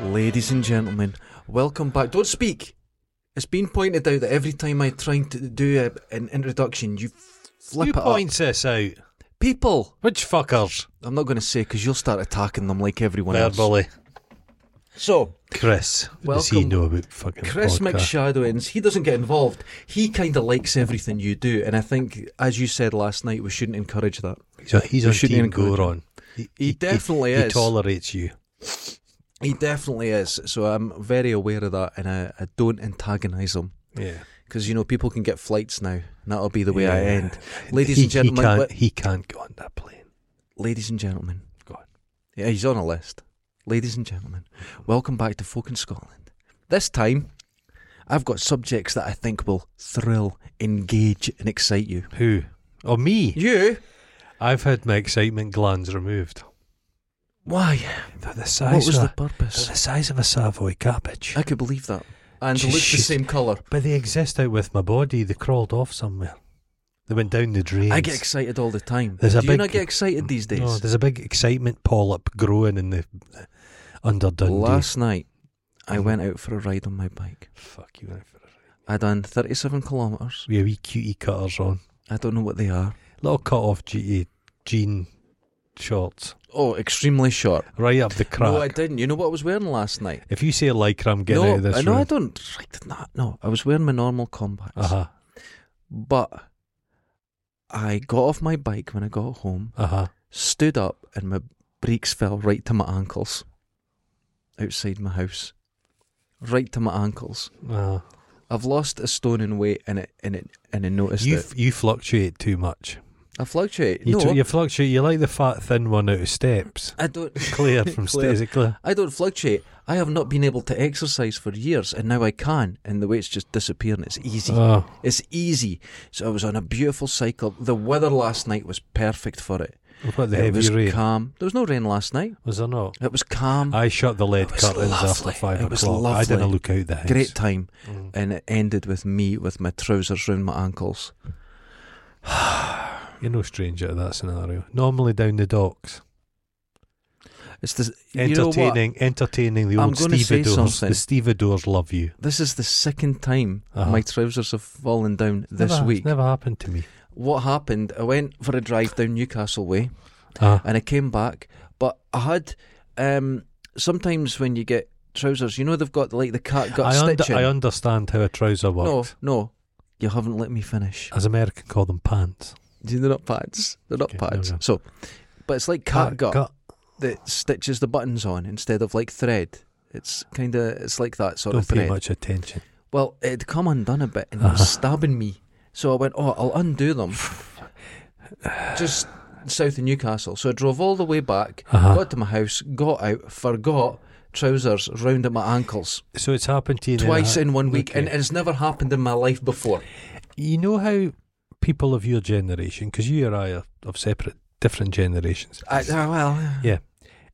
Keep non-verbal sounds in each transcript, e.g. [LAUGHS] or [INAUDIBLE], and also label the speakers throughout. Speaker 1: Ladies and gentlemen, welcome back. Don't speak. It's been pointed out that every time I try to do a, an introduction, you f- flip
Speaker 2: you
Speaker 1: it up.
Speaker 2: points this out.
Speaker 1: People,
Speaker 2: Which fuckers?
Speaker 1: I'm not going to say because you'll start attacking them like everyone else.
Speaker 2: Verbally.
Speaker 1: So,
Speaker 2: Chris. What does he
Speaker 1: Welcome.
Speaker 2: know about fucking
Speaker 1: Chris
Speaker 2: podcast?
Speaker 1: McShadowins, he doesn't get involved. He kind of likes everything you do, and I think, as you said last night, we shouldn't encourage that.
Speaker 2: He's, a, he's
Speaker 1: We
Speaker 2: on
Speaker 1: shouldn't
Speaker 2: Team
Speaker 1: include-
Speaker 2: Goron.
Speaker 1: He definitely
Speaker 2: He
Speaker 1: is.
Speaker 2: tolerates you.
Speaker 1: He definitely is. So I'm very aware of that, and I, I don't antagonise him
Speaker 2: Yeah.
Speaker 1: because you know people can get flights now, and that'll be the way I
Speaker 2: Yeah.
Speaker 1: end. Ladies
Speaker 2: [LAUGHS] he,
Speaker 1: and gentlemen,
Speaker 2: He can't,
Speaker 1: let-
Speaker 2: he can't go on that plane.
Speaker 1: ladies and gentlemen,
Speaker 2: Go on.
Speaker 1: yeah, he's on a list. Ladies and gentlemen, welcome back to Folk in Scotland. This time, I've got subjects that I think will thrill, engage, and excite you.
Speaker 2: Who? Oh, me.
Speaker 1: You?
Speaker 2: I've had my excitement glands removed.
Speaker 1: Why?
Speaker 2: They're the
Speaker 1: What
Speaker 2: size,
Speaker 1: was
Speaker 2: of,
Speaker 1: the
Speaker 2: a-
Speaker 1: purpose?
Speaker 2: they're the size of a Savoy cabbage.
Speaker 1: I could believe that. And
Speaker 2: Just
Speaker 1: look the
Speaker 2: shoot.
Speaker 1: same colour.
Speaker 2: but they exist out with my body. They crawled off somewhere. They went down the drains.
Speaker 1: I get excited all the time.
Speaker 2: There's
Speaker 1: Do
Speaker 2: a
Speaker 1: you
Speaker 2: big-
Speaker 1: not get excited these days?
Speaker 2: No, there's a big excitement polyp growing in the under Dundee.
Speaker 1: Last night, I went out for a ride on my bike.
Speaker 2: Fuck you.
Speaker 1: I done 37 kilometres.
Speaker 2: We have wee cutie cutters on.
Speaker 1: I don't know what they are.
Speaker 2: Little cut off GE jean shorts.
Speaker 1: Oh, extremely short.
Speaker 2: Right up the crack.
Speaker 1: No, I didn't. You know what I was wearing last night?
Speaker 2: if you say lycra, I'm getting
Speaker 1: no,
Speaker 2: out of this
Speaker 1: I- no, I
Speaker 2: room.
Speaker 1: don't. I did not. No, I was wearing my normal combats.
Speaker 2: Uh huh.
Speaker 1: But I got off my bike when I got home,
Speaker 2: Uh huh.
Speaker 1: stood up, and my brakes fell right to my ankles outside my house. Right to my ankles.
Speaker 2: Uh,
Speaker 1: I've lost a stone in weight, and it and it and I noticed
Speaker 2: you
Speaker 1: it.
Speaker 2: f- you fluctuate too much.
Speaker 1: I fluctuate.
Speaker 2: You,
Speaker 1: no,
Speaker 2: tr- you fluctuate. You like the fat thin one out
Speaker 1: [LAUGHS]
Speaker 2: of steps.
Speaker 1: I don't.
Speaker 2: Clear from
Speaker 1: Clear.
Speaker 2: stairs. Clear.
Speaker 1: I don't fluctuate. I have not been able to exercise for years, and now I can, and the weight's just disappearing. It's easy.
Speaker 2: Oh,
Speaker 1: It's easy. So I was on a beautiful cycle. The weather last night was perfect for it.
Speaker 2: what about the
Speaker 1: it
Speaker 2: heavy
Speaker 1: was
Speaker 2: rain? Ah,
Speaker 1: calm. There was no rain last night.
Speaker 2: was there not?
Speaker 1: It was calm.
Speaker 2: I shut the lead
Speaker 1: Mm. It was
Speaker 2: curtains
Speaker 1: lovely.
Speaker 2: after five
Speaker 1: It was
Speaker 2: o'clock. I didn't
Speaker 1: lovely.
Speaker 2: look out the house.
Speaker 1: Great time.
Speaker 2: Mm.
Speaker 1: And it ended with me with my trousers round my ankles.
Speaker 2: You're no stranger to that scenario. Normally down the docks.
Speaker 1: It's the You know what?
Speaker 2: entertaining, entertaining the
Speaker 1: I'm
Speaker 2: old
Speaker 1: gonna say
Speaker 2: stevedores.
Speaker 1: something.
Speaker 2: The stevedores love you.
Speaker 1: This is the second time
Speaker 2: Uh-huh.
Speaker 1: my trousers have fallen down this
Speaker 2: never,
Speaker 1: week.
Speaker 2: it's never happened to me.
Speaker 1: What happened? I went for a drive down Newcastle Way.
Speaker 2: Ah,
Speaker 1: and I came back, but I had um, sometimes when you get trousers, you know they've got like the cat gut
Speaker 2: I, under,
Speaker 1: stitching.
Speaker 2: I understand how a trouser
Speaker 1: no,
Speaker 2: works.
Speaker 1: no, you haven't let me finish.
Speaker 2: As American call them pants.
Speaker 1: Uh, They're not pads. They're not
Speaker 2: Okay, no,
Speaker 1: pads.
Speaker 2: no.
Speaker 1: So, but it's like cat gut that stitches the buttons on instead of like thread. It's kind of it's like that sort
Speaker 2: Don't
Speaker 1: of
Speaker 2: pay
Speaker 1: thread.
Speaker 2: much attention.
Speaker 1: Well, it'd come undone a bit and it was stabbing me. So I went, oh, I'll undo them. [SIGHS] Just south of Newcastle. So I drove all the way back,
Speaker 2: Uh-huh.
Speaker 1: got to my house, got out, forgot trousers round at my ankles
Speaker 2: So it's happened to you then,
Speaker 1: twice
Speaker 2: huh?
Speaker 1: in one week,
Speaker 2: Okay.
Speaker 1: and it's never happened in my life before.
Speaker 2: you know how people of your generation, because you and I are of separate, different generations.
Speaker 1: [LAUGHS] I, oh, well,
Speaker 2: Yeah.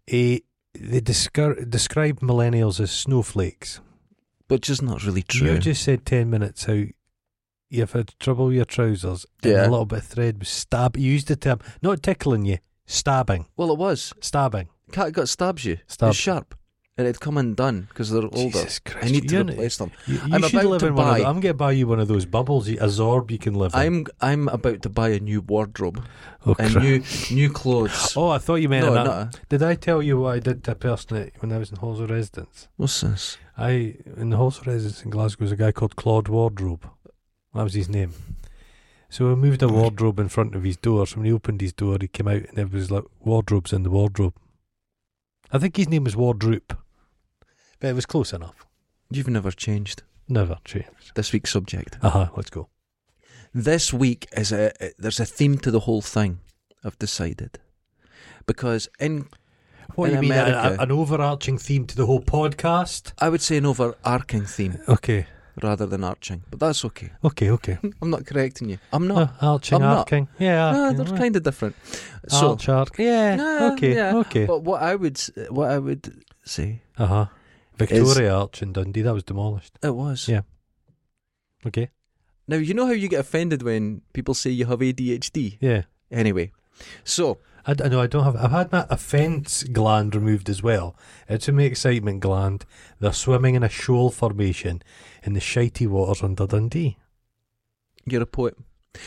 Speaker 2: eh, they discar- describe millennials as snowflakes.
Speaker 1: which is not really
Speaker 2: You
Speaker 1: true.
Speaker 2: just said ten minutes how you've had trouble with your trousers and
Speaker 1: Yeah.
Speaker 2: a little bit of thread was stab. You used the term not tickling you, stabbing,
Speaker 1: Well, it was
Speaker 2: stabbing.
Speaker 1: cat gut stabs you.
Speaker 2: Stab-
Speaker 1: It's sharp, and it'd come undone because they're older.
Speaker 2: Jesus Christ!
Speaker 1: I need to
Speaker 2: you're-
Speaker 1: replace them.
Speaker 2: You, you
Speaker 1: I'm
Speaker 2: should
Speaker 1: about
Speaker 2: live
Speaker 1: to
Speaker 2: in one of
Speaker 1: buy-
Speaker 2: those. I'm gonna buy you one of those bubbles, you- a zorb you can live in.
Speaker 1: I'm I'm about to buy a new wardrobe
Speaker 2: oh,
Speaker 1: and
Speaker 2: crap.
Speaker 1: new new clothes.
Speaker 2: oh, I thought you meant
Speaker 1: No,
Speaker 2: an-
Speaker 1: not
Speaker 2: Did I tell you what I did to a person at- when I was in Halsall Residence?
Speaker 1: What's this?
Speaker 2: I in the Halsall Residence in Glasgow was a guy called Claude Wardrobe. That was his name. So we moved a wardrobe in front of his door. So when he opened his door, he came out and everybody was like, "Wardrobe's in the wardrobe." I think his name was Wardrobe, but it was close enough.
Speaker 1: You've never changed
Speaker 2: Never changed.
Speaker 1: this week's subject.
Speaker 2: Uh huh. Let's go.
Speaker 1: This week is a there's a theme to the whole thing. I've decided because in
Speaker 2: What
Speaker 1: In
Speaker 2: do you mean? a-
Speaker 1: America.
Speaker 2: a- an overarching theme to the whole podcast?
Speaker 1: I would say an overarching theme
Speaker 2: Okay.
Speaker 1: rather than arching, but that's okay. [LAUGHS]
Speaker 2: Okay. Okay.
Speaker 1: I'm not correcting you. I'm not.
Speaker 2: [LAUGHS] Uh, arching,
Speaker 1: I'm not.
Speaker 2: arcing. Yeah.
Speaker 1: no,
Speaker 2: arcing,
Speaker 1: they're
Speaker 2: right. Ah,
Speaker 1: kind of different. So
Speaker 2: Arch, arc. Yeah.
Speaker 1: No,
Speaker 2: okay.
Speaker 1: yeah,
Speaker 2: Okay.
Speaker 1: But what I would s- what I would say
Speaker 2: Uh huh. Victoria Arch in Dundee that was demolished.
Speaker 1: it was.
Speaker 2: Yeah. Okay.
Speaker 1: Now you know how you get offended when people say you have ADHD.
Speaker 2: Yeah.
Speaker 1: Anyway, so
Speaker 2: I, d- I know I don't have. I've had my offence gland removed as well. It's in my excitement gland. They're swimming in a shoal formation in the shitey waters under Dundee,
Speaker 1: You're a poet.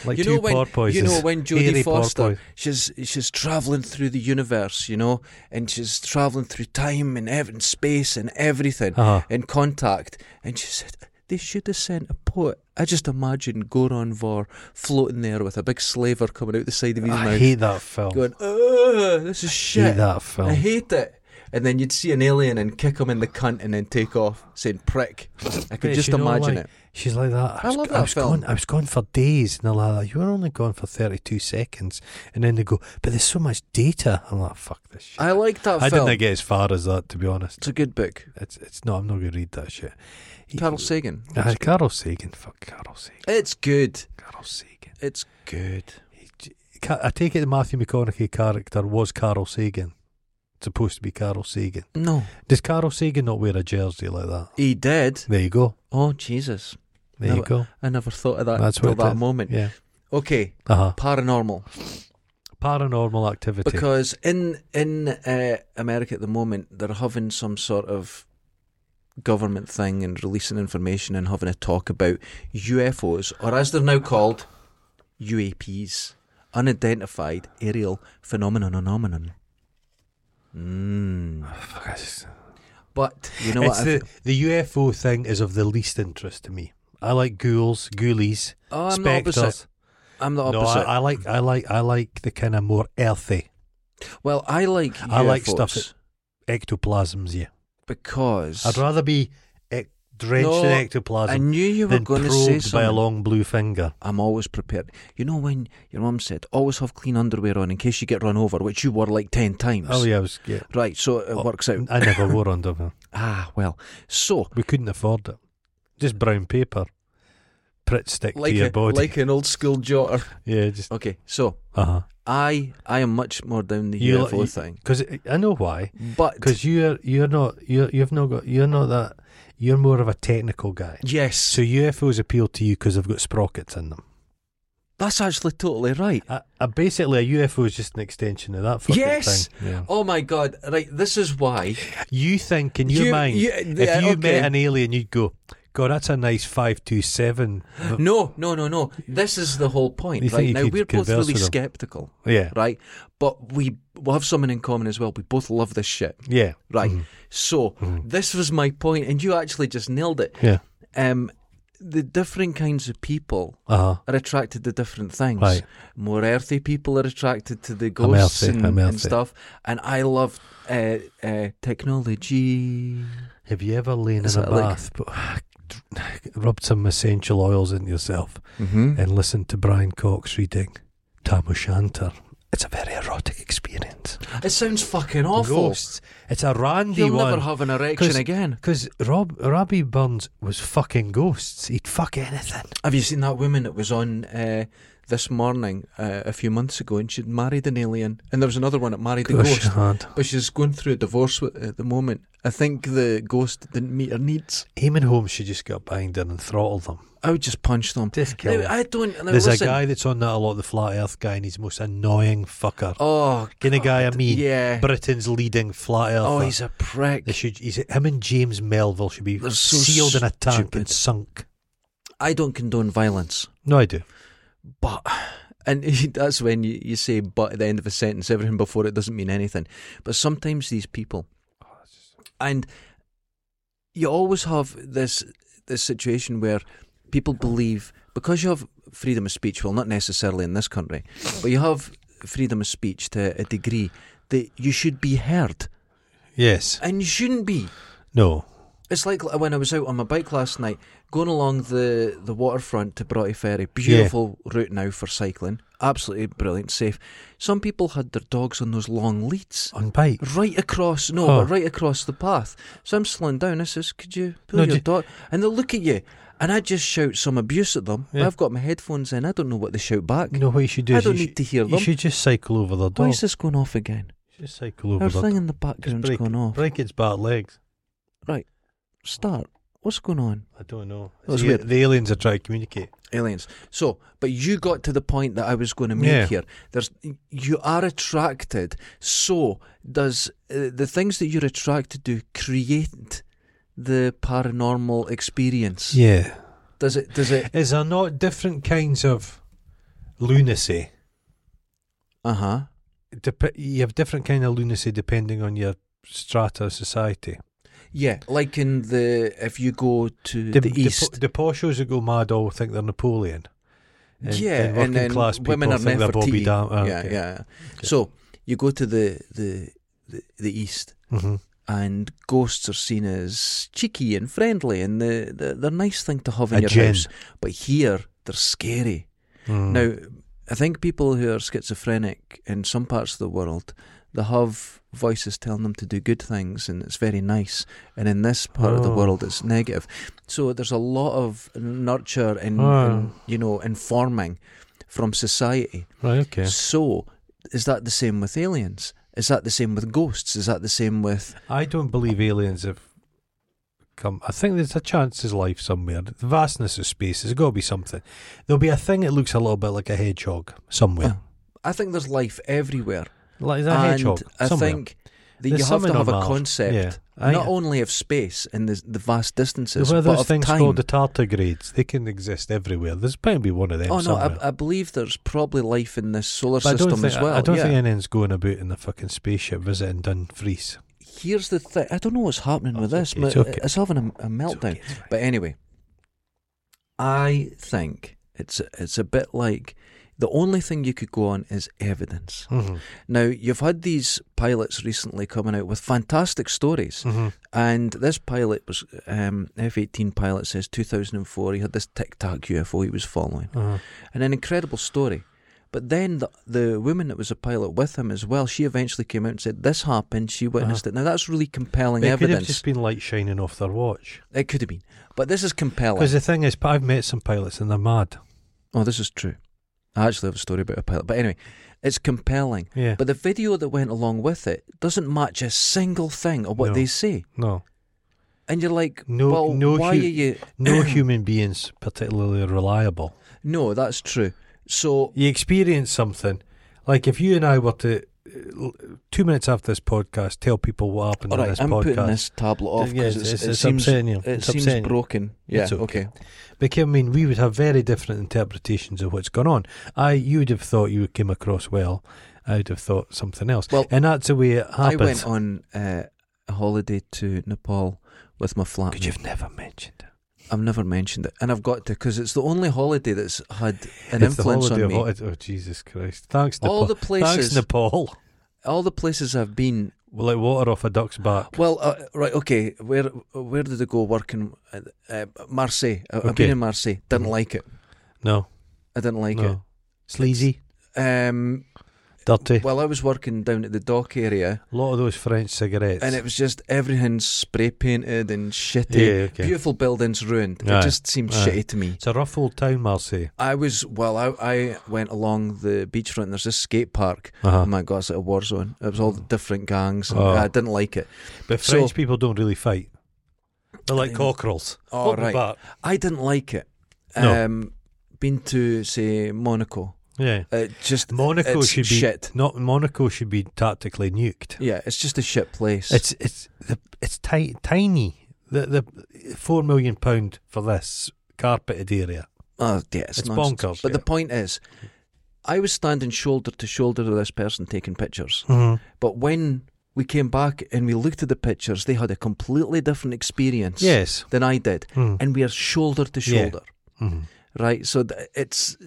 Speaker 2: like
Speaker 1: You know
Speaker 2: two
Speaker 1: when-
Speaker 2: porpoises.
Speaker 1: You know
Speaker 2: [LAUGHS]
Speaker 1: when
Speaker 2: Hairy
Speaker 1: Jodie Foster
Speaker 2: porpoise.
Speaker 1: she's she's traveling through the universe, you know, and she's traveling through time and, ev- and space and everything
Speaker 2: Uh-huh.
Speaker 1: and contact, and she said they should have sent a poet. I just imagine Goron Vor floating there with a big slaver coming out the side of his
Speaker 2: I
Speaker 1: mouth,
Speaker 2: hate that film.
Speaker 1: going, "Ugh, this is
Speaker 2: hate
Speaker 1: shit.
Speaker 2: that
Speaker 1: I
Speaker 2: film.
Speaker 1: hate it." And then you'd see an alien and kick him in the cunt and then take off, saying "prick." I could
Speaker 2: Bitch,
Speaker 1: just
Speaker 2: you know,
Speaker 1: imagine
Speaker 2: like-
Speaker 1: it.
Speaker 2: She's like that.
Speaker 1: I
Speaker 2: was,
Speaker 1: love
Speaker 2: I
Speaker 1: that
Speaker 2: was
Speaker 1: film.
Speaker 2: Gone, I was gone for days, and they're like, that. you were only gone for thirty-two seconds, and then they go, but there's so much data. I'm like, fuck this shit.
Speaker 1: I like that
Speaker 2: I
Speaker 1: film.
Speaker 2: didn't get as far as that, to be honest.
Speaker 1: it's a good book.
Speaker 2: It's it's no, I'm not gonna read that shit. He-
Speaker 1: Carl Sagan.
Speaker 2: Ah, Carl Sagan, fuck Carl Sagan,
Speaker 1: It's good.
Speaker 2: Carl Sagan.
Speaker 1: It's good.
Speaker 2: He j- Ca- I take it the Matthew McConaughey character was Carl Sagan. It's supposed to be Carl Sagan.
Speaker 1: No,
Speaker 2: Does Carl Sagan not wear a jersey like that?
Speaker 1: he did.
Speaker 2: There you go.
Speaker 1: Oh Jesus!
Speaker 2: There
Speaker 1: No,
Speaker 2: you go.
Speaker 1: I never thought of that
Speaker 2: That's
Speaker 1: until
Speaker 2: what it
Speaker 1: that
Speaker 2: is.
Speaker 1: moment.
Speaker 2: Yeah.
Speaker 1: Okay,
Speaker 2: Uh huh.
Speaker 1: paranormal.
Speaker 2: Paranormal activity.
Speaker 1: Because in in uh, America at the moment they're having some sort of government thing and releasing information and having a talk about UFOs or as they're now called UAPs, unidentified aerial phenomenon. Phenomenon. Mm.
Speaker 2: Fuck, I just-
Speaker 1: But you know
Speaker 2: it's
Speaker 1: what?
Speaker 2: the
Speaker 1: I've-
Speaker 2: the UFO thing is of the least interest to me. I like ghouls, ghoulies,
Speaker 1: oh, I'm the
Speaker 2: specters.
Speaker 1: opposite. I'm the
Speaker 2: No,
Speaker 1: opposite.
Speaker 2: I, I like I like I like the kind of more earthy
Speaker 1: Well, I like
Speaker 2: I like stuff
Speaker 1: UFOs
Speaker 2: ectoplasms. Yeah.
Speaker 1: because
Speaker 2: I'd rather be ec- drenched
Speaker 1: No,
Speaker 2: in
Speaker 1: I
Speaker 2: ectoplasm
Speaker 1: knew you were
Speaker 2: than
Speaker 1: going to say
Speaker 2: probed by a
Speaker 1: something.
Speaker 2: long blue finger.
Speaker 1: I'm always prepared. You know when your mum said, "Always have clean underwear on in case you get run over," which you wore like ten times.
Speaker 2: Oh yeah, I was. Yeah. Oh,
Speaker 1: Right, so it works out.
Speaker 2: I never wore underwear.
Speaker 1: [LAUGHS] Ah, well. So,
Speaker 2: [LAUGHS] We couldn't afford it. Just brown paper, Pritt stick
Speaker 1: like
Speaker 2: to your
Speaker 1: a-
Speaker 2: body.
Speaker 1: like an old school jotter.
Speaker 2: yeah, just
Speaker 1: Okay, so
Speaker 2: uh huh.
Speaker 1: I I am much more down the
Speaker 2: You li-
Speaker 1: UFO
Speaker 2: you-
Speaker 1: thing,
Speaker 2: Because I know why.
Speaker 1: but
Speaker 2: Because you're you're not you you've not got you're not that you're more of a technical guy.
Speaker 1: yes,
Speaker 2: So UFOs appeal to you because they've got sprockets in them.
Speaker 1: that's actually totally right.
Speaker 2: Uh, uh, basically, a UFO is just an extension of that fucking
Speaker 1: Yes!
Speaker 2: thing. Yeah.
Speaker 1: Oh my god! Right, this is why.
Speaker 2: You think in your
Speaker 1: You-
Speaker 2: mind,
Speaker 1: you-
Speaker 2: if
Speaker 1: yeah,
Speaker 2: you
Speaker 1: okay.
Speaker 2: met an alien, you'd go, "God, that's a nice five-two-seven.
Speaker 1: No, no, no, no. This is the whole point.
Speaker 2: You think
Speaker 1: right
Speaker 2: you
Speaker 1: now,
Speaker 2: could
Speaker 1: we're both
Speaker 2: converse
Speaker 1: really
Speaker 2: with them?
Speaker 1: skeptical.
Speaker 2: [LAUGHS] Yeah,
Speaker 1: right? But we we have something in common as well. We both love this shit,
Speaker 2: yeah,
Speaker 1: right?
Speaker 2: Mhm.
Speaker 1: So
Speaker 2: Mhm.
Speaker 1: this was my point, and you actually just nailed it.
Speaker 2: yeah.
Speaker 1: Um, the different kinds of people
Speaker 2: Uh huh.
Speaker 1: are attracted to different things.
Speaker 2: Right.
Speaker 1: More earthy people are attracted to the ghosts
Speaker 2: earthy,
Speaker 1: and,
Speaker 2: I'm
Speaker 1: and
Speaker 2: earthy.
Speaker 1: stuff. And I love uh, uh, technology.
Speaker 2: Have you ever lain
Speaker 1: Is
Speaker 2: in a
Speaker 1: that like-
Speaker 2: bath, but [SIGHS] rubbed some essential oils into yourself,
Speaker 1: Mm-hmm.
Speaker 2: and listened to Brian Cox reading Tam O'Shanter? It's a very erotic experience.
Speaker 1: It sounds fucking awful.
Speaker 2: Ghosts. It's a randy
Speaker 1: You'll
Speaker 2: one.
Speaker 1: never have an erection
Speaker 2: 'Cause-
Speaker 1: again.
Speaker 2: Because Rob Robbie Burns was fucking ghosts. He'd fuck anything.
Speaker 1: Have you seen that woman that was on uh, this morning uh, a few months ago and she'd married an alien? And there was another one that married a
Speaker 2: Gosh,
Speaker 1: ghost.
Speaker 2: hand.
Speaker 1: But she's going through a divorce wi- at the moment. I think the ghost didn't meet her needs.
Speaker 2: Eamon Holmes should just get banged in and throttle them.
Speaker 1: I would just punch them.
Speaker 2: Just kill
Speaker 1: Now,
Speaker 2: them.
Speaker 1: I don't. Now,
Speaker 2: There's
Speaker 1: listen.
Speaker 2: a guy that's on that a lot, the flat earth guy, and he's the most annoying fucker.
Speaker 1: Oh,
Speaker 2: Kinda
Speaker 1: God,
Speaker 2: guy I mean.
Speaker 1: Yeah.
Speaker 2: Britain's leading flat earther.
Speaker 1: oh, he's a prick.
Speaker 2: They should. He's, him and James Melville should be
Speaker 1: They're so
Speaker 2: sealed in a tank
Speaker 1: stupid.
Speaker 2: and sunk.
Speaker 1: I don't condone violence,
Speaker 2: No, I do.
Speaker 1: but. And [LAUGHS] that's when you, you say but at the end of a sentence, everything before it doesn't mean anything. But sometimes these people, and you always have this this situation where people believe because you have freedom of speech, well, not necessarily in this country, but you have freedom of speech to a degree that you should be heard,
Speaker 2: Yes.
Speaker 1: and you shouldn't be.
Speaker 2: No.
Speaker 1: It's like when I was out on my bike last night, going along the, the waterfront to Broughty Ferry. Beautiful route now for cycling. Absolutely brilliant, safe. Some people had their dogs on those long leads
Speaker 2: On bike.
Speaker 1: right across no
Speaker 2: Oh.
Speaker 1: but right across the path so i'm slowing down i says could you pull
Speaker 2: No,
Speaker 1: your
Speaker 2: ju-
Speaker 1: dog and they look at you and i just shout some abuse at them
Speaker 2: Yeah.
Speaker 1: i've got my headphones in i don't know what they shout back
Speaker 2: You know what you should do?
Speaker 1: I
Speaker 2: is you
Speaker 1: don't need
Speaker 2: should-
Speaker 1: to hear
Speaker 2: You
Speaker 1: them.
Speaker 2: should just cycle over the
Speaker 1: why
Speaker 2: dog.
Speaker 1: is this going off again
Speaker 2: Just cycle over
Speaker 1: our
Speaker 2: the
Speaker 1: thing in the
Speaker 2: Just
Speaker 1: background's
Speaker 2: break,
Speaker 1: gone off
Speaker 2: break its bad legs.
Speaker 1: start What's going on?
Speaker 2: I don't know.
Speaker 1: That's
Speaker 2: See,
Speaker 1: weird.
Speaker 2: The aliens are trying to communicate.
Speaker 1: Aliens. So, but you got to the point that I was going to make
Speaker 2: Yeah.
Speaker 1: here. There's you are attracted. So does uh, the things that you're attracted to create the paranormal experience?
Speaker 2: Yeah.
Speaker 1: Does it? Does it?
Speaker 2: Is there not different kinds of lunacy?
Speaker 1: Uh huh.
Speaker 2: Dep- you have different kind of lunacy depending on your strata of society.
Speaker 1: Yeah, like in the if you go to the,
Speaker 2: The, the,
Speaker 1: east,
Speaker 2: po- the poshos that go mad all think they're Napoleon. And,
Speaker 1: yeah,
Speaker 2: and working class people
Speaker 1: women are
Speaker 2: think they're Bobby
Speaker 1: Nefertiti.
Speaker 2: Dam- oh,
Speaker 1: yeah,
Speaker 2: okay.
Speaker 1: yeah. So you go to the the the, the east,
Speaker 2: Mhm.
Speaker 1: and ghosts are seen as cheeky and friendly, and the, the they're a nice thing to have in
Speaker 2: A
Speaker 1: your
Speaker 2: gin.
Speaker 1: house. But here they're scary.
Speaker 2: Mm.
Speaker 1: Now, I think people who are schizophrenic in some parts of the world. They have voices telling them to do good things, and it's very nice. And in this part of the
Speaker 2: Oh.
Speaker 1: world, it's negative. So there's a lot of nurture and,
Speaker 2: Oh.
Speaker 1: and you know informing from society.
Speaker 2: right, okay.
Speaker 1: So, is that the same with aliens? Is that the same with ghosts? Is that the same with?
Speaker 2: I don't believe aliens have come. I think there's a chance there's life somewhere. The vastness of space, there's got to be something. There'll be a thing that looks a little bit like a hedgehog somewhere.
Speaker 1: I think there's life everywhere,
Speaker 2: Like there's a
Speaker 1: Oh. and
Speaker 2: hedgehog
Speaker 1: I
Speaker 2: somewhere.
Speaker 1: think that
Speaker 2: There's
Speaker 1: you have to
Speaker 2: something
Speaker 1: have a
Speaker 2: on Mars.
Speaker 1: concept,
Speaker 2: Yeah. I-
Speaker 1: not only of space and the, the vast distances,
Speaker 2: There were
Speaker 1: but
Speaker 2: those
Speaker 1: of
Speaker 2: things
Speaker 1: time.
Speaker 2: called the tardigrades. They can exist everywhere. There's bound to be one of them
Speaker 1: oh no,
Speaker 2: somewhere.
Speaker 1: I, I believe there's probably life in this solar
Speaker 2: But I don't
Speaker 1: system
Speaker 2: think,
Speaker 1: as well.
Speaker 2: I don't
Speaker 1: yeah.
Speaker 2: think anyone's going about in a fucking spaceship visiting Dumfries.
Speaker 1: Here's the thing: I don't know what's happening with
Speaker 2: That's
Speaker 1: this, but
Speaker 2: okay, Oh, it's okay.
Speaker 1: it's having a, a
Speaker 2: It's
Speaker 1: meltdown.
Speaker 2: okay, it's fine.
Speaker 1: But anyway, I think it's it's a bit like the only thing you could go on is evidence.
Speaker 2: Mhm,
Speaker 1: Now you've had these pilots recently coming out with fantastic stories,
Speaker 2: mhm.
Speaker 1: and this pilot was um, F eighteen pilot says two thousand and four. He had this Tic Tac UFO he was following,
Speaker 2: Uh-huh.
Speaker 1: and an incredible story. But then the the woman that was a pilot with him as well, she eventually came out and said this happened. She witnessed it. Now that's really compelling
Speaker 2: Uh-huh. But It could have
Speaker 1: evidence.
Speaker 2: just been light shining off their watch.
Speaker 1: It could have been, but this is compelling.
Speaker 2: Because the thing is, I've met some pilots and they're mad.
Speaker 1: Oh, this is true. I actually have a story about a pilot. But anyway, it's compelling.
Speaker 2: Yeah.
Speaker 1: But the video that went along with it doesn't match a single thing of what
Speaker 2: No.
Speaker 1: they say.
Speaker 2: no.
Speaker 1: And you're like,
Speaker 2: No-
Speaker 1: well,
Speaker 2: no
Speaker 1: why
Speaker 2: hu-
Speaker 1: are you. [CLEARS THROAT]
Speaker 2: No human beings particularly reliable.
Speaker 1: No, that's true. So,
Speaker 2: You experience something. Like if you and I were to, uh, two minutes after this podcast, tell people what happened
Speaker 1: all
Speaker 2: on
Speaker 1: right,
Speaker 2: this
Speaker 1: I'm putting
Speaker 2: podcast.
Speaker 1: this tablet off
Speaker 2: Yeah,
Speaker 1: because
Speaker 2: it's-
Speaker 1: it's,
Speaker 2: it's-
Speaker 1: it
Speaker 2: it's
Speaker 1: seems,
Speaker 2: upsetting you.
Speaker 1: it
Speaker 2: It's
Speaker 1: seems
Speaker 2: upsetting you.
Speaker 1: broken. Yeah,
Speaker 2: It's
Speaker 1: okay.
Speaker 2: okay. Because, I mean, we would have very different interpretations of what's gone on. I, you would have thought you came across well. I would have thought something else.
Speaker 1: Well,
Speaker 2: and that's the way it
Speaker 1: I
Speaker 2: happens.
Speaker 1: went on uh, a holiday to Nepal with my flatmate.
Speaker 2: Because you've never mentioned it.
Speaker 1: I've never mentioned it. And I've got to because it's the only holiday that's had an
Speaker 2: It's the
Speaker 1: influence
Speaker 2: holiday
Speaker 1: on
Speaker 2: of
Speaker 1: me.
Speaker 2: holiday- Oh, Jesus Christ. Thanks, Nepal.
Speaker 1: All the places,
Speaker 2: Thanks, Nepal.
Speaker 1: all the places I've been
Speaker 2: Well, like water off a duck's back.
Speaker 1: Well, uh, right, okay. Where where did I go working? Uh, uh, Marseille. I, I've been
Speaker 2: Okay.
Speaker 1: in Marseille. Didn't like it.
Speaker 2: No.
Speaker 1: I didn't like
Speaker 2: no. Sleazy.
Speaker 1: it. Um,
Speaker 2: Dirty.
Speaker 1: well, I was working down at the dock area,
Speaker 2: A lot of those French cigarettes.
Speaker 1: and it was just everything spray painted and shitty.
Speaker 2: yeah, okay.
Speaker 1: Beautiful buildings ruined.
Speaker 2: Aye,
Speaker 1: It just seemed
Speaker 2: aye.
Speaker 1: shitty to me.
Speaker 2: It's a rough old town, Marseille.
Speaker 1: I was well. I, I went along the beachfront. And there's this skate park. Oh
Speaker 2: Uh-huh.
Speaker 1: my god, it's like a war zone. It was all the different gangs. And
Speaker 2: Oh.
Speaker 1: I didn't like it.
Speaker 2: But
Speaker 1: So-
Speaker 2: French people don't really fight. They're like
Speaker 1: Yeah.
Speaker 2: cockerels.
Speaker 1: Oh,
Speaker 2: Hold me
Speaker 1: right.
Speaker 2: back.
Speaker 1: I didn't like it.
Speaker 2: No.
Speaker 1: Um, been to say Monaco.
Speaker 2: Yeah.
Speaker 1: It just
Speaker 2: Monaco
Speaker 1: it's
Speaker 2: should be
Speaker 1: shit.
Speaker 2: not Monaco should be tactically nuked.
Speaker 1: Yeah, it's just a shit place.
Speaker 2: It's it's the it's ti- tiny. The the four million pound for this carpeted area.
Speaker 1: oh, yeah, it's,
Speaker 2: It's
Speaker 1: nonsense.
Speaker 2: bonkers.
Speaker 1: But the point is, I was standing shoulder to shoulder with this person taking pictures.
Speaker 2: Mhm.
Speaker 1: But when we came back and we looked at the pictures, they had a completely different experience
Speaker 2: yes,
Speaker 1: than I did,
Speaker 2: Mm.
Speaker 1: and we are shoulder to
Speaker 2: Yeah.
Speaker 1: shoulder,
Speaker 2: Mhm.
Speaker 1: right? So th- it's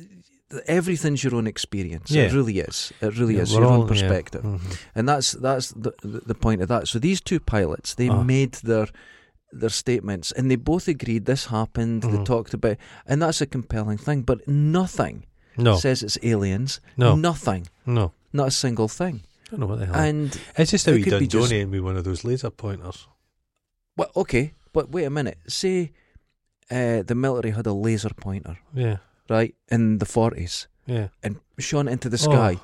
Speaker 1: everything's your own experience. It
Speaker 2: Yeah.
Speaker 1: really is. It really
Speaker 2: Yeah,
Speaker 1: is
Speaker 2: we're
Speaker 1: your own
Speaker 2: all- yeah.
Speaker 1: perspective.
Speaker 2: Mhm.
Speaker 1: And that's that's the the the point of that. So these two pilots, they
Speaker 2: Ah.
Speaker 1: made their their statements, and they both agreed this happened. They
Speaker 2: Mhm.
Speaker 1: talked about, and that's a compelling thing. But nothing
Speaker 2: No,
Speaker 1: says it's aliens.
Speaker 2: No.
Speaker 1: nothing,
Speaker 2: no,
Speaker 1: not a single thing.
Speaker 2: I don't know what the hell.
Speaker 1: And
Speaker 2: it's just how
Speaker 1: it
Speaker 2: you
Speaker 1: could
Speaker 2: done
Speaker 1: be just-
Speaker 2: donating me one of those laser pointers.
Speaker 1: well, okay, but wait a minute. Say uh, the military had a laser pointer,
Speaker 2: Yeah,
Speaker 1: right, in the forties,
Speaker 2: yeah.
Speaker 1: and shone into the
Speaker 2: Oh.
Speaker 1: sky.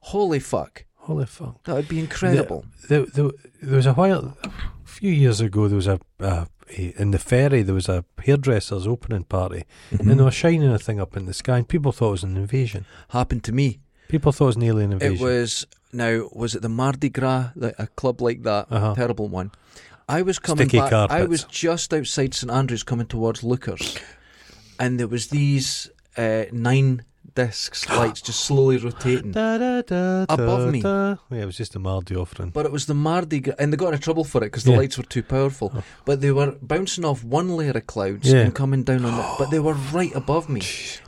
Speaker 1: Holy fuck,
Speaker 2: Holy fuck!
Speaker 1: that would be incredible.
Speaker 2: There, there, there was a while, a few years ago, there was a, a eh, in the ferry there was a hairdresser's opening party,
Speaker 1: Hmm.
Speaker 2: and they were shining a thing up in the sky, and people thought it was an invasion.
Speaker 1: [LAUGHS] Happened to me.
Speaker 2: People thought it was an alien
Speaker 1: It
Speaker 2: invasion.
Speaker 1: was now was it the Mardi Gras, like a club like that,
Speaker 2: Uh-huh.
Speaker 1: terrible one. I was coming
Speaker 2: Sticky
Speaker 1: back. I
Speaker 2: carpets.
Speaker 1: was just outside St Andrews, coming towards Lookers, and there was these uh, nine discs lights just slowly rotating.
Speaker 2: Da, da, da,
Speaker 1: Above
Speaker 2: da,
Speaker 1: me.
Speaker 2: da. Yeah, it was just a Mardi offering.
Speaker 1: But it was the Mardi Gras, and they got into trouble for it because the
Speaker 2: Yeah.
Speaker 1: lights were too powerful.
Speaker 2: Oh.
Speaker 1: But they were bouncing off one layer of clouds
Speaker 2: Yeah.
Speaker 1: and coming down on it. But they were right above me.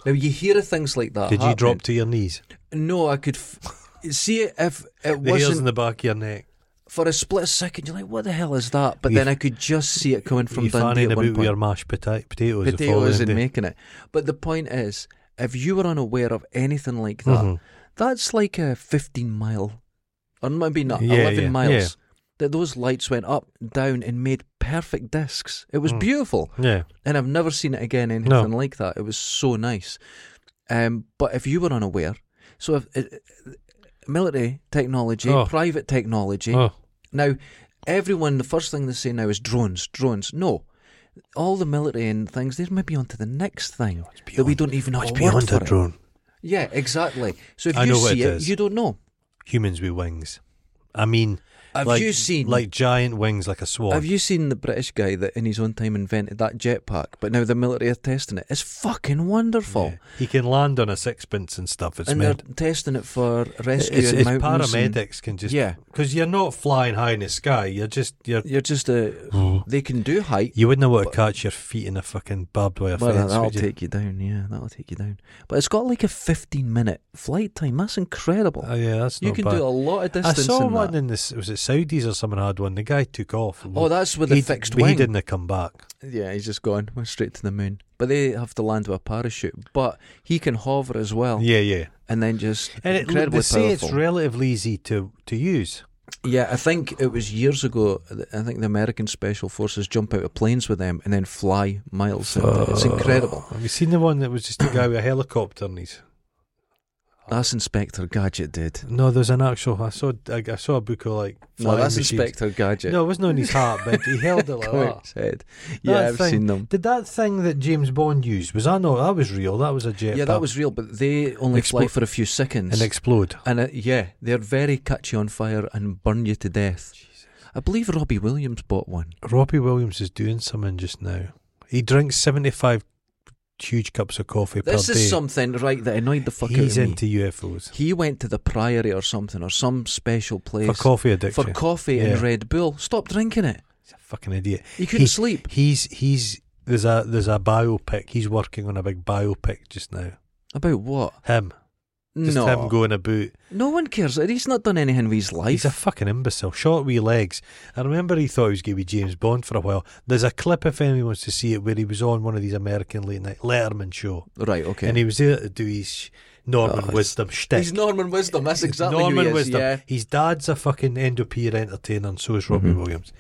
Speaker 1: Now you hear of things like that.
Speaker 2: Did you drop
Speaker 1: happening.
Speaker 2: to your knees?
Speaker 1: No, I could f- see it if it
Speaker 2: The hairs
Speaker 1: wasn't
Speaker 2: in the back of your neck.
Speaker 1: for a split second. You're like, what the hell is that? But
Speaker 2: You-
Speaker 1: then I could just see it coming from
Speaker 2: you
Speaker 1: Dundee
Speaker 2: fanning
Speaker 1: at
Speaker 2: about
Speaker 1: one
Speaker 2: with your
Speaker 1: point.
Speaker 2: mashed pota- potatoes. the
Speaker 1: Potatoes
Speaker 2: following
Speaker 1: and
Speaker 2: day.
Speaker 1: making it. But the point is, if you were unaware of anything like that,
Speaker 2: Mhm.
Speaker 1: that's like a 15 mile, or maybe not,
Speaker 2: Yeah,
Speaker 1: 11
Speaker 2: yeah,
Speaker 1: miles.
Speaker 2: yeah.
Speaker 1: That those lights went up, down, and made perfect discs. It was
Speaker 2: Mm.
Speaker 1: beautiful,
Speaker 2: Yeah.
Speaker 1: and I've never seen it again. Anything like that. It was so nice. Um, but if you were unaware, so if it, military technology,
Speaker 2: Oh.
Speaker 1: private technology,
Speaker 2: Oh,
Speaker 1: now, everyone, the first thing they say now is drones, drones. No. All the military and things, they're maybe onto the next thing that we
Speaker 2: Oh, beyond-
Speaker 1: don't even know
Speaker 2: what's
Speaker 1: a word
Speaker 2: beyond
Speaker 1: for
Speaker 2: a
Speaker 1: it.
Speaker 2: drone?
Speaker 1: Yeah, exactly. So if
Speaker 2: I
Speaker 1: you
Speaker 2: know what
Speaker 1: see
Speaker 2: it
Speaker 1: it,
Speaker 2: is.
Speaker 1: you don't know.
Speaker 2: Humans with wings. I mean,
Speaker 1: Have
Speaker 2: like,
Speaker 1: you seen?
Speaker 2: like giant wings, like a swan?
Speaker 1: have you seen the British guy that in his own time invented that jetpack, but now the military are testing it? It's fucking wonderful.
Speaker 2: Yeah. He can land on a sixpence and stuff. It's
Speaker 1: and
Speaker 2: mad.
Speaker 1: they're testing it for rescue
Speaker 2: It's,
Speaker 1: and
Speaker 2: it's
Speaker 1: mountains and-
Speaker 2: paramedics can just
Speaker 1: Yeah.
Speaker 2: because you're not flying high in the sky. You're just you're
Speaker 1: You're just a. They can do height.
Speaker 2: you wouldn't want to catch your feet in a fucking barbed wire
Speaker 1: Well,
Speaker 2: fence.
Speaker 1: that'll
Speaker 2: would you?
Speaker 1: take you down. Yeah, that'll take you down. But it's got like a 15 minute flight time. That's incredible.
Speaker 2: Oh yeah, that's
Speaker 1: you
Speaker 2: not
Speaker 1: can
Speaker 2: bad.
Speaker 1: do a lot of
Speaker 2: I
Speaker 1: distance.
Speaker 2: saw
Speaker 1: in
Speaker 2: one
Speaker 1: that.
Speaker 2: in this. Was it Saudis or someone had one? The guy took off.
Speaker 1: Oh, that's with a
Speaker 2: He'd-
Speaker 1: fixed
Speaker 2: but He
Speaker 1: wing.
Speaker 2: didn't come back.
Speaker 1: Yeah, he's just gone. Went straight to the moon. But they have to land with a parachute. But he can hover as well,
Speaker 2: Yeah, yeah.
Speaker 1: and then just
Speaker 2: And it,
Speaker 1: Oh. incredibly
Speaker 2: they say it's
Speaker 1: powerful.
Speaker 2: relatively easy to to use.
Speaker 1: yeah, I think it was years ago. th- I think the American Special Forces jump out of planes with them and then fly miles. out. It's incredible.
Speaker 2: Have you seen the one that was just a guy with a helicopter and he's
Speaker 1: That's Inspector Gadget did.
Speaker 2: no? There's an actual. I saw I, I saw a book of like
Speaker 1: No,
Speaker 2: flying
Speaker 1: that's
Speaker 2: machines.
Speaker 1: Inspector Gadget.
Speaker 2: No, it wasn't on his heart, but he held it like
Speaker 1: [LAUGHS] Go
Speaker 2: that.
Speaker 1: outside. Yeah,
Speaker 2: That
Speaker 1: I've
Speaker 2: thing-
Speaker 1: seen them.
Speaker 2: Did that thing that James Bond used was I know that was real? That was a jet.
Speaker 1: Yeah, that was real, but they only fly
Speaker 2: Expo-
Speaker 1: for a few seconds.
Speaker 2: and explode.
Speaker 1: And uh, yeah, they're very catchy on fire and burn you to death. I believe Robbie Williams bought one.
Speaker 2: Robbie Williams is doing something just now. He drinks seventy five huge cups of coffee
Speaker 1: This
Speaker 2: per
Speaker 1: is
Speaker 2: day.
Speaker 1: something right that annoyed the fuck
Speaker 2: He's
Speaker 1: out of
Speaker 2: into UFOs
Speaker 1: me. He went to the Priory or something or some special place
Speaker 2: for coffee
Speaker 1: for
Speaker 2: addiction.
Speaker 1: coffee and
Speaker 2: Yeah.
Speaker 1: Red Bull. Stop drinking it.
Speaker 2: he's a fucking idiot.
Speaker 1: You couldn't
Speaker 2: He-
Speaker 1: sleep.
Speaker 2: He's he's there's a there's a biopic. He's working on a big biopic just now.
Speaker 1: About what?
Speaker 2: Him, just
Speaker 1: no,
Speaker 2: him going about
Speaker 1: no one cares. He's not done anything with his life.
Speaker 2: He's a fucking imbecile. Short wee legs. I remember he thought he was going to be James Bond for a while. There's a clip, if anyone wants to see it, where he was on one of these American late night Letterman show.
Speaker 1: right, okay.
Speaker 2: And he was there to do his sh- Norman
Speaker 1: Oh,
Speaker 2: Wisdom
Speaker 1: he's
Speaker 2: shtick.
Speaker 1: Norman Wisdom. That's exactly who
Speaker 2: Norman
Speaker 1: he is,
Speaker 2: Wisdom.
Speaker 1: Yeah. Mm-hmm.
Speaker 2: His dad's a fucking end up peer entertainer, and so is Robbie Williams.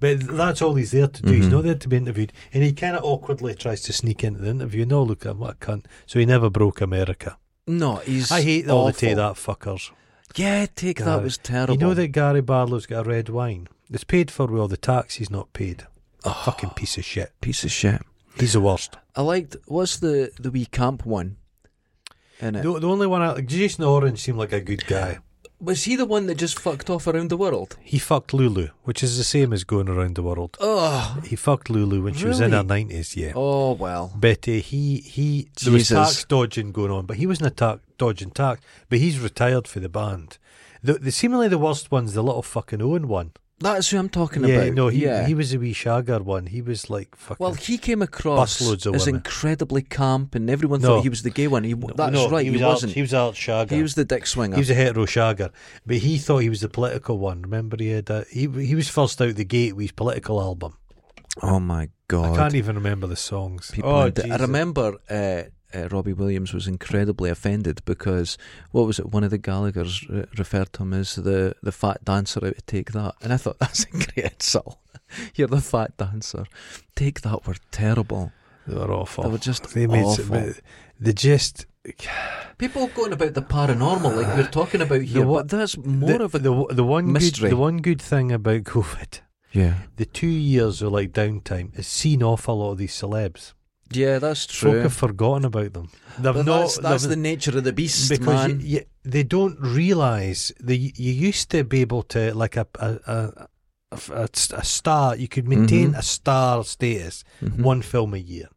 Speaker 2: But th- that's all he's there to do. He's not there to be interviewed. And he kind of awkwardly tries to sneak into the interview. No, look at him, what a cunt. So he never broke America.
Speaker 1: No, he's.
Speaker 2: I hate all the
Speaker 1: awful.
Speaker 2: Tay That fuckers.
Speaker 1: Yeah, take that
Speaker 2: God.
Speaker 1: was terrible.
Speaker 2: You know that Gary Barlow's got a red wine. It's paid for with all the tax he's not paid.
Speaker 1: Ah.
Speaker 2: Fucking piece of shit.
Speaker 1: piece of shit.
Speaker 2: He's the worst.
Speaker 1: I liked what's the the wee camp one. In it
Speaker 2: The, the only one I like, Jason Orange seemed like a good guy.
Speaker 1: was he the one that just fucked off around the world?
Speaker 2: He fucked Lulu, which is the same as going around the world.
Speaker 1: Oh,
Speaker 2: He fucked Lulu when she was in
Speaker 1: Really?
Speaker 2: her nineties, yeah.
Speaker 1: oh well.
Speaker 2: But uh, he he there was
Speaker 1: Jesus.
Speaker 2: tax dodging going on, but he wasn't a tax dodging tax. But he's retired for the band. The, the seemingly the worst one's the little fucking Owen one.
Speaker 1: That's who I'm talking
Speaker 2: yeah,
Speaker 1: about.
Speaker 2: no, he
Speaker 1: yeah.
Speaker 2: he was a wee shagger one. He was like fucking.
Speaker 1: well, he came across
Speaker 2: Busloads
Speaker 1: as
Speaker 2: of women.
Speaker 1: incredibly camp, and everyone
Speaker 2: No.
Speaker 1: thought he was the gay one. He, that's
Speaker 2: No,
Speaker 1: right, he,
Speaker 2: was
Speaker 1: wasn't.
Speaker 2: Art, he was Art Shagger.
Speaker 1: he was the dick swinger.
Speaker 2: He was a hetero shagger, but he thought he was the political one. Remember, he had a, he he was first out the gate with his political album.
Speaker 1: oh my god!
Speaker 2: I can't even remember the songs.
Speaker 1: people.
Speaker 2: oh,
Speaker 1: and I
Speaker 2: Jesus.
Speaker 1: remember uh, uh, Robbie Williams was incredibly offended because what was it? One of the Gallagher's re- referred to him as the the fat dancer out of Take That, and I thought [LAUGHS] that's a great insult. [LAUGHS] You're the fat dancer. Take That were terrible.
Speaker 2: they were awful.
Speaker 1: They were just
Speaker 2: Oh, They made
Speaker 1: awful.
Speaker 2: some- they just
Speaker 1: People going about the paranormal like we're talking about here,
Speaker 2: wa-
Speaker 1: but that's more
Speaker 2: the,
Speaker 1: of a
Speaker 2: the the one good,
Speaker 1: mystery.
Speaker 2: the one good thing about COVID [LAUGHS]
Speaker 1: Yeah.
Speaker 2: The two years of like downtime has seen off a lot of these celebs.
Speaker 1: Yeah, that's
Speaker 2: Folk
Speaker 1: true.
Speaker 2: have forgotten about them. They've
Speaker 1: But
Speaker 2: not.
Speaker 1: that's that's
Speaker 2: they've-
Speaker 1: the nature of the beast,
Speaker 2: because
Speaker 1: man.
Speaker 2: you, you, they don't realise that you, you used to be able to like a a, a, a, a st- a star. You could maintain
Speaker 1: Mhm.
Speaker 2: a star status,
Speaker 1: Mhm.
Speaker 2: one film a year,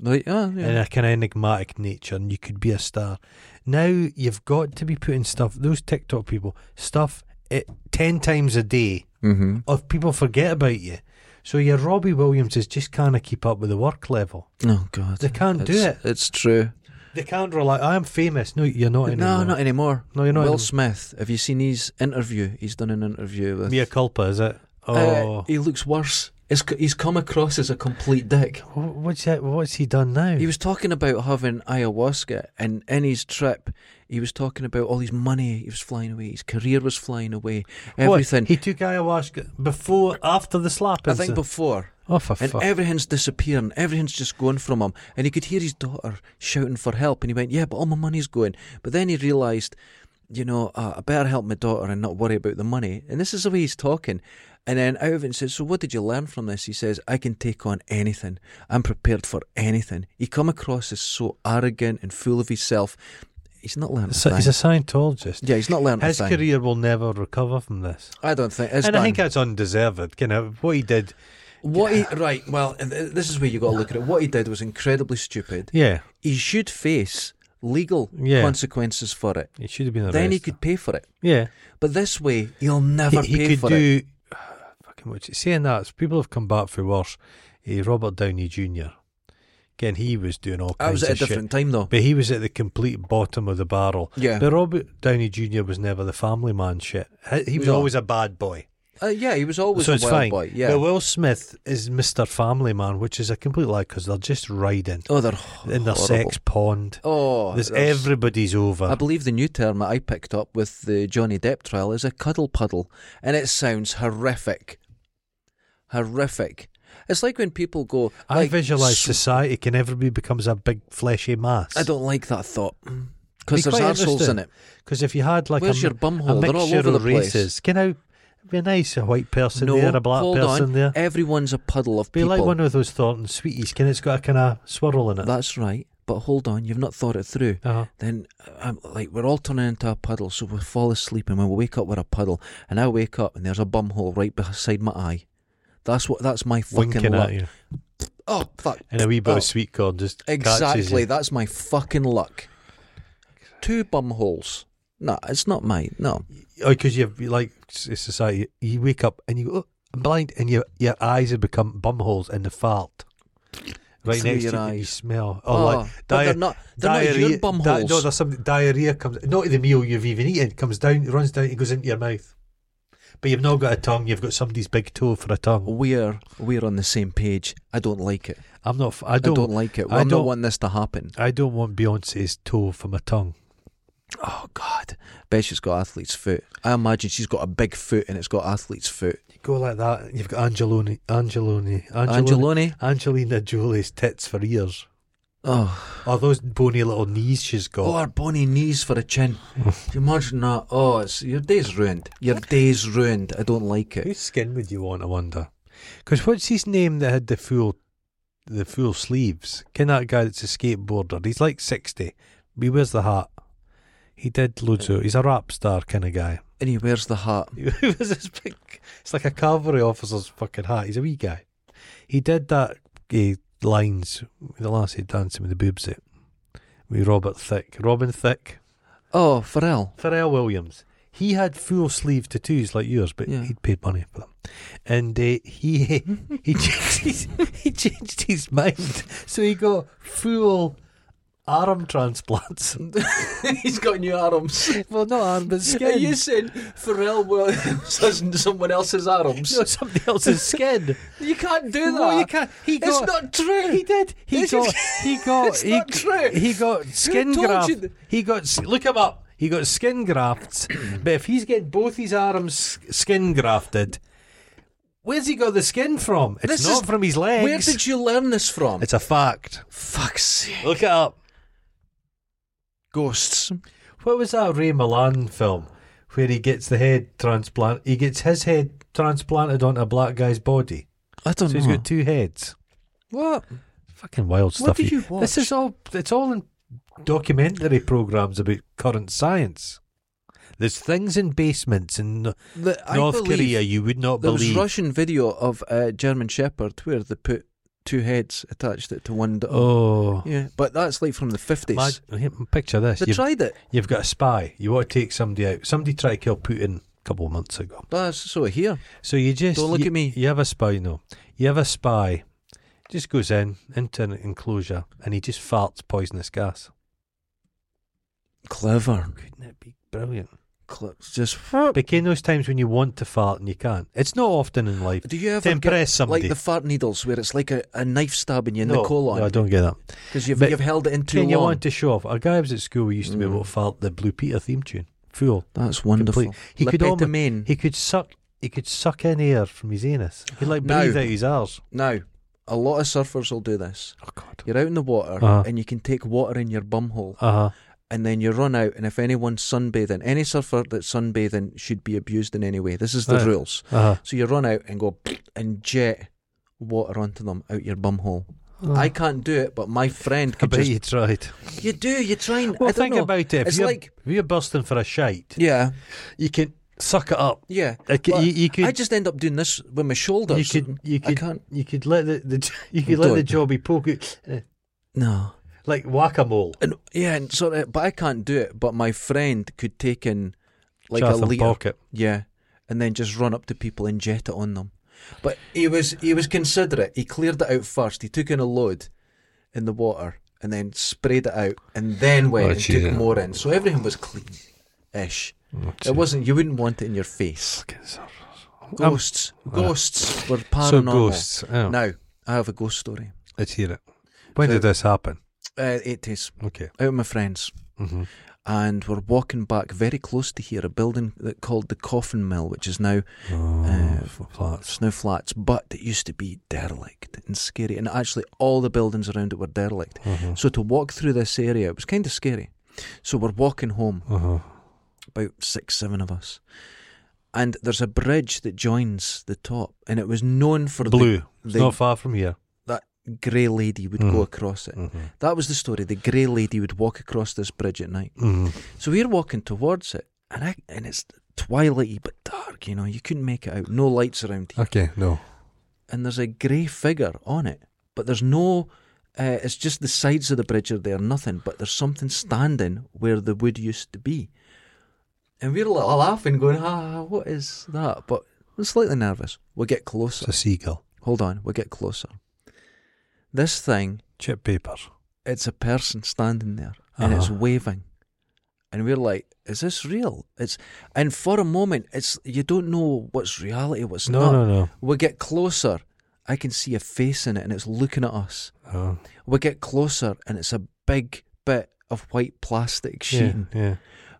Speaker 1: Like, ah, yeah.
Speaker 2: and a kind of enigmatic nature, and you could be a star. Now you've got to be putting stuff. Those TikTok people stuff it ten times a day,
Speaker 1: mm-hmm.
Speaker 2: or people forget about you. So your Robbie Williams is just can't keep up with the work level.
Speaker 1: Oh God,
Speaker 2: They can't do
Speaker 1: It's-
Speaker 2: it.
Speaker 1: It's true.
Speaker 2: They can't rely. I'm famous. No, you're not anymore.
Speaker 1: No, not anymore.
Speaker 2: No, you're not
Speaker 1: Will
Speaker 2: anymore.
Speaker 1: Smith. Have you seen his interview? He's done an interview with.
Speaker 2: Mea culpa, is it?
Speaker 1: Uh,
Speaker 2: Oh,
Speaker 1: he looks worse. He's, c- he's come across as a complete dick.
Speaker 2: Wh- What's that? What's he done now?
Speaker 1: He was talking about having ayahuasca, and in his trip, he was talking about all his money. He was flying away. His career was flying away.
Speaker 2: What?
Speaker 1: Everything.
Speaker 2: He took ayahuasca before, after the slap.
Speaker 1: I think before.
Speaker 2: oh, for
Speaker 1: And
Speaker 2: fuck.
Speaker 1: everything's disappearing. Everything's just going from him. And he could hear his daughter shouting for help. And he went, Yeah, but all my money's going. But then he realised, you know, uh, I better help my daughter and not worry about the money. And this is the way he's talking. And then out of it he says, So what did you learn from this? He says, I can take on anything. I'm prepared for anything. He come across as so arrogant and full of himself. He's not learning.
Speaker 2: So he's a Scientologist.
Speaker 1: yeah, he's not learning.
Speaker 2: His career will never recover from this.
Speaker 1: I don't think. It's
Speaker 2: and I
Speaker 1: done.
Speaker 2: think that's undeserved. You know what he did.
Speaker 1: what
Speaker 2: [LAUGHS]
Speaker 1: he right. Well, th- this is where you got to look at it. What he did was incredibly stupid.
Speaker 2: Yeah,
Speaker 1: he should face legal
Speaker 2: Yeah.
Speaker 1: consequences for it.
Speaker 2: he should have been arrested.
Speaker 1: Then he could pay for it.
Speaker 2: Yeah,
Speaker 1: But this way, he'll never
Speaker 2: he, he
Speaker 1: pay
Speaker 2: could
Speaker 1: for it.
Speaker 2: do. [SIGHS] fucking what's it saying that? it's People have come back for worse. Eh, Robert Downey Jr. Again, he was doing all
Speaker 1: I was
Speaker 2: kinds
Speaker 1: at a
Speaker 2: of shit,
Speaker 1: different time though.
Speaker 2: but he was at the complete bottom of the barrel.
Speaker 1: Yeah,
Speaker 2: But Robert Downey Jr. was never the family man shit. He- He was
Speaker 1: No.
Speaker 2: always a bad boy.
Speaker 1: uh, yeah, he was always
Speaker 2: so
Speaker 1: a
Speaker 2: it's
Speaker 1: wild
Speaker 2: fine.
Speaker 1: boy. Yeah.
Speaker 2: But Will Smith is Mr. Family Man, which is a complete lie because they're just riding
Speaker 1: oh, they're
Speaker 2: in their
Speaker 1: horrible.
Speaker 2: sex pond.
Speaker 1: Oh,
Speaker 2: There's
Speaker 1: there's-
Speaker 2: everybody's over.
Speaker 1: I believe the new term that I picked up with the Johnny Depp trial is a cuddle puddle, and it sounds horrific. Horrific. It's like when people go.
Speaker 2: I
Speaker 1: like,
Speaker 2: visualize
Speaker 1: "Sw-
Speaker 2: society can everybody becomes a big fleshy mass.
Speaker 1: I don't like that thought because
Speaker 2: Be
Speaker 1: there's
Speaker 2: quite
Speaker 1: arseholes in
Speaker 2: interesting.
Speaker 1: it.
Speaker 2: because if you had like
Speaker 1: Where's
Speaker 2: a,
Speaker 1: your
Speaker 2: mi-
Speaker 1: bum
Speaker 2: a
Speaker 1: hole? They're all
Speaker 2: mixture
Speaker 1: over the
Speaker 2: of
Speaker 1: place.
Speaker 2: races, you know, it'd be nice a white person there, a black
Speaker 1: hold
Speaker 2: person
Speaker 1: on.
Speaker 2: there.
Speaker 1: Everyone's a puddle of
Speaker 2: Be
Speaker 1: people.
Speaker 2: like one of those Thornton sweeties, can it's got a kind of swirl in it.
Speaker 1: That's right. But hold on, you've not thought it through.
Speaker 2: uh-huh.
Speaker 1: Then, uh, I'm like, we're all turning into a puddle, so we fall asleep, and when we wake up, we're a puddle. And I wake up, and there's a bum hole right beside my eye. That's what. That's my fucking
Speaker 2: Winking
Speaker 1: luck.
Speaker 2: at you.
Speaker 1: Oh fuck!
Speaker 2: And a wee bit
Speaker 1: Oh,
Speaker 2: of sweet corn just catches
Speaker 1: exactly.
Speaker 2: you.
Speaker 1: That's my fucking luck. Two bum holes. No, it's not my no.
Speaker 2: Oh, because you've you like s- society, you wake up and you go, oh, I'm blind, and your your eyes have become bum holes in the fart. Right
Speaker 1: Through
Speaker 2: next
Speaker 1: your
Speaker 2: to you, and you
Speaker 1: eyes.
Speaker 2: smell.
Speaker 1: Oh,
Speaker 2: Oh, like
Speaker 1: but they're
Speaker 2: diar-
Speaker 1: not. They're not your bum
Speaker 2: di-
Speaker 1: holes.
Speaker 2: no, there's something diarrhea comes not to the meal you've even eaten. Comes down, runs down, it goes into your mouth. But you've not got a tongue. You've got somebody's big toe for a tongue.
Speaker 1: we're we're on the same page. I don't like it.
Speaker 2: I'm not. f- I
Speaker 1: I don't,
Speaker 2: don't. I don't,
Speaker 1: like it.
Speaker 2: I
Speaker 1: I'm not
Speaker 2: don't-
Speaker 1: want this to happen.
Speaker 2: want Beyonce's toe for my tongue.
Speaker 1: Oh God, bet she's got athlete's foot. I imagine she's got a big foot and it's got athlete's foot.
Speaker 2: You go like that. and You've got Angeloni, Angeloni, Angeloni,
Speaker 1: Angeloni.
Speaker 2: Angelina Jolie's tits for ears.
Speaker 1: Oh,
Speaker 2: Oh, those bony little knees she's got.
Speaker 1: oh, her bony knees for a [LAUGHS] chin. Can you imagine that? Oh, it's, your day's ruined. Your day's ruined. I don't like it.
Speaker 2: Whose skin would you want? I wonder. Because what's his name that had the full, the full sleeves? Ken that guy that's a skateboarder. He's like sixty. He wears the hat. He did loads of. He's a rap star kind of guy. [LAUGHS]
Speaker 1: And he wears the hat.
Speaker 2: He wears this big. It's like a cavalry officer's fucking hat. He's a wee guy. He did that eh, lines with the lassie dancing with the boobs it. With Robert Thicke, Robin Thicke,
Speaker 1: Oh, Pharrell.
Speaker 2: Pharrell Williams. He had full sleeve tattoos like yours, but
Speaker 1: Yeah.
Speaker 2: he'd paid money for them. And uh, he [LAUGHS] he changed his, he changed his mind, so he got full arm transplants.
Speaker 1: [LAUGHS] He's got new arms. [LAUGHS]
Speaker 2: Well, not arm, [LAUGHS] but skin.
Speaker 1: saying Pharrell Williams has someone else's arms?
Speaker 2: no, somebody else's skin. [LAUGHS]
Speaker 1: You can't do
Speaker 2: No, you can't. He got.
Speaker 1: true.
Speaker 2: [LAUGHS] he did. He
Speaker 1: This
Speaker 2: got.
Speaker 1: is- [LAUGHS]
Speaker 2: he got.
Speaker 1: it's
Speaker 2: he,
Speaker 1: not true.
Speaker 2: He got skin
Speaker 1: told
Speaker 2: graft.
Speaker 1: you th-
Speaker 2: He got. s- Look him up. He got skin grafts. [CLEARS THROAT] but if he's getting both his arms s- skin grafted, where's he got the skin from? It's
Speaker 1: This
Speaker 2: not
Speaker 1: is-
Speaker 2: from his legs.
Speaker 1: Where did you learn this from?
Speaker 2: It's a fact.
Speaker 1: Fuck's sake.
Speaker 2: Look it up.
Speaker 1: Ghosts.
Speaker 2: What was that Ray Milan film where he gets the head transplant? He gets his head transplanted onto a black guy's body.
Speaker 1: I don't
Speaker 2: So
Speaker 1: know.
Speaker 2: he's got two heads.
Speaker 1: what?
Speaker 2: Fucking wild stuff.
Speaker 1: What did
Speaker 2: you-
Speaker 1: you watch?
Speaker 2: This is all. It's all in documentary programs about current science. There's things in basements in no-
Speaker 1: The- I
Speaker 2: North
Speaker 1: believe
Speaker 2: Korea you would not
Speaker 1: There was
Speaker 2: believe.
Speaker 1: Russian video of a German Shepherd where they put two heads attached it to one. d-
Speaker 2: oh,
Speaker 1: Yeah, but that's like from the fifties.
Speaker 2: Imagine- picture this.
Speaker 1: They
Speaker 2: You've,
Speaker 1: tried it.
Speaker 2: you've got a spy. You want to take somebody out. Somebody tried to kill Putin a couple of months ago.
Speaker 1: That's so here.
Speaker 2: So you just
Speaker 1: Don't look
Speaker 2: you-
Speaker 1: at me.
Speaker 2: You have a spy, no. You have a spy. Just goes in into an enclosure and he just farts poisonous gas.
Speaker 1: Clever.
Speaker 2: Couldn't it be brilliant?
Speaker 1: Cle- Just.
Speaker 2: Became those times when you want to fart and you can't. It's not often in life.
Speaker 1: Do you ever
Speaker 2: To
Speaker 1: get
Speaker 2: impress somebody.
Speaker 1: like the fart needles where it's like a, a knife stabbing you in the colon
Speaker 2: no, I don't get that.
Speaker 1: because you've,
Speaker 2: But
Speaker 1: you've held it in too
Speaker 2: Ken, you
Speaker 1: long?
Speaker 2: want to show off. A guy I was at school we used to be
Speaker 1: Mm.
Speaker 2: able to fart the Blue Peter theme tune. Fool.
Speaker 1: That's wonderful.
Speaker 2: Complete. He could almost-
Speaker 1: Lepetamine.
Speaker 2: He could suck. He could suck in air from his anus. He could like
Speaker 1: No.
Speaker 2: breathe out his arse.
Speaker 1: Now, a lot of surfers will do this.
Speaker 2: Oh God.
Speaker 1: You're out in the water
Speaker 2: Uh-huh.
Speaker 1: and you can take water in your bumhole
Speaker 2: Uh huh.
Speaker 1: and then you run out. And if anyone's sunbathing, any surfer that's sunbathing should be abused in any way. This is the
Speaker 2: Right.
Speaker 1: rules.
Speaker 2: Uh huh.
Speaker 1: So you run out and go [CLEARS THROAT] and jet water onto them out your bumhole.
Speaker 2: Oh.
Speaker 1: I can't do it, but my friend
Speaker 2: I
Speaker 1: could
Speaker 2: bet
Speaker 1: just.
Speaker 2: you tried.
Speaker 1: You do, you try and.
Speaker 2: Well,
Speaker 1: I don't
Speaker 2: think
Speaker 1: know.
Speaker 2: about it. If
Speaker 1: It's
Speaker 2: you're,
Speaker 1: like-
Speaker 2: if you're busting for a shite,
Speaker 1: Yeah,
Speaker 2: you can suck it up.
Speaker 1: yeah.
Speaker 2: It ca-
Speaker 1: But
Speaker 2: you, you could,
Speaker 1: I just end up doing this with my
Speaker 2: you
Speaker 1: shoulders.
Speaker 2: could, you
Speaker 1: I
Speaker 2: could,
Speaker 1: can't.
Speaker 2: you could let the, the [LAUGHS] j- you could let the
Speaker 1: Don't.
Speaker 2: jobby poke it eh,
Speaker 1: No.
Speaker 2: like whack a mole.
Speaker 1: And yeah, and sort of, but I can't do it. But my friend could take in like a
Speaker 2: Chatham
Speaker 1: liter,
Speaker 2: pocket.
Speaker 1: yeah, and then just run up to people and jet it on them. But he was he was considerate. He cleared it out first. He took in a load in the water and then sprayed it out, and then went
Speaker 2: Oh,
Speaker 1: and
Speaker 2: Jesus.
Speaker 1: took more in. So everything was clean-ish. It wasn't. You wouldn't want it in your face.
Speaker 2: Um,
Speaker 1: Ghosts,
Speaker 2: uh,
Speaker 1: ghosts were paranormal.
Speaker 2: so ghosts. Oh,
Speaker 1: Now I have a ghost story.
Speaker 2: Let's hear it. When
Speaker 1: So-
Speaker 2: did this happen?
Speaker 1: Uh, it is
Speaker 2: Okay.
Speaker 1: out with my friends.
Speaker 2: Mm-hmm.
Speaker 1: and we're walking back very close to here, a building that called the Coffin Mill, which is now
Speaker 2: Oh,
Speaker 1: Uh,
Speaker 2: for flats.
Speaker 1: it's now flats, but it used to be derelict and scary. And actually, all the buildings around it were derelict.
Speaker 2: Uh-huh.
Speaker 1: So to walk through this area, it was kind of scary. So we're walking home,
Speaker 2: Uh-huh.
Speaker 1: about six, seven of us, and there's a bridge that joins the top, and it was known for
Speaker 2: Blue.
Speaker 1: the,
Speaker 2: It's
Speaker 1: the
Speaker 2: not far from here.
Speaker 1: grey lady would
Speaker 2: Mhm.
Speaker 1: go across it.
Speaker 2: Mm-hmm.
Speaker 1: That was the story. The grey lady would walk across this bridge at night.
Speaker 2: Mm-hmm.
Speaker 1: So we're walking towards it, and I, and it's twilighty but dark. You know, you couldn't make it out. No lights around here,
Speaker 2: Okay. No.
Speaker 1: and there's a grey figure on it, but there's no. Uh, it's just the sides of the bridge are there, nothing. But there's something standing where the wood used to be, and we're like laughing, going, "Ah, what is that?" But we're slightly nervous. We'll get
Speaker 2: It's
Speaker 1: closer.
Speaker 2: a seagull.
Speaker 1: Hold on, we'll get closer. This thing,
Speaker 2: Chip paper.
Speaker 1: it's a person standing there and it's
Speaker 2: Uh-huh.
Speaker 1: waving. And we're like, is this real? It's and for a moment it's you don't know what's reality, what's
Speaker 2: no,
Speaker 1: not.
Speaker 2: no, no.
Speaker 1: We get closer, I can see a face in it and it's looking at us.
Speaker 2: Oh.
Speaker 1: We get closer and it's a big bit of white plastic
Speaker 2: Yeah,
Speaker 1: sheeting.
Speaker 2: yeah.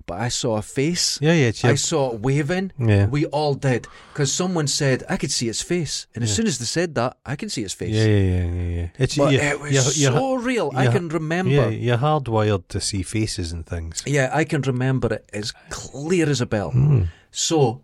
Speaker 1: But I saw a face.
Speaker 2: Yeah, yeah, it's
Speaker 1: I
Speaker 2: your,
Speaker 1: saw it waving.
Speaker 2: yeah.
Speaker 1: We all did. Because someone said, I could see its face. And as
Speaker 2: Yeah.
Speaker 1: soon as they said that, I could see its face.
Speaker 2: yeah, yeah, yeah, yeah, yeah. It's
Speaker 1: But
Speaker 2: your-
Speaker 1: it was
Speaker 2: your- your-
Speaker 1: so real. I
Speaker 2: your-
Speaker 1: can remember.
Speaker 2: Yeah, you're hardwired to see faces and things.
Speaker 1: Yeah, I can remember it as clear as a bell.
Speaker 2: Mm.
Speaker 1: So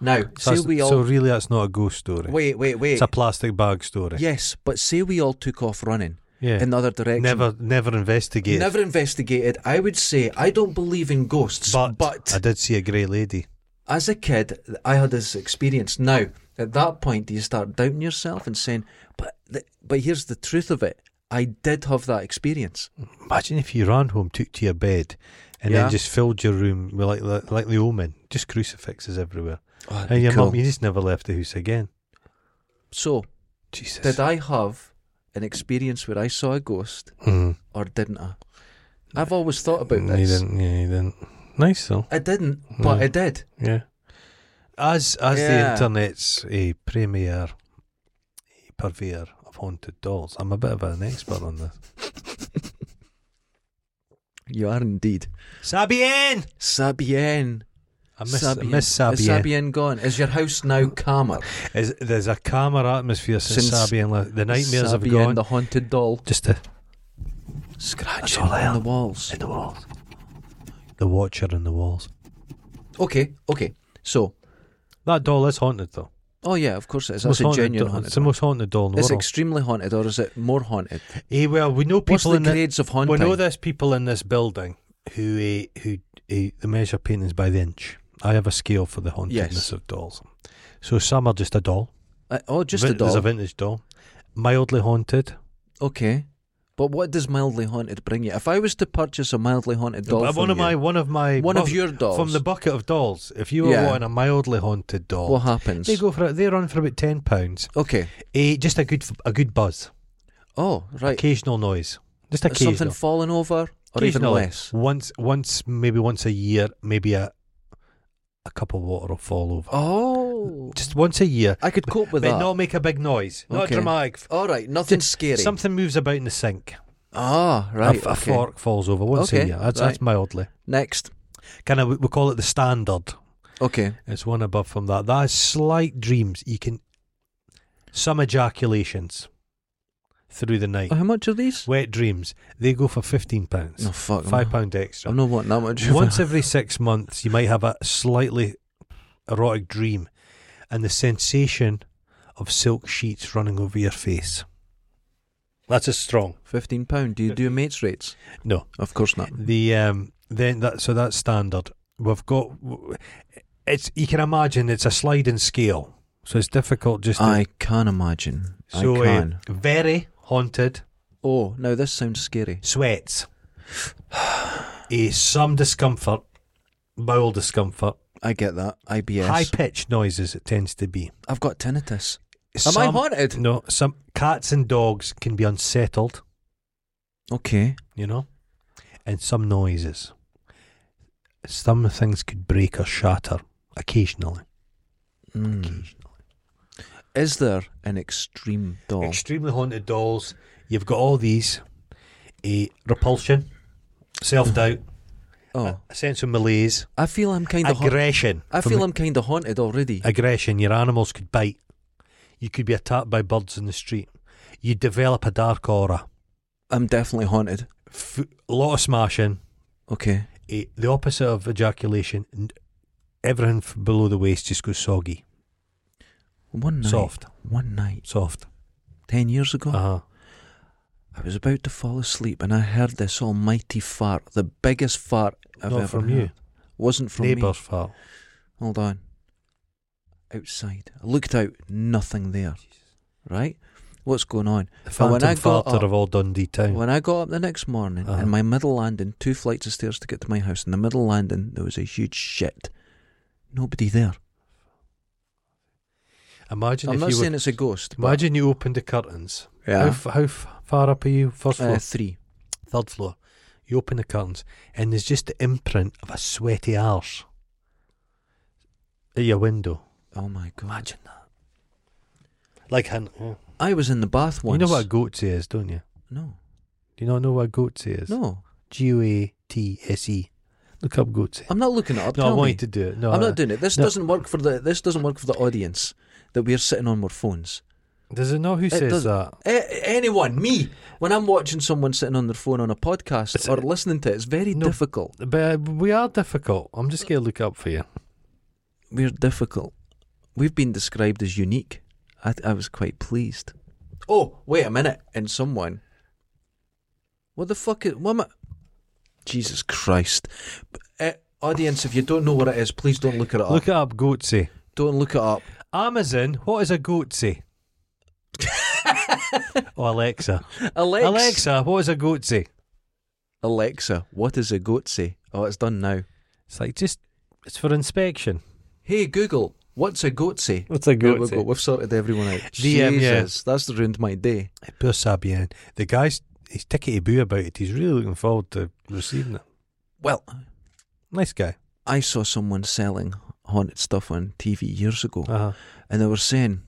Speaker 1: now,
Speaker 2: So,
Speaker 1: say
Speaker 2: that's-
Speaker 1: we all
Speaker 2: so really, that's not a ghost story.
Speaker 1: wait, wait, wait.
Speaker 2: It's a plastic bag story.
Speaker 1: Yes, but say we all took off running
Speaker 2: yeah.
Speaker 1: in the other direction.
Speaker 2: never, never investigated.
Speaker 1: never investigated. I would say I don't believe in ghosts,
Speaker 2: but,
Speaker 1: but,
Speaker 2: I did see a grey lady.
Speaker 1: as a kid, I had this experience. Now, at that point, do you start doubting yourself and saying, "But, th- but here's the truth of it." I did have that experience.
Speaker 2: Imagine if you ran home, took to your bed, and
Speaker 1: Yeah.
Speaker 2: then just filled your room with like the, like the omen, just crucifixes everywhere,
Speaker 1: Oh, that'd
Speaker 2: and
Speaker 1: be
Speaker 2: your
Speaker 1: cool.
Speaker 2: mum, you just never left the house again.
Speaker 1: So,
Speaker 2: Jesus.
Speaker 1: did I have an experience where I saw a ghost?
Speaker 2: Mm.
Speaker 1: or didn't I? I've always thought about
Speaker 2: No, Hmm, you
Speaker 1: this.
Speaker 2: didn't. Yeah, you didn't. Nice though.
Speaker 1: I didn't, but
Speaker 2: No.
Speaker 1: I did.
Speaker 2: Yeah. As as the
Speaker 1: Yeah.
Speaker 2: internet's a premier purveyor of haunted dolls, I'm a bit of an expert on this.
Speaker 1: You are indeed.
Speaker 2: Sabien!
Speaker 1: Sabien.
Speaker 2: I miss, I miss Sabien.
Speaker 1: Is Sabien gone? Is your house now calmer?
Speaker 2: Is- there's a calmer atmosphere since,
Speaker 1: Since
Speaker 2: Sabien left. The nightmares have
Speaker 1: Sabien,
Speaker 2: gone.
Speaker 1: the haunted doll.
Speaker 2: Just a,
Speaker 1: Scratching
Speaker 2: all I
Speaker 1: on the
Speaker 2: am.
Speaker 1: walls.
Speaker 2: in the walls. The Watcher in the walls.
Speaker 1: Okay, okay. So,
Speaker 2: That doll is haunted though.
Speaker 1: Oh yeah, of course it is.
Speaker 2: Most
Speaker 1: That's a
Speaker 2: haunted
Speaker 1: genuine
Speaker 2: do-
Speaker 1: haunted.
Speaker 2: It's the most haunted doll in the
Speaker 1: It's
Speaker 2: world.
Speaker 1: extremely haunted, or is it more haunted?
Speaker 2: Eh, well, we know
Speaker 1: What's
Speaker 2: people
Speaker 1: the
Speaker 2: in the,
Speaker 1: grades of haunting?
Speaker 2: we know there's people in this building who uh, who uh, they measure paintings by the inch. I have a scale for the hauntedness
Speaker 1: Yes.
Speaker 2: of dolls. So some are just a doll.
Speaker 1: Uh, oh, just a
Speaker 2: Vin- There's
Speaker 1: doll.
Speaker 2: a vintage doll, mildly haunted.
Speaker 1: okay, but what does mildly haunted bring you? If I was to purchase a mildly haunted doll,
Speaker 2: But
Speaker 1: from
Speaker 2: Uh, one of
Speaker 1: you,
Speaker 2: my one of my
Speaker 1: one of
Speaker 2: buff-
Speaker 1: your dolls,
Speaker 2: from the bucket of dolls. If you were
Speaker 1: Yeah.
Speaker 2: wanting a mildly haunted doll,
Speaker 1: what happens?
Speaker 2: they go for it. They run for about ten pounds.
Speaker 1: okay.
Speaker 2: Eh, just a good f- a good buzz,
Speaker 1: Oh, right.
Speaker 2: occasional noise, just occasional.
Speaker 1: Something falling over, or even
Speaker 2: Occasionally.
Speaker 1: less.
Speaker 2: Once once maybe once a year, maybe a a cup of water will fall over.
Speaker 1: Oh,
Speaker 2: Just once a year.
Speaker 1: I could cope with
Speaker 2: But
Speaker 1: that.
Speaker 2: not make a big noise. Not
Speaker 1: Okay.
Speaker 2: dramatic. F-
Speaker 1: All right, nothing
Speaker 2: Just
Speaker 1: scary.
Speaker 2: Something moves about in the sink.
Speaker 1: ah,
Speaker 2: A
Speaker 1: right.
Speaker 2: f- a,
Speaker 1: okay.
Speaker 2: fork falls over once a
Speaker 1: Okay,
Speaker 2: year. That's, that's
Speaker 1: right.
Speaker 2: mildly.
Speaker 1: Next.
Speaker 2: Kind of, we we call it the standard.
Speaker 1: Okay.
Speaker 2: It's one above from that. That is slight dreams. You can some ejaculations through the night.
Speaker 1: Oh, how much are these?
Speaker 2: Wet dreams. They go for fifteen pounds.
Speaker 1: No, fuck.
Speaker 2: Five
Speaker 1: I'm-
Speaker 2: pound extra.
Speaker 1: I'm not wanting that much. [LAUGHS]
Speaker 2: Once every six months, you might have a slightly erotic dream, and the sensation of silk sheets running over your face. That's a strong.
Speaker 1: Fifteen pound. Do you do mates rates?
Speaker 2: No,
Speaker 1: Of course not.
Speaker 2: the um, then that so that's standard. We've got it's. You can imagine it's a sliding scale, so it's difficult just. To,
Speaker 1: I can imagine.
Speaker 2: so
Speaker 1: I
Speaker 2: uh,
Speaker 1: can.
Speaker 2: very haunted
Speaker 1: eh, oh, now this sounds scary.
Speaker 2: sweats, Eh, some discomfort, bowel discomfort,
Speaker 1: I get that. IBS.
Speaker 2: high pitched noises. It tends to be.
Speaker 1: I've got tinnitus. Am I
Speaker 2: Some-
Speaker 1: haunted?
Speaker 2: No, some cats and dogs can be unsettled,
Speaker 1: Okay.
Speaker 2: you know, and some noises. Some things could break or shatter occasionally.
Speaker 1: Mm. Is there an extreme doll?
Speaker 2: Extremely haunted dolls. You've got all these eh, repulsion, self doubt,
Speaker 1: [LAUGHS] oh,
Speaker 2: a sense of malaise,
Speaker 1: I feel I'm kind of. haunted.
Speaker 2: aggression.
Speaker 1: I
Speaker 2: from
Speaker 1: feel I'm kind of haunted already.
Speaker 2: aggression. Your animals could bite. You could be attacked by birds in the street. You develop a dark aura.
Speaker 1: I'm definitely haunted.
Speaker 2: F- lot of smashing.
Speaker 1: Okay.
Speaker 2: Eh, the opposite of ejaculation. n- Everything f- below the waist just goes soggy,
Speaker 1: One night.
Speaker 2: soft,
Speaker 1: One night.
Speaker 2: soft.
Speaker 1: Ten years ago.
Speaker 2: Uh huh.
Speaker 1: I was about to fall asleep and I heard this almighty fart, the biggest fart I've ever
Speaker 2: Not from
Speaker 1: heard.
Speaker 2: you.
Speaker 1: Wasn't from me.
Speaker 2: Neighbours fart.
Speaker 1: Hold on. Outside. I looked out, nothing there. Right? What's going on?
Speaker 2: The
Speaker 1: But when
Speaker 2: phantom
Speaker 1: I got
Speaker 2: farter
Speaker 1: up-
Speaker 2: of all Dundee town.
Speaker 1: When I got up the next morning
Speaker 2: Uh-huh.
Speaker 1: and my middle landing, two flights of stairs to get to my house, in the middle landing there was a huge shit. Nobody there.
Speaker 2: Imagine
Speaker 1: I'm
Speaker 2: if
Speaker 1: not
Speaker 2: you were,
Speaker 1: saying it's a ghost. but-
Speaker 2: imagine you opened the curtains. How,
Speaker 1: yeah.
Speaker 2: f- how f- far up are you? First floor,
Speaker 1: Uh, three.
Speaker 2: third floor. You open the curtains, and there's just the imprint of a sweaty arse at your window.
Speaker 1: Oh my god.
Speaker 2: Imagine that. Like, an,
Speaker 1: I was in the bath
Speaker 2: you
Speaker 1: once.
Speaker 2: know what a goatsy is, don't you?
Speaker 1: No.
Speaker 2: Do you not know what a goatsy is?
Speaker 1: No.
Speaker 2: G O A T S E. Look up goatsy.
Speaker 1: I'm not looking it up.
Speaker 2: Oh, No, I
Speaker 1: Oh, tell
Speaker 2: want
Speaker 1: me.
Speaker 2: you to do it. No,
Speaker 1: I'm
Speaker 2: I-
Speaker 1: not doing it. This
Speaker 2: no.
Speaker 1: doesn't work for the this doesn't work for the audience that we're sitting on our phones.
Speaker 2: Does it know who says
Speaker 1: doesn't.
Speaker 2: that?
Speaker 1: A- anyone, me, when I'm watching someone sitting on their phone on a podcast or listening to it, it's very
Speaker 2: uh, No.
Speaker 1: difficult.
Speaker 2: But uh, we are difficult. I'm just going to look up for you.
Speaker 1: We're difficult. We've been described as unique. I, I was quite pleased. Oh, wait a minute, and someone. What the fuck is? What am I? Jesus Christ! Uh, audience, if you don't know what it is, please don't look it up.
Speaker 2: Look it up goatsy.
Speaker 1: don't look it up.
Speaker 2: Amazon, what is
Speaker 1: [LAUGHS]
Speaker 2: a goatsy? oh, Alexa.
Speaker 1: Alexa.
Speaker 2: Alexa, what is a goatsy?
Speaker 1: Alexa, what is a goatsy? Oh, it's done now.
Speaker 2: It's like just, it's for inspection.
Speaker 1: Hey Google, what's a goatsy?
Speaker 2: What's a
Speaker 1: There we go. We've sorted everyone [LAUGHS] out.
Speaker 2: The, um, yeah.
Speaker 1: Jesus, that's ruined my day.
Speaker 2: Poor Sabian. The guy's, he's tickety boo about it. He's really looking forward to receiving it.
Speaker 1: Well,
Speaker 2: Nice guy.
Speaker 1: I saw someone selling haunted stuff on TV years ago,
Speaker 2: Uh-huh.
Speaker 1: and they were saying,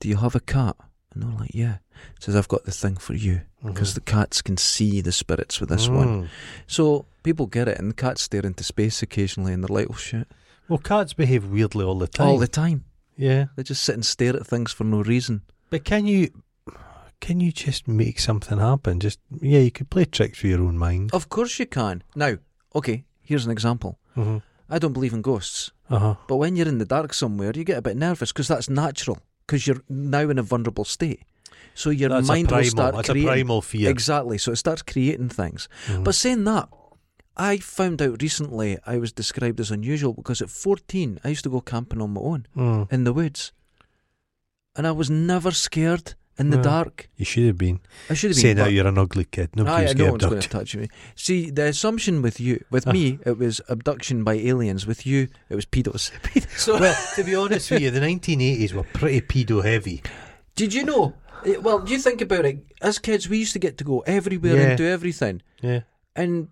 Speaker 1: "Do you have a cat?" And they're like, "Yeah." Says, "I've got the thing for you because the cats can see the spirits with this one." So people get it, and the cats stare into space occasionally, and they're like, "Oh shit!"
Speaker 2: Well, cats behave weirdly all the time.
Speaker 1: All the time,
Speaker 2: yeah.
Speaker 1: they just sit and stare at things for no reason.
Speaker 2: But can you can you just make something happen? Just yeah, you could play tricks with your own mind.
Speaker 1: Of course you can. Now, okay, here's an example.
Speaker 2: Mm-hmm.
Speaker 1: I don't believe in ghosts.
Speaker 2: Uh huh.
Speaker 1: But when you're in the dark somewhere, you get a bit nervous because that's natural because you're now in a vulnerable state. So your
Speaker 2: That's a
Speaker 1: mind will
Speaker 2: primal.
Speaker 1: start
Speaker 2: That's a
Speaker 1: creating
Speaker 2: primal fear.
Speaker 1: exactly. So it starts creating things.
Speaker 2: Mhm.
Speaker 1: But saying that, I found out recently I was described as unusual because at 14 I used to go camping on my own
Speaker 2: Mm.
Speaker 1: in the woods, and I was never scared in the
Speaker 2: Yeah.
Speaker 1: dark.
Speaker 2: You should have been.
Speaker 1: I should have
Speaker 2: Say
Speaker 1: been.
Speaker 2: now
Speaker 1: but-
Speaker 2: you're an ugly kid. Nobody
Speaker 1: Aye,
Speaker 2: was
Speaker 1: no
Speaker 2: getting
Speaker 1: one's going to [LAUGHS]
Speaker 2: abducted. Ah.
Speaker 1: touch me. See, the assumption with you, with me, it was abduction by aliens. With you, it was pedos.
Speaker 2: [LAUGHS]
Speaker 1: so,
Speaker 2: Well, to be honest with you, the 1980s were pretty pedo heavy.
Speaker 1: did you know? eh, Well, do you think about it? As kids, we used to get to go everywhere
Speaker 2: Yeah.
Speaker 1: and do everything,
Speaker 2: Yeah.
Speaker 1: and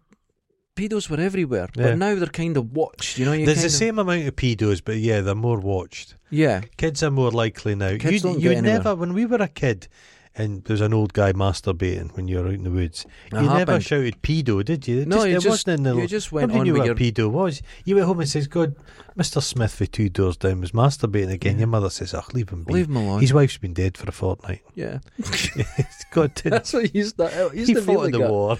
Speaker 1: pedos were everywhere.
Speaker 2: Yeah.
Speaker 1: But now they're kind of watched. You know, you
Speaker 2: There's the
Speaker 1: kind of-
Speaker 2: same amount of pedos, but yeah, they're more watched.
Speaker 1: Yeah,
Speaker 2: Kids are more likely now.
Speaker 1: Kids
Speaker 2: you
Speaker 1: don't
Speaker 2: you
Speaker 1: get anywhere.
Speaker 2: never, when we were a kid, and there was an old guy masturbating when you were out in the woods.
Speaker 1: It
Speaker 2: you never
Speaker 1: happened.
Speaker 2: shouted pedo, did you? It
Speaker 1: No, you
Speaker 2: it
Speaker 1: just-
Speaker 2: wasn't in the.
Speaker 1: you just went
Speaker 2: nobody
Speaker 1: on
Speaker 2: knew
Speaker 1: with
Speaker 2: what
Speaker 1: your-
Speaker 2: pedo was. You went home and says, "God, Mister Smith for two doors down was masturbating again." Your mother says, "Ugh, leave him be."
Speaker 1: leave them alone.
Speaker 2: His wife's been dead for a fortnight. [LAUGHS]
Speaker 1: yeah,
Speaker 2: It's God, didn't-
Speaker 1: that's what he used to. He used
Speaker 2: [LAUGHS] he
Speaker 1: to be
Speaker 2: fought
Speaker 1: like
Speaker 2: in the
Speaker 1: that.
Speaker 2: war.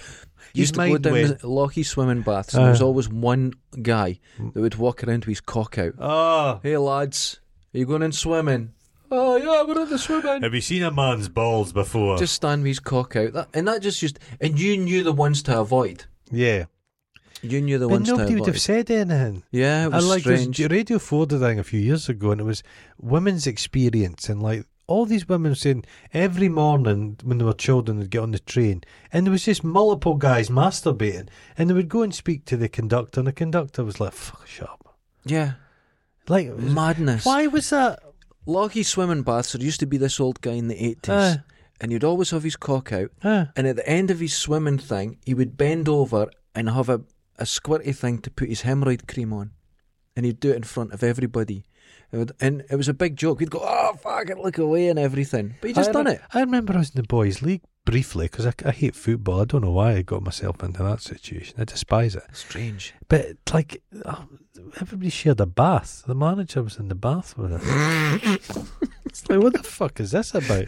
Speaker 1: used
Speaker 2: His
Speaker 1: to go
Speaker 2: mind
Speaker 1: down
Speaker 2: went- Uh.
Speaker 1: the Lochy swimming baths, and there was
Speaker 2: Aye.
Speaker 1: always one guy
Speaker 2: Mm.
Speaker 1: that would walk around with his cock out.
Speaker 2: Ah.
Speaker 1: Hey lads, are you going in swimming? Oh yeah, we're in the swimming.
Speaker 2: Have you seen a man's balls before?
Speaker 1: Just stand with his cock out, that, and that just used. And you knew the ones to avoid.
Speaker 2: yeah.
Speaker 1: You knew the
Speaker 2: But
Speaker 1: ones to
Speaker 2: nobody
Speaker 1: avoid.
Speaker 2: would have said anything.
Speaker 1: yeah, it
Speaker 2: I
Speaker 1: was
Speaker 2: like
Speaker 1: strange.
Speaker 2: this Radio 4 did a thing a few years ago, and it was women's experience. And like all these women saying every morning when they were children, they'd get on the train, and there was just multiple guys masturbating, and they would go and speak to the conductor, and the conductor was like, fuck, shut up.
Speaker 1: yeah,
Speaker 2: Like, it was-
Speaker 1: madness.
Speaker 2: why was that?
Speaker 1: Lochy swimming baths. There used to be this old guy in the eighties,
Speaker 2: Uh,
Speaker 1: and he'd always have his cock out.
Speaker 2: uh,
Speaker 1: And at the end of his swimming thing, he would bend over and have a, a squirty thing to put his hemorrhoid cream on. And he'd do it in front of everybody. It would- and it was a big joke. He'd go, oh, fuck it, look away and everything. But he just
Speaker 2: I
Speaker 1: done
Speaker 2: re-
Speaker 1: it.
Speaker 2: I remember I was in the boys' league briefly because I, I hate football. I don't know why I got myself into that situation. I despise it.
Speaker 1: Strange.
Speaker 2: But like, oh, everybody shared a bath. The manager was in the bath with [LAUGHS] it. it's like, what the fuck is this [LAUGHS] about?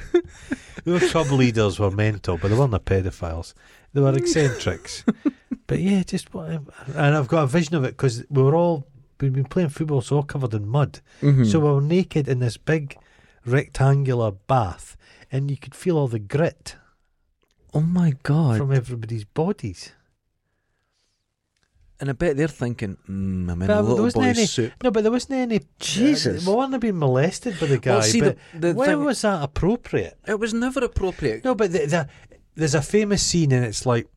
Speaker 2: Your club leaders were mental, but they weren't the pedophiles. They were eccentrics. [LAUGHS] but yeah, just what. I'm- And I've got a vision of it because we were all we've been playing football, so all covered in mud.
Speaker 1: Hmm. Mm-hmm.
Speaker 2: So we were naked in this big rectangular bath, and you could feel all the grit
Speaker 1: oh my God.
Speaker 2: from everybody's bodies.
Speaker 1: and I bet they're thinking, mm, I'm in
Speaker 2: But
Speaker 1: a
Speaker 2: there
Speaker 1: little
Speaker 2: wasn't
Speaker 1: boy's
Speaker 2: any-
Speaker 1: soup.
Speaker 2: No, but there wasn't any.
Speaker 1: Jesus.
Speaker 2: Uh, we wouldn't have been molested by the guy.
Speaker 1: Well, see,
Speaker 2: but
Speaker 1: the, the
Speaker 2: where
Speaker 1: thing,
Speaker 2: was that appropriate?
Speaker 1: it was never appropriate.
Speaker 2: No, but the, the, there's a famous scene, and it's like.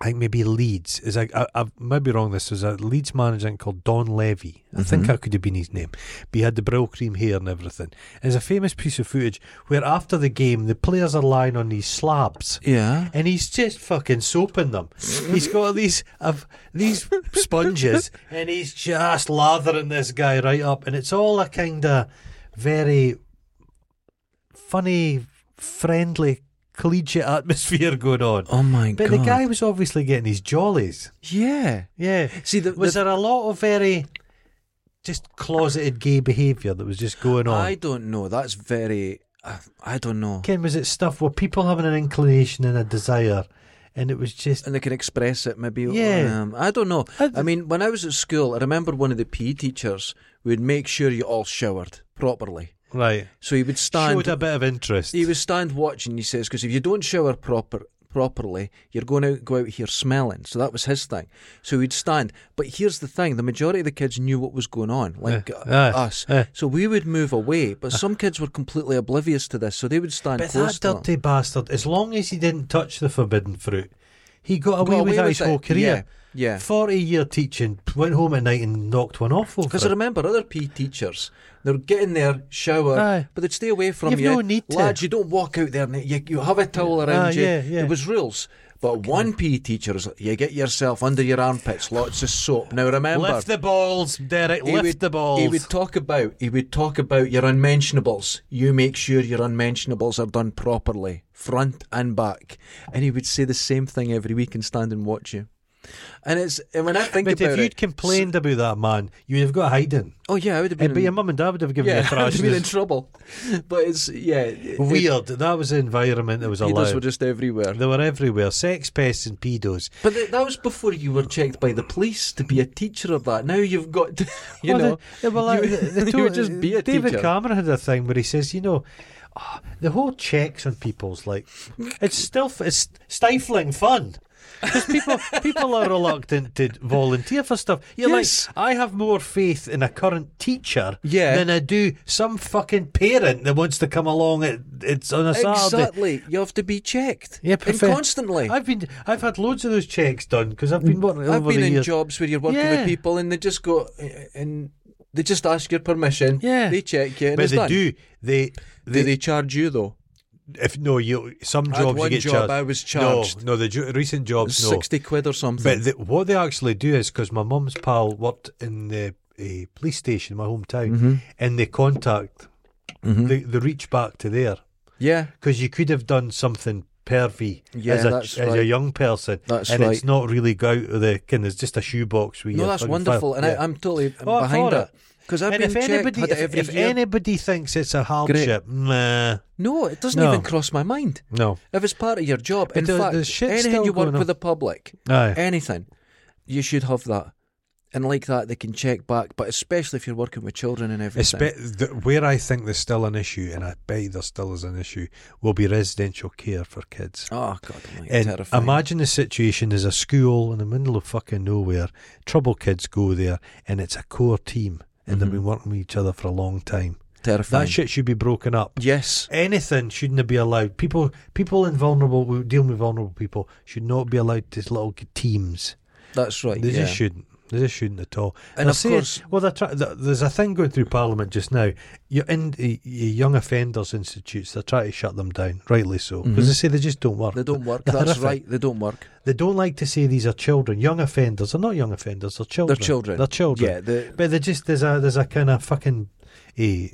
Speaker 2: I think maybe Leeds is like I, I might be wrong. This there's a Leeds manager I think, called Don Levy. I think
Speaker 1: Mhm.
Speaker 2: that could have been his name. But he had the brill cream hair and everything. There's a famous piece of footage where after the game the players are lying on these slabs,
Speaker 1: Yeah.
Speaker 2: and he's just fucking soaping them. He's got these uh, these
Speaker 1: [LAUGHS]
Speaker 2: sponges, and he's just lathering this guy right up, and it's all a kind of very funny, friendly, collegiate atmosphere [LAUGHS] going on.
Speaker 1: Oh my
Speaker 2: But
Speaker 1: God.
Speaker 2: the guy was obviously getting his jollies.
Speaker 1: Yeah.
Speaker 2: Yeah,
Speaker 1: See, the,
Speaker 2: was
Speaker 1: the,
Speaker 2: there a lot of very just closeted gay behaviour that was just going on?
Speaker 1: I don't know. That's very. I, I don't know.
Speaker 2: Ken, was it stuff where people having an inclination and a desire, and it was just
Speaker 1: and they can express it maybe.
Speaker 2: Yeah.
Speaker 1: Um, I don't know.
Speaker 2: I d-
Speaker 1: I mean, when I was at school, I remember one of the PE teachers would make sure you all showered properly.
Speaker 2: right?
Speaker 1: So he would stand.
Speaker 2: showed a bit of interest.
Speaker 1: He would stand watching. He says, because if you don't shower proper properly, you're going to go out here smelling. So that was his thing. So he'd stand. But here's the thing: the majority of the kids knew what was going on, like
Speaker 2: Eh,
Speaker 1: uh,
Speaker 2: eh,
Speaker 1: us.
Speaker 2: eh.
Speaker 1: So we would move away, but some kids were completely oblivious to this, so they would stand
Speaker 2: but
Speaker 1: close
Speaker 2: that
Speaker 1: to them.
Speaker 2: dirty bastard, as long as he didn't touch the forbidden fruit, he got away,
Speaker 1: Got
Speaker 2: with that his
Speaker 1: it.
Speaker 2: whole career.
Speaker 1: Yeah. yeah.
Speaker 2: Forty year teaching, went home at night and knocked one off over.
Speaker 1: Because I
Speaker 2: it.
Speaker 1: remember other PE teachers, they're getting there, shower,
Speaker 2: Aye.
Speaker 1: but they'd stay away from
Speaker 2: You've
Speaker 1: you.
Speaker 2: no need to.
Speaker 1: Lads, you don't walk out there. and You, you have a towel around
Speaker 2: Ah,
Speaker 1: you.
Speaker 2: yeah, yeah.
Speaker 1: There was rules. But one PE teacher is like, you get yourself under your armpits, lots of soap. Now remember,
Speaker 2: Lift the balls, Derek.
Speaker 1: he
Speaker 2: lift
Speaker 1: would-
Speaker 2: the balls.
Speaker 1: He would talk about he would talk about your unmentionables. You make sure your unmentionables are done properly, front and back. And he would say the same thing every week and stand and watch you. And it's and when I think
Speaker 2: But
Speaker 1: about
Speaker 2: if
Speaker 1: it,
Speaker 2: you'd complained about that man, you'd have got hiding.
Speaker 1: oh yeah, I would have been.
Speaker 2: But your
Speaker 1: in,
Speaker 2: mum and dad would have given
Speaker 1: [LAUGHS]
Speaker 2: you a
Speaker 1: yeah, I would
Speaker 2: thrashing.
Speaker 1: have been in
Speaker 2: It's
Speaker 1: trouble. But it's yeah, it-
Speaker 2: Weird. That was the environment that was
Speaker 1: Pedos were
Speaker 2: allowed.
Speaker 1: just everywhere.
Speaker 2: They were everywhere. Sex pests and pedos.
Speaker 1: But th- that was before you were checked by the police to be a teacher of that. Now you've got, to, [LAUGHS] you
Speaker 2: Well,
Speaker 1: know,
Speaker 2: the- well, uh,
Speaker 1: you-
Speaker 2: the-
Speaker 1: [LAUGHS]
Speaker 2: the
Speaker 1: you
Speaker 2: to-
Speaker 1: would just be a
Speaker 2: David
Speaker 1: teacher.
Speaker 2: Cameron had a thing where he says, you know, ah, the whole checks on people's like it's still f- it's stifling fun. Because people [LAUGHS] people are reluctant to volunteer for stuff. You're
Speaker 1: Yes.
Speaker 2: like, I have more faith in a current teacher
Speaker 1: Yeah.
Speaker 2: than I do some fucking parent that wants to come along. At, it's on a Saturday.
Speaker 1: exactly. You have to be checked.
Speaker 2: Yeah,
Speaker 1: and
Speaker 2: prefer-
Speaker 1: constantly.
Speaker 2: I've been I've had loads of those checks done because I've been working
Speaker 1: Mm. I've
Speaker 2: over
Speaker 1: been
Speaker 2: the
Speaker 1: in
Speaker 2: years.
Speaker 1: jobs where you're working
Speaker 2: Yeah.
Speaker 1: with people and they just go uh, and they just ask your permission.
Speaker 2: Yeah.
Speaker 1: They check you and
Speaker 2: but
Speaker 1: it's
Speaker 2: they
Speaker 1: done.
Speaker 2: do they
Speaker 1: Do they charge you though?
Speaker 2: If no, you some
Speaker 1: I
Speaker 2: jobs
Speaker 1: had
Speaker 2: you
Speaker 1: one
Speaker 2: get
Speaker 1: job
Speaker 2: charged.
Speaker 1: I was charged.
Speaker 2: No, no, the ju- recent jobs no.
Speaker 1: Sixty quid or something.
Speaker 2: But the, what they actually do is because my mum's pal worked in the uh, police station, in my hometown,
Speaker 1: Mm-hmm.
Speaker 2: and they contact, they, they reach back to there
Speaker 1: yeah.
Speaker 2: because you could have done something pervy
Speaker 1: Yeah,
Speaker 2: as, a,
Speaker 1: that's
Speaker 2: as a
Speaker 1: right.
Speaker 2: young person,
Speaker 1: That's
Speaker 2: and
Speaker 1: right.
Speaker 2: it's not really go out of the kind. It's just a shoebox. with
Speaker 1: No,
Speaker 2: your
Speaker 1: that's
Speaker 2: fucking
Speaker 1: wonderful,
Speaker 2: file.
Speaker 1: and
Speaker 2: Yeah.
Speaker 1: I, I'm totally
Speaker 2: Oh,
Speaker 1: behind
Speaker 2: for
Speaker 1: it because I've
Speaker 2: and
Speaker 1: been
Speaker 2: if
Speaker 1: checked
Speaker 2: anybody,
Speaker 1: had it
Speaker 2: if,
Speaker 1: every
Speaker 2: if
Speaker 1: year.
Speaker 2: anybody thinks it's a
Speaker 1: Great.
Speaker 2: hardship, nah,
Speaker 1: no, it doesn't
Speaker 2: No.
Speaker 1: even cross my mind.
Speaker 2: no,
Speaker 1: If it's part of your job,
Speaker 2: But
Speaker 1: in
Speaker 2: there-
Speaker 1: fact,
Speaker 2: there's shit
Speaker 1: anything
Speaker 2: still
Speaker 1: you work
Speaker 2: going on.
Speaker 1: with the public,
Speaker 2: aye.
Speaker 1: anything, you should have that. And like that, they can check back, but especially if you're working with children and everything.
Speaker 2: Espe- the, where I think there's still an issue, and I bet there still is an issue, will be residential care for kids.
Speaker 1: oh God, almighty,
Speaker 2: and
Speaker 1: terrifying.
Speaker 2: imagine the situation is a school in the middle of fucking nowhere. Trouble kids go there, and it's a core team, and
Speaker 1: Mm-hmm.
Speaker 2: they've been working with each other for a long time.
Speaker 1: terrifying.
Speaker 2: That shit should be broken up.
Speaker 1: yes,
Speaker 2: Anything shouldn't be allowed. People, people in vulnerable, dealing with vulnerable people, should not be allowed to little teams.
Speaker 1: that's right.
Speaker 2: They
Speaker 1: yeah.
Speaker 2: just shouldn't. They just shouldn't at all.
Speaker 1: And
Speaker 2: They're
Speaker 1: of
Speaker 2: saying-
Speaker 1: course-
Speaker 2: well, they're try- th- there's a thing going through Parliament just now. Your, in, y- your young offenders institutes, they're trying to shut them down, rightly so, because they say they just don't work.
Speaker 1: Mm-hmm. They don't work.
Speaker 2: They're
Speaker 1: That's
Speaker 2: horrific.
Speaker 1: right. They don't work.
Speaker 2: They don't like to say these are children. Young offenders are not young offenders. They're children.
Speaker 1: They're children.
Speaker 2: They're children.
Speaker 1: Yeah. The,
Speaker 2: But they just there's a there's a kind of fucking eh,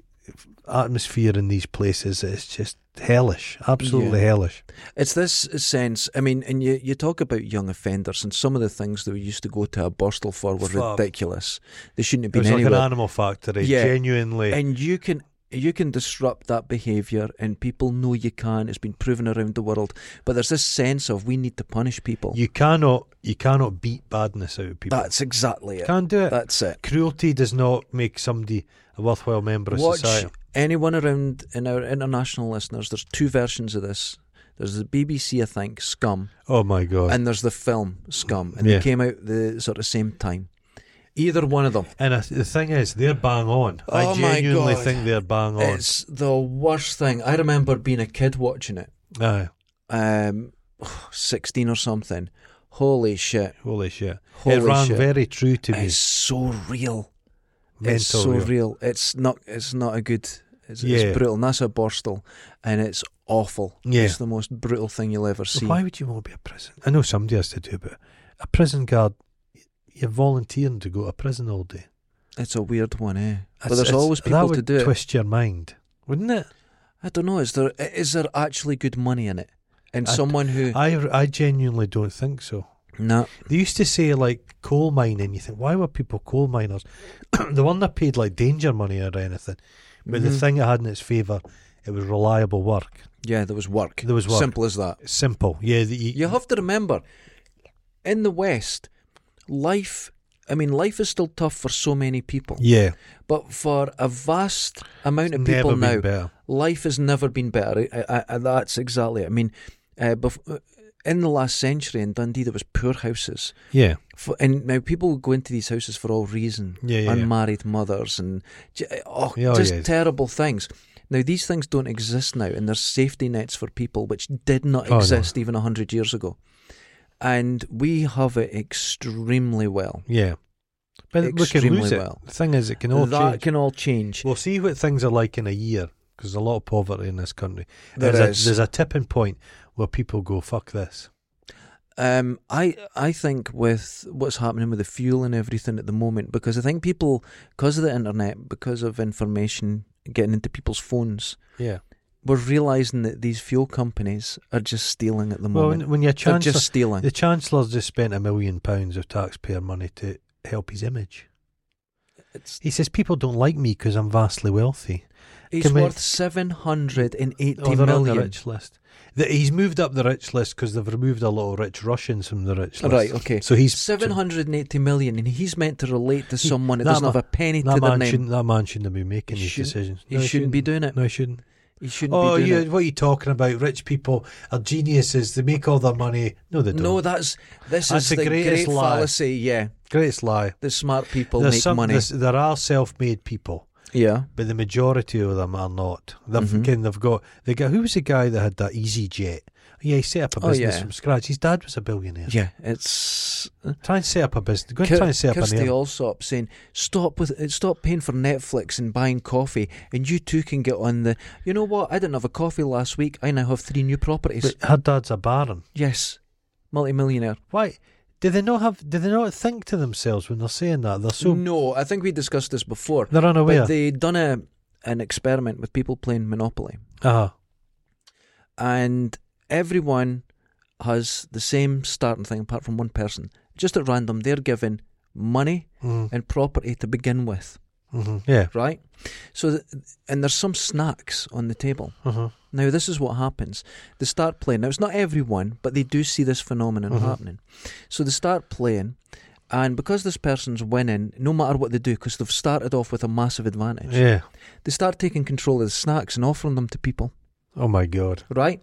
Speaker 2: atmosphere in these places. It's just hellish, absolutely
Speaker 1: Yeah.
Speaker 2: hellish.
Speaker 1: it's this sense. I mean, and you, you talk about young offenders, and some of the things that we used to go to a Borstal for were
Speaker 2: Fuck.
Speaker 1: ridiculous. They shouldn't have
Speaker 2: It
Speaker 1: been
Speaker 2: was like
Speaker 1: anywhere.
Speaker 2: an animal factory.
Speaker 1: Yeah.
Speaker 2: Genuinely.
Speaker 1: and you can you can disrupt that behaviour, and people know you can. It's been proven around the world. But there's this sense of we need to punish people.
Speaker 2: you cannot you cannot beat badness out of people.
Speaker 1: That's exactly it.
Speaker 2: Can't do it.
Speaker 1: That's it.
Speaker 2: Cruelty does not make somebody a worthwhile member of
Speaker 1: Watch
Speaker 2: society.
Speaker 1: anyone around in our international listeners. There's two versions of this. There's the BBC, I think, Scum,
Speaker 2: Oh my god! And,
Speaker 1: and there's the film Scum, and
Speaker 2: Yeah.
Speaker 1: they came out the sort of same time. Either one of them,
Speaker 2: I, the thing is, they're bang on. I
Speaker 1: Oh my
Speaker 2: genuinely
Speaker 1: God.
Speaker 2: think they're bang on.
Speaker 1: it's the worst thing. I remember being a kid watching it,
Speaker 2: Aye.
Speaker 1: um, [SIGHS] sixteen or something. Holy shit!
Speaker 2: holy shit! it
Speaker 1: Holy
Speaker 2: rang
Speaker 1: shit.
Speaker 2: very true to me.
Speaker 1: It's so real.
Speaker 2: Mental.
Speaker 1: it's so
Speaker 2: real.
Speaker 1: real. It's not. It's not a good. It's,
Speaker 2: Yeah.
Speaker 1: it's brutal. And that's a Borstal, and it's awful.
Speaker 2: Yeah.
Speaker 1: It's the most brutal thing you'll ever see.
Speaker 2: Why would you want to be a prison? I know somebody has to do it, but a prison guard, you're volunteering to go to prison all day.
Speaker 1: It's a weird one, eh? but
Speaker 2: It's-
Speaker 1: there's
Speaker 2: it's-
Speaker 1: always
Speaker 2: that
Speaker 1: people
Speaker 2: would
Speaker 1: to do
Speaker 2: twist your mind, wouldn't it?
Speaker 1: it. I don't know. Is there is there actually good money in it? And
Speaker 2: I-
Speaker 1: someone who
Speaker 2: I, I genuinely don't think so.
Speaker 1: no,
Speaker 2: They used to say like coal mining. You think why were people coal miners? [CLEARS THROAT] they weren't they paid like danger money or anything. But the
Speaker 1: Mhm.
Speaker 2: thing it had in its favour, it was reliable work.
Speaker 1: yeah, there was work.
Speaker 2: There was work.
Speaker 1: Simple as that.
Speaker 2: Simple. Yeah. The, you,
Speaker 1: You have to remember, in the West, life. I mean, life is still tough for so many people,
Speaker 2: yeah.
Speaker 1: but for a vast amount of
Speaker 2: Never
Speaker 1: people
Speaker 2: been
Speaker 1: now,
Speaker 2: better.
Speaker 1: life has never been better. I, I, I, that's exactly. It. I mean, uh, bef- in the last century in Dundee, there was poor houses,
Speaker 2: Yeah.
Speaker 1: for, and now people go into these houses for all reason.
Speaker 2: Yeah, yeah, yeah.
Speaker 1: unmarried mothers and j- oh,
Speaker 2: Yeah, oh,
Speaker 1: just
Speaker 2: yeah.
Speaker 1: terrible things. Now these things don't exist now, and there's safety nets for people which did not
Speaker 2: Oh, no.
Speaker 1: exist even even hundred years ago. And we have it extremely well.
Speaker 2: Yeah. But we can lose
Speaker 1: Extremely
Speaker 2: it.
Speaker 1: well.
Speaker 2: The thing is, it can all
Speaker 1: that
Speaker 2: change.
Speaker 1: can all change.
Speaker 2: We'll see what things are like in a year because there's a lot of poverty in this country.
Speaker 1: There
Speaker 2: there's
Speaker 1: is.
Speaker 2: A, there's a tipping point where people go fuck this.
Speaker 1: Um, I I think with what's happening with the fuel and everything at the moment, because I think people, because of the internet, because of information getting into people's phones,
Speaker 2: Yeah.
Speaker 1: we're realizing that these fuel companies are just stealing at the
Speaker 2: Well,
Speaker 1: moment.
Speaker 2: when, when your
Speaker 1: They're
Speaker 2: chancellor,
Speaker 1: just stealing.
Speaker 2: the chancellor's just spent a million pounds of taxpayer money to help his image.
Speaker 1: It's,
Speaker 2: He says people don't like me because I'm vastly wealthy.
Speaker 1: he's
Speaker 2: Can we-
Speaker 1: worth seven hundred and eighty
Speaker 2: Oh,
Speaker 1: million.
Speaker 2: they're on the rich list. The, he's moved up the rich list because they've removed a lot of rich Russians from the rich list.
Speaker 1: Right, okay.
Speaker 2: So he's
Speaker 1: Seven hundred and eighty million, and he's meant to relate to
Speaker 2: He-
Speaker 1: someone that,
Speaker 2: that
Speaker 1: doesn't
Speaker 2: ma-
Speaker 1: have a penny to
Speaker 2: That
Speaker 1: their
Speaker 2: man
Speaker 1: name.
Speaker 2: shouldn't. That man shouldn't be making
Speaker 1: He
Speaker 2: these
Speaker 1: shouldn't-
Speaker 2: decisions.
Speaker 1: He shouldn't be doing it.
Speaker 2: No, he shouldn't.
Speaker 1: He shouldn't
Speaker 2: Oh,
Speaker 1: be doing
Speaker 2: you,
Speaker 1: it.
Speaker 2: what are you talking about? Rich people are geniuses. They make all their money. No, they don't.
Speaker 1: No, that's this is
Speaker 2: That's the
Speaker 1: the,
Speaker 2: greatest
Speaker 1: great
Speaker 2: lie.
Speaker 1: fallacy. Yeah,
Speaker 2: Greatest lie.
Speaker 1: the smart people
Speaker 2: There's
Speaker 1: make
Speaker 2: some-
Speaker 1: money.
Speaker 2: there's- there are self-made people,
Speaker 1: Yeah,
Speaker 2: but the majority of them are not. They've
Speaker 1: Mhm.
Speaker 2: again, they've got the guy. Who was the guy that had that Easy Jet? Yeah, he set up a
Speaker 1: Oh,
Speaker 2: business
Speaker 1: yeah.
Speaker 2: from scratch. His dad was a billionaire.
Speaker 1: yeah. It's
Speaker 2: Try and set up a business. Go and
Speaker 1: Kir-
Speaker 2: try and set up
Speaker 1: Kirsty
Speaker 2: an air.
Speaker 1: Allsop saying, "Stop with uh, stop paying for Netflix and buying coffee, and you too can get on the. You know what? I didn't have a coffee last week. I now have three new properties.
Speaker 2: But her dad's a baron.
Speaker 1: yes, multimillionaire.
Speaker 2: Why? Do they not have? Do they not think to themselves when they're saying that? They're so oh,
Speaker 1: no, I think we discussed this before.
Speaker 2: they're unaware.
Speaker 1: But they done a an experiment with people playing Monopoly,
Speaker 2: uh-huh.
Speaker 1: and everyone has the same starting thing apart from one person. Just at random, they're given money
Speaker 2: Mm,
Speaker 1: and property to begin with,
Speaker 2: mhm, Yeah.
Speaker 1: right? So, th- and there's some snacks on the table.
Speaker 2: Uh-huh.
Speaker 1: Now, this is what happens. They start playing. Now, it's not everyone, but they do see this phenomenon
Speaker 2: Mhm.
Speaker 1: happening. So they start playing, and because this person's winning, no matter what they do, because they've started off with a massive advantage,
Speaker 2: Yeah.
Speaker 1: they start taking control of the snacks and offering them to people,
Speaker 2: Oh my god.
Speaker 1: right?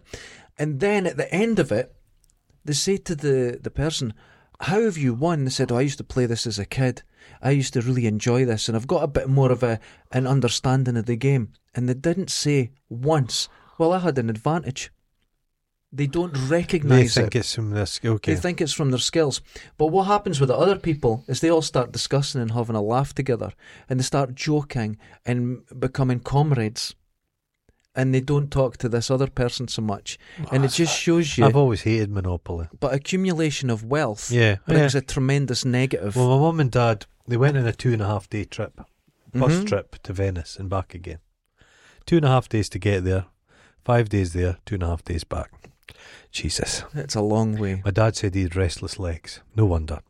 Speaker 1: And then at the end of it, they say to the, the person, How have you won? They said, Oh, I used to play this as a kid. I used to really enjoy this, and I've got a bit more of a an understanding of the game. And they didn't say once, Well, I had an advantage. They don't
Speaker 2: They
Speaker 1: recognise
Speaker 2: think
Speaker 1: it.
Speaker 2: it's from this. Okay.
Speaker 1: They think it's from their skills. But what happens with the other people is they all start discussing and having a laugh together, and they start joking and becoming comrades. And they don't talk to this other person so much. And it just shows you.
Speaker 2: I've always hated monopoly.
Speaker 1: But accumulation of wealth
Speaker 2: Yeah.
Speaker 1: brings a tremendous negative.
Speaker 2: Well, my mum and dad they went on a two and a half day trip, bus
Speaker 1: Mhm.
Speaker 2: trip to Venice and back again. Two and a half days to get there, five days there, two and a half days back. Jesus.
Speaker 1: It's a long way.
Speaker 2: My dad said he had restless legs. No
Speaker 1: [LAUGHS]
Speaker 2: wonder.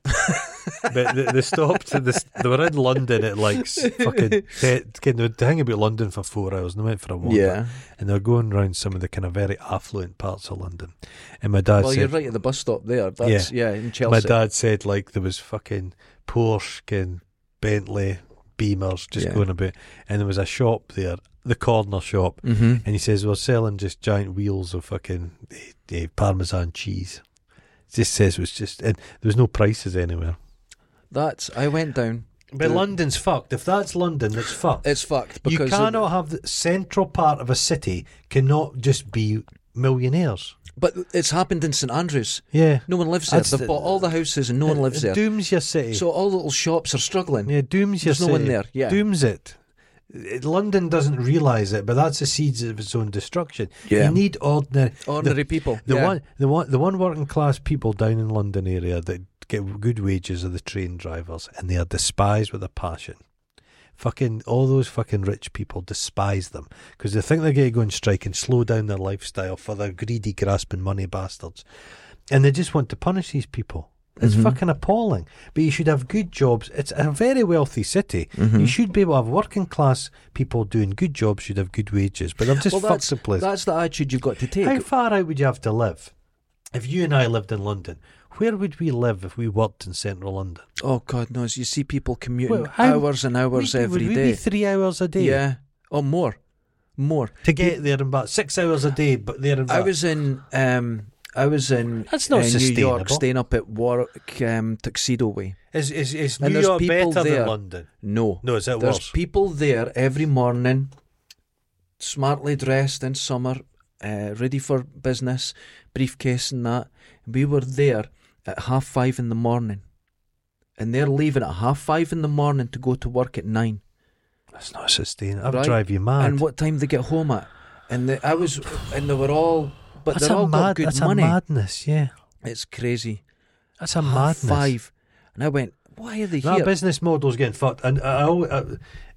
Speaker 2: but they, they stopped. They, s- they were in London at like s- [LAUGHS] fucking. Te- kind of, they hang about London for four hours and they went for a walk.
Speaker 1: Yeah.
Speaker 2: And they were going round some of the kind of very affluent parts of London. And my dad
Speaker 1: Well, you're
Speaker 2: said,
Speaker 1: right at the bus stop there. That's yeah, in
Speaker 2: my
Speaker 1: Chelsea.
Speaker 2: dad said like there was fucking Porsche and Bentley Beamers just
Speaker 1: Yeah.
Speaker 2: going about, and there was a shop there, the corner shop,
Speaker 1: hmm
Speaker 2: and he says we're selling just giant wheels of fucking eh, eh, Parmesan cheese. Just says it was just and there was no prices anywhere.
Speaker 1: That's I went down.
Speaker 2: But
Speaker 1: The-
Speaker 2: London's fucked. If that's London, that's fucked.
Speaker 1: It's fucked
Speaker 2: you
Speaker 1: because
Speaker 2: cannot have the central part of a city cannot just be millionaires.
Speaker 1: but it's happened in St Andrews.
Speaker 2: Yeah,
Speaker 1: No one lives there.
Speaker 2: That's
Speaker 1: They've
Speaker 2: the-
Speaker 1: bought all the houses and no one
Speaker 2: It-
Speaker 1: lives
Speaker 2: it
Speaker 1: there.
Speaker 2: Dooms your city.
Speaker 1: So all little shops are struggling.
Speaker 2: Yeah, dooms your
Speaker 1: There's no one
Speaker 2: city.
Speaker 1: there, yeah.
Speaker 2: Dooms it. It- London doesn't realise it, but that's the seeds of its own destruction.
Speaker 1: Yeah.
Speaker 2: You need ordinary
Speaker 1: Ordinary people.
Speaker 2: the, the
Speaker 1: yeah.
Speaker 2: one the one the one working class people down in London area that get good wages are the train drivers and they are despised with a passion. Fucking all those fucking rich people despise them because they think they're going to go and strike and slow down their lifestyle for their greedy, grasping money bastards, and they just want to punish these people. It's
Speaker 1: Mhm.
Speaker 2: fucking appalling. But you should have good jobs. It's a very wealthy city.
Speaker 1: Mm-hmm.
Speaker 2: You should be able to have working class people doing good jobs. Should have good wages, but they've just
Speaker 1: well,
Speaker 2: fucked
Speaker 1: that's,
Speaker 2: the place.
Speaker 1: that's the attitude you've got to take.
Speaker 2: How far out would you have to live? If you and I lived in London, where would we live if we worked in central London?
Speaker 1: oh God knows! You see people commuting
Speaker 2: Well, how-
Speaker 1: hours and hours
Speaker 2: We'd be-
Speaker 1: every
Speaker 2: would we
Speaker 1: day.
Speaker 2: be three hours a day?
Speaker 1: Yeah, or more, more.
Speaker 2: To get there and back. Six hours a day, but there and back.
Speaker 1: I was in. Um, I was in
Speaker 2: That's not
Speaker 1: uh, New York,
Speaker 2: sustainable.
Speaker 1: staying up at Warwick um, Tuxedo Way.
Speaker 2: is, is, is
Speaker 1: and
Speaker 2: New
Speaker 1: there's
Speaker 2: York
Speaker 1: people
Speaker 2: better
Speaker 1: there.
Speaker 2: than London?
Speaker 1: No,
Speaker 2: No, is it
Speaker 1: there's
Speaker 2: worse?
Speaker 1: people there every morning, smartly dressed in summer, uh, ready for business, briefcase and that. We were there at half five in the morning, and they're leaving at half five in the morning to go to work at nine.
Speaker 2: That's not sustainable. I'd
Speaker 1: Right.
Speaker 2: drive you mad.
Speaker 1: And what time they get home at? And they, I was, and they were all, but
Speaker 2: that's
Speaker 1: they're
Speaker 2: a
Speaker 1: all got
Speaker 2: mad,
Speaker 1: good
Speaker 2: that's
Speaker 1: money.
Speaker 2: a madness, yeah.
Speaker 1: It's crazy.
Speaker 2: That's a
Speaker 1: Half
Speaker 2: madness.
Speaker 1: Five, and I went, Why are they
Speaker 2: That
Speaker 1: here?
Speaker 2: business model's getting fucked, and I, always, I,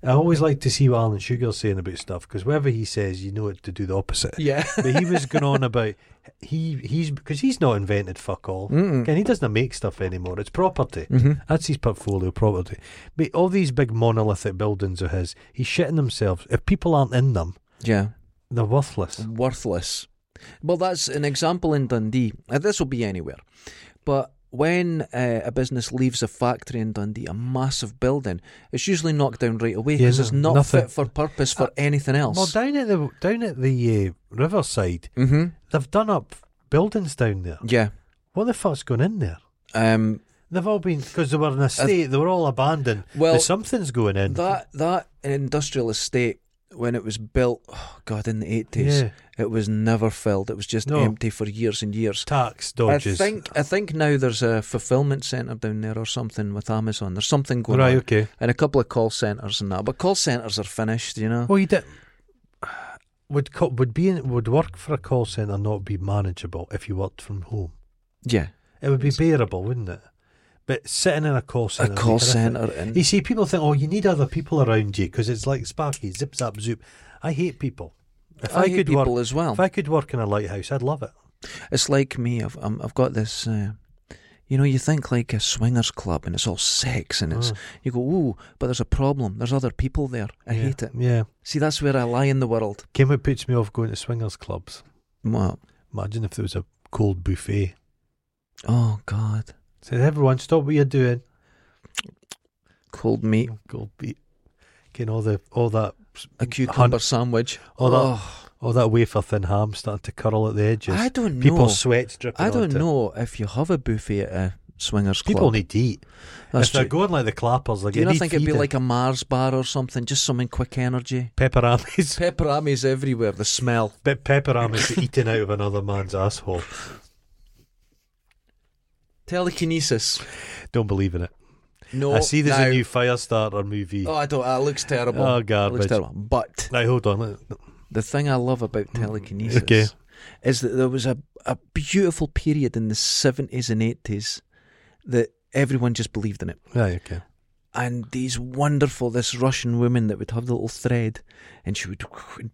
Speaker 2: I always like to see what Alan Sugar's saying about stuff because whatever he says, you know it to do the
Speaker 1: [LAUGHS]
Speaker 2: opposite. [LAUGHS]
Speaker 1: yeah.
Speaker 2: but he was going on about he he's because he's not invented fuck all,
Speaker 1: Mm-mm.
Speaker 2: and he doesn't make stuff anymore. It's property.
Speaker 1: Mhm.
Speaker 2: That's his portfolio property. But all these big monolithic buildings of his, he's shitting themselves. If people aren't in them,
Speaker 1: Yeah.
Speaker 2: they're worthless.
Speaker 1: worthless. Well, that's an example in Dundee. Uh, This will be anywhere. But when uh, a business leaves a factory in Dundee, a massive building, it's usually knocked down right away because
Speaker 2: Yeah,
Speaker 1: it's
Speaker 2: no-
Speaker 1: not
Speaker 2: nothing.
Speaker 1: fit for purpose for
Speaker 2: Uh,
Speaker 1: anything
Speaker 2: Well,
Speaker 1: else.
Speaker 2: down at the down at the uh, riverside,
Speaker 1: hmm
Speaker 2: they've done up buildings down there.
Speaker 1: Yeah.
Speaker 2: What the fuck's going in there?
Speaker 1: Um,
Speaker 2: They've all been because they were in a state. they were all abandoned.
Speaker 1: well,
Speaker 2: But something's going in.
Speaker 1: that that industrial estate when it was built, oh God, in the eighties,
Speaker 2: yeah,
Speaker 1: it was never filled. It was just
Speaker 2: No.
Speaker 1: empty for years and years.
Speaker 2: tax dodges.
Speaker 1: I think I think now there's a fulfillment centre down there or something with Amazon. There's something going
Speaker 2: right.
Speaker 1: on.
Speaker 2: Okay.
Speaker 1: and a couple of call centers and that. But call centers are finished, you know.
Speaker 2: Well, you did. Would co- would be in, would work for a call center not be manageable if you worked from home?
Speaker 1: Yeah,
Speaker 2: It would be bearable, wouldn't it? But sitting in a call
Speaker 1: a
Speaker 2: center,
Speaker 1: call center and
Speaker 2: You see, people think, oh, you need other people around you because it's like Sparky, zip zap zoop. I hate people. If I,
Speaker 1: hate
Speaker 2: could
Speaker 1: people
Speaker 2: work,
Speaker 1: as well.
Speaker 2: if I could work in a lighthouse, I'd love it.
Speaker 1: It's like me. I've um, I've got this. Uh, you know, you think like a swingers club and it's all sex and it's
Speaker 2: Mm.
Speaker 1: you go ooh, but there's a problem. There's other people there. I
Speaker 2: yeah.
Speaker 1: hate it.
Speaker 2: Yeah,
Speaker 1: See, that's where I lie in the world.
Speaker 2: came what puts me off going to swingers clubs.
Speaker 1: What?
Speaker 2: Imagine if there was a cold buffet.
Speaker 1: Oh God,
Speaker 2: Said everyone, stop what you're doing.
Speaker 1: cold meat,
Speaker 2: Cold beat. Getting all the all that
Speaker 1: a cucumber sandwich.
Speaker 2: all that
Speaker 1: Oh,
Speaker 2: All that wafer thin ham starting to curl at the edges.
Speaker 1: I don't know.
Speaker 2: People sweat dripping.
Speaker 1: I don't
Speaker 2: onto it.
Speaker 1: know if you have a buffet at a swingers club.
Speaker 2: People need to eat.
Speaker 1: That's
Speaker 2: if they're
Speaker 1: true.
Speaker 2: going like the clappers, like
Speaker 1: Do you
Speaker 2: they
Speaker 1: not
Speaker 2: need
Speaker 1: think it'd be
Speaker 2: feeding.
Speaker 1: like a Mars bar or something? Just something quick energy.
Speaker 2: pepper [LAUGHS] amis?
Speaker 1: Pepperamis everywhere. The smell.
Speaker 2: But pepper amis eating out of another man's asshole.
Speaker 1: Telekinesis.
Speaker 2: Don't believe in it.
Speaker 1: No.
Speaker 2: I see there's
Speaker 1: now-
Speaker 2: a new Oh, Firestarter movie.
Speaker 1: Oh,
Speaker 2: Oh,
Speaker 1: I don't. That looks terrible. That looks
Speaker 2: garbage.
Speaker 1: terrible. But
Speaker 2: Now hold on. let-
Speaker 1: the thing I love about telekinesis
Speaker 2: Mm, okay.
Speaker 1: is that there was a, a beautiful period in the 70s and 80s that everyone just believed in it.
Speaker 2: Right, okay.
Speaker 1: and these wonderful this Russian woman that would have the little thread, and she would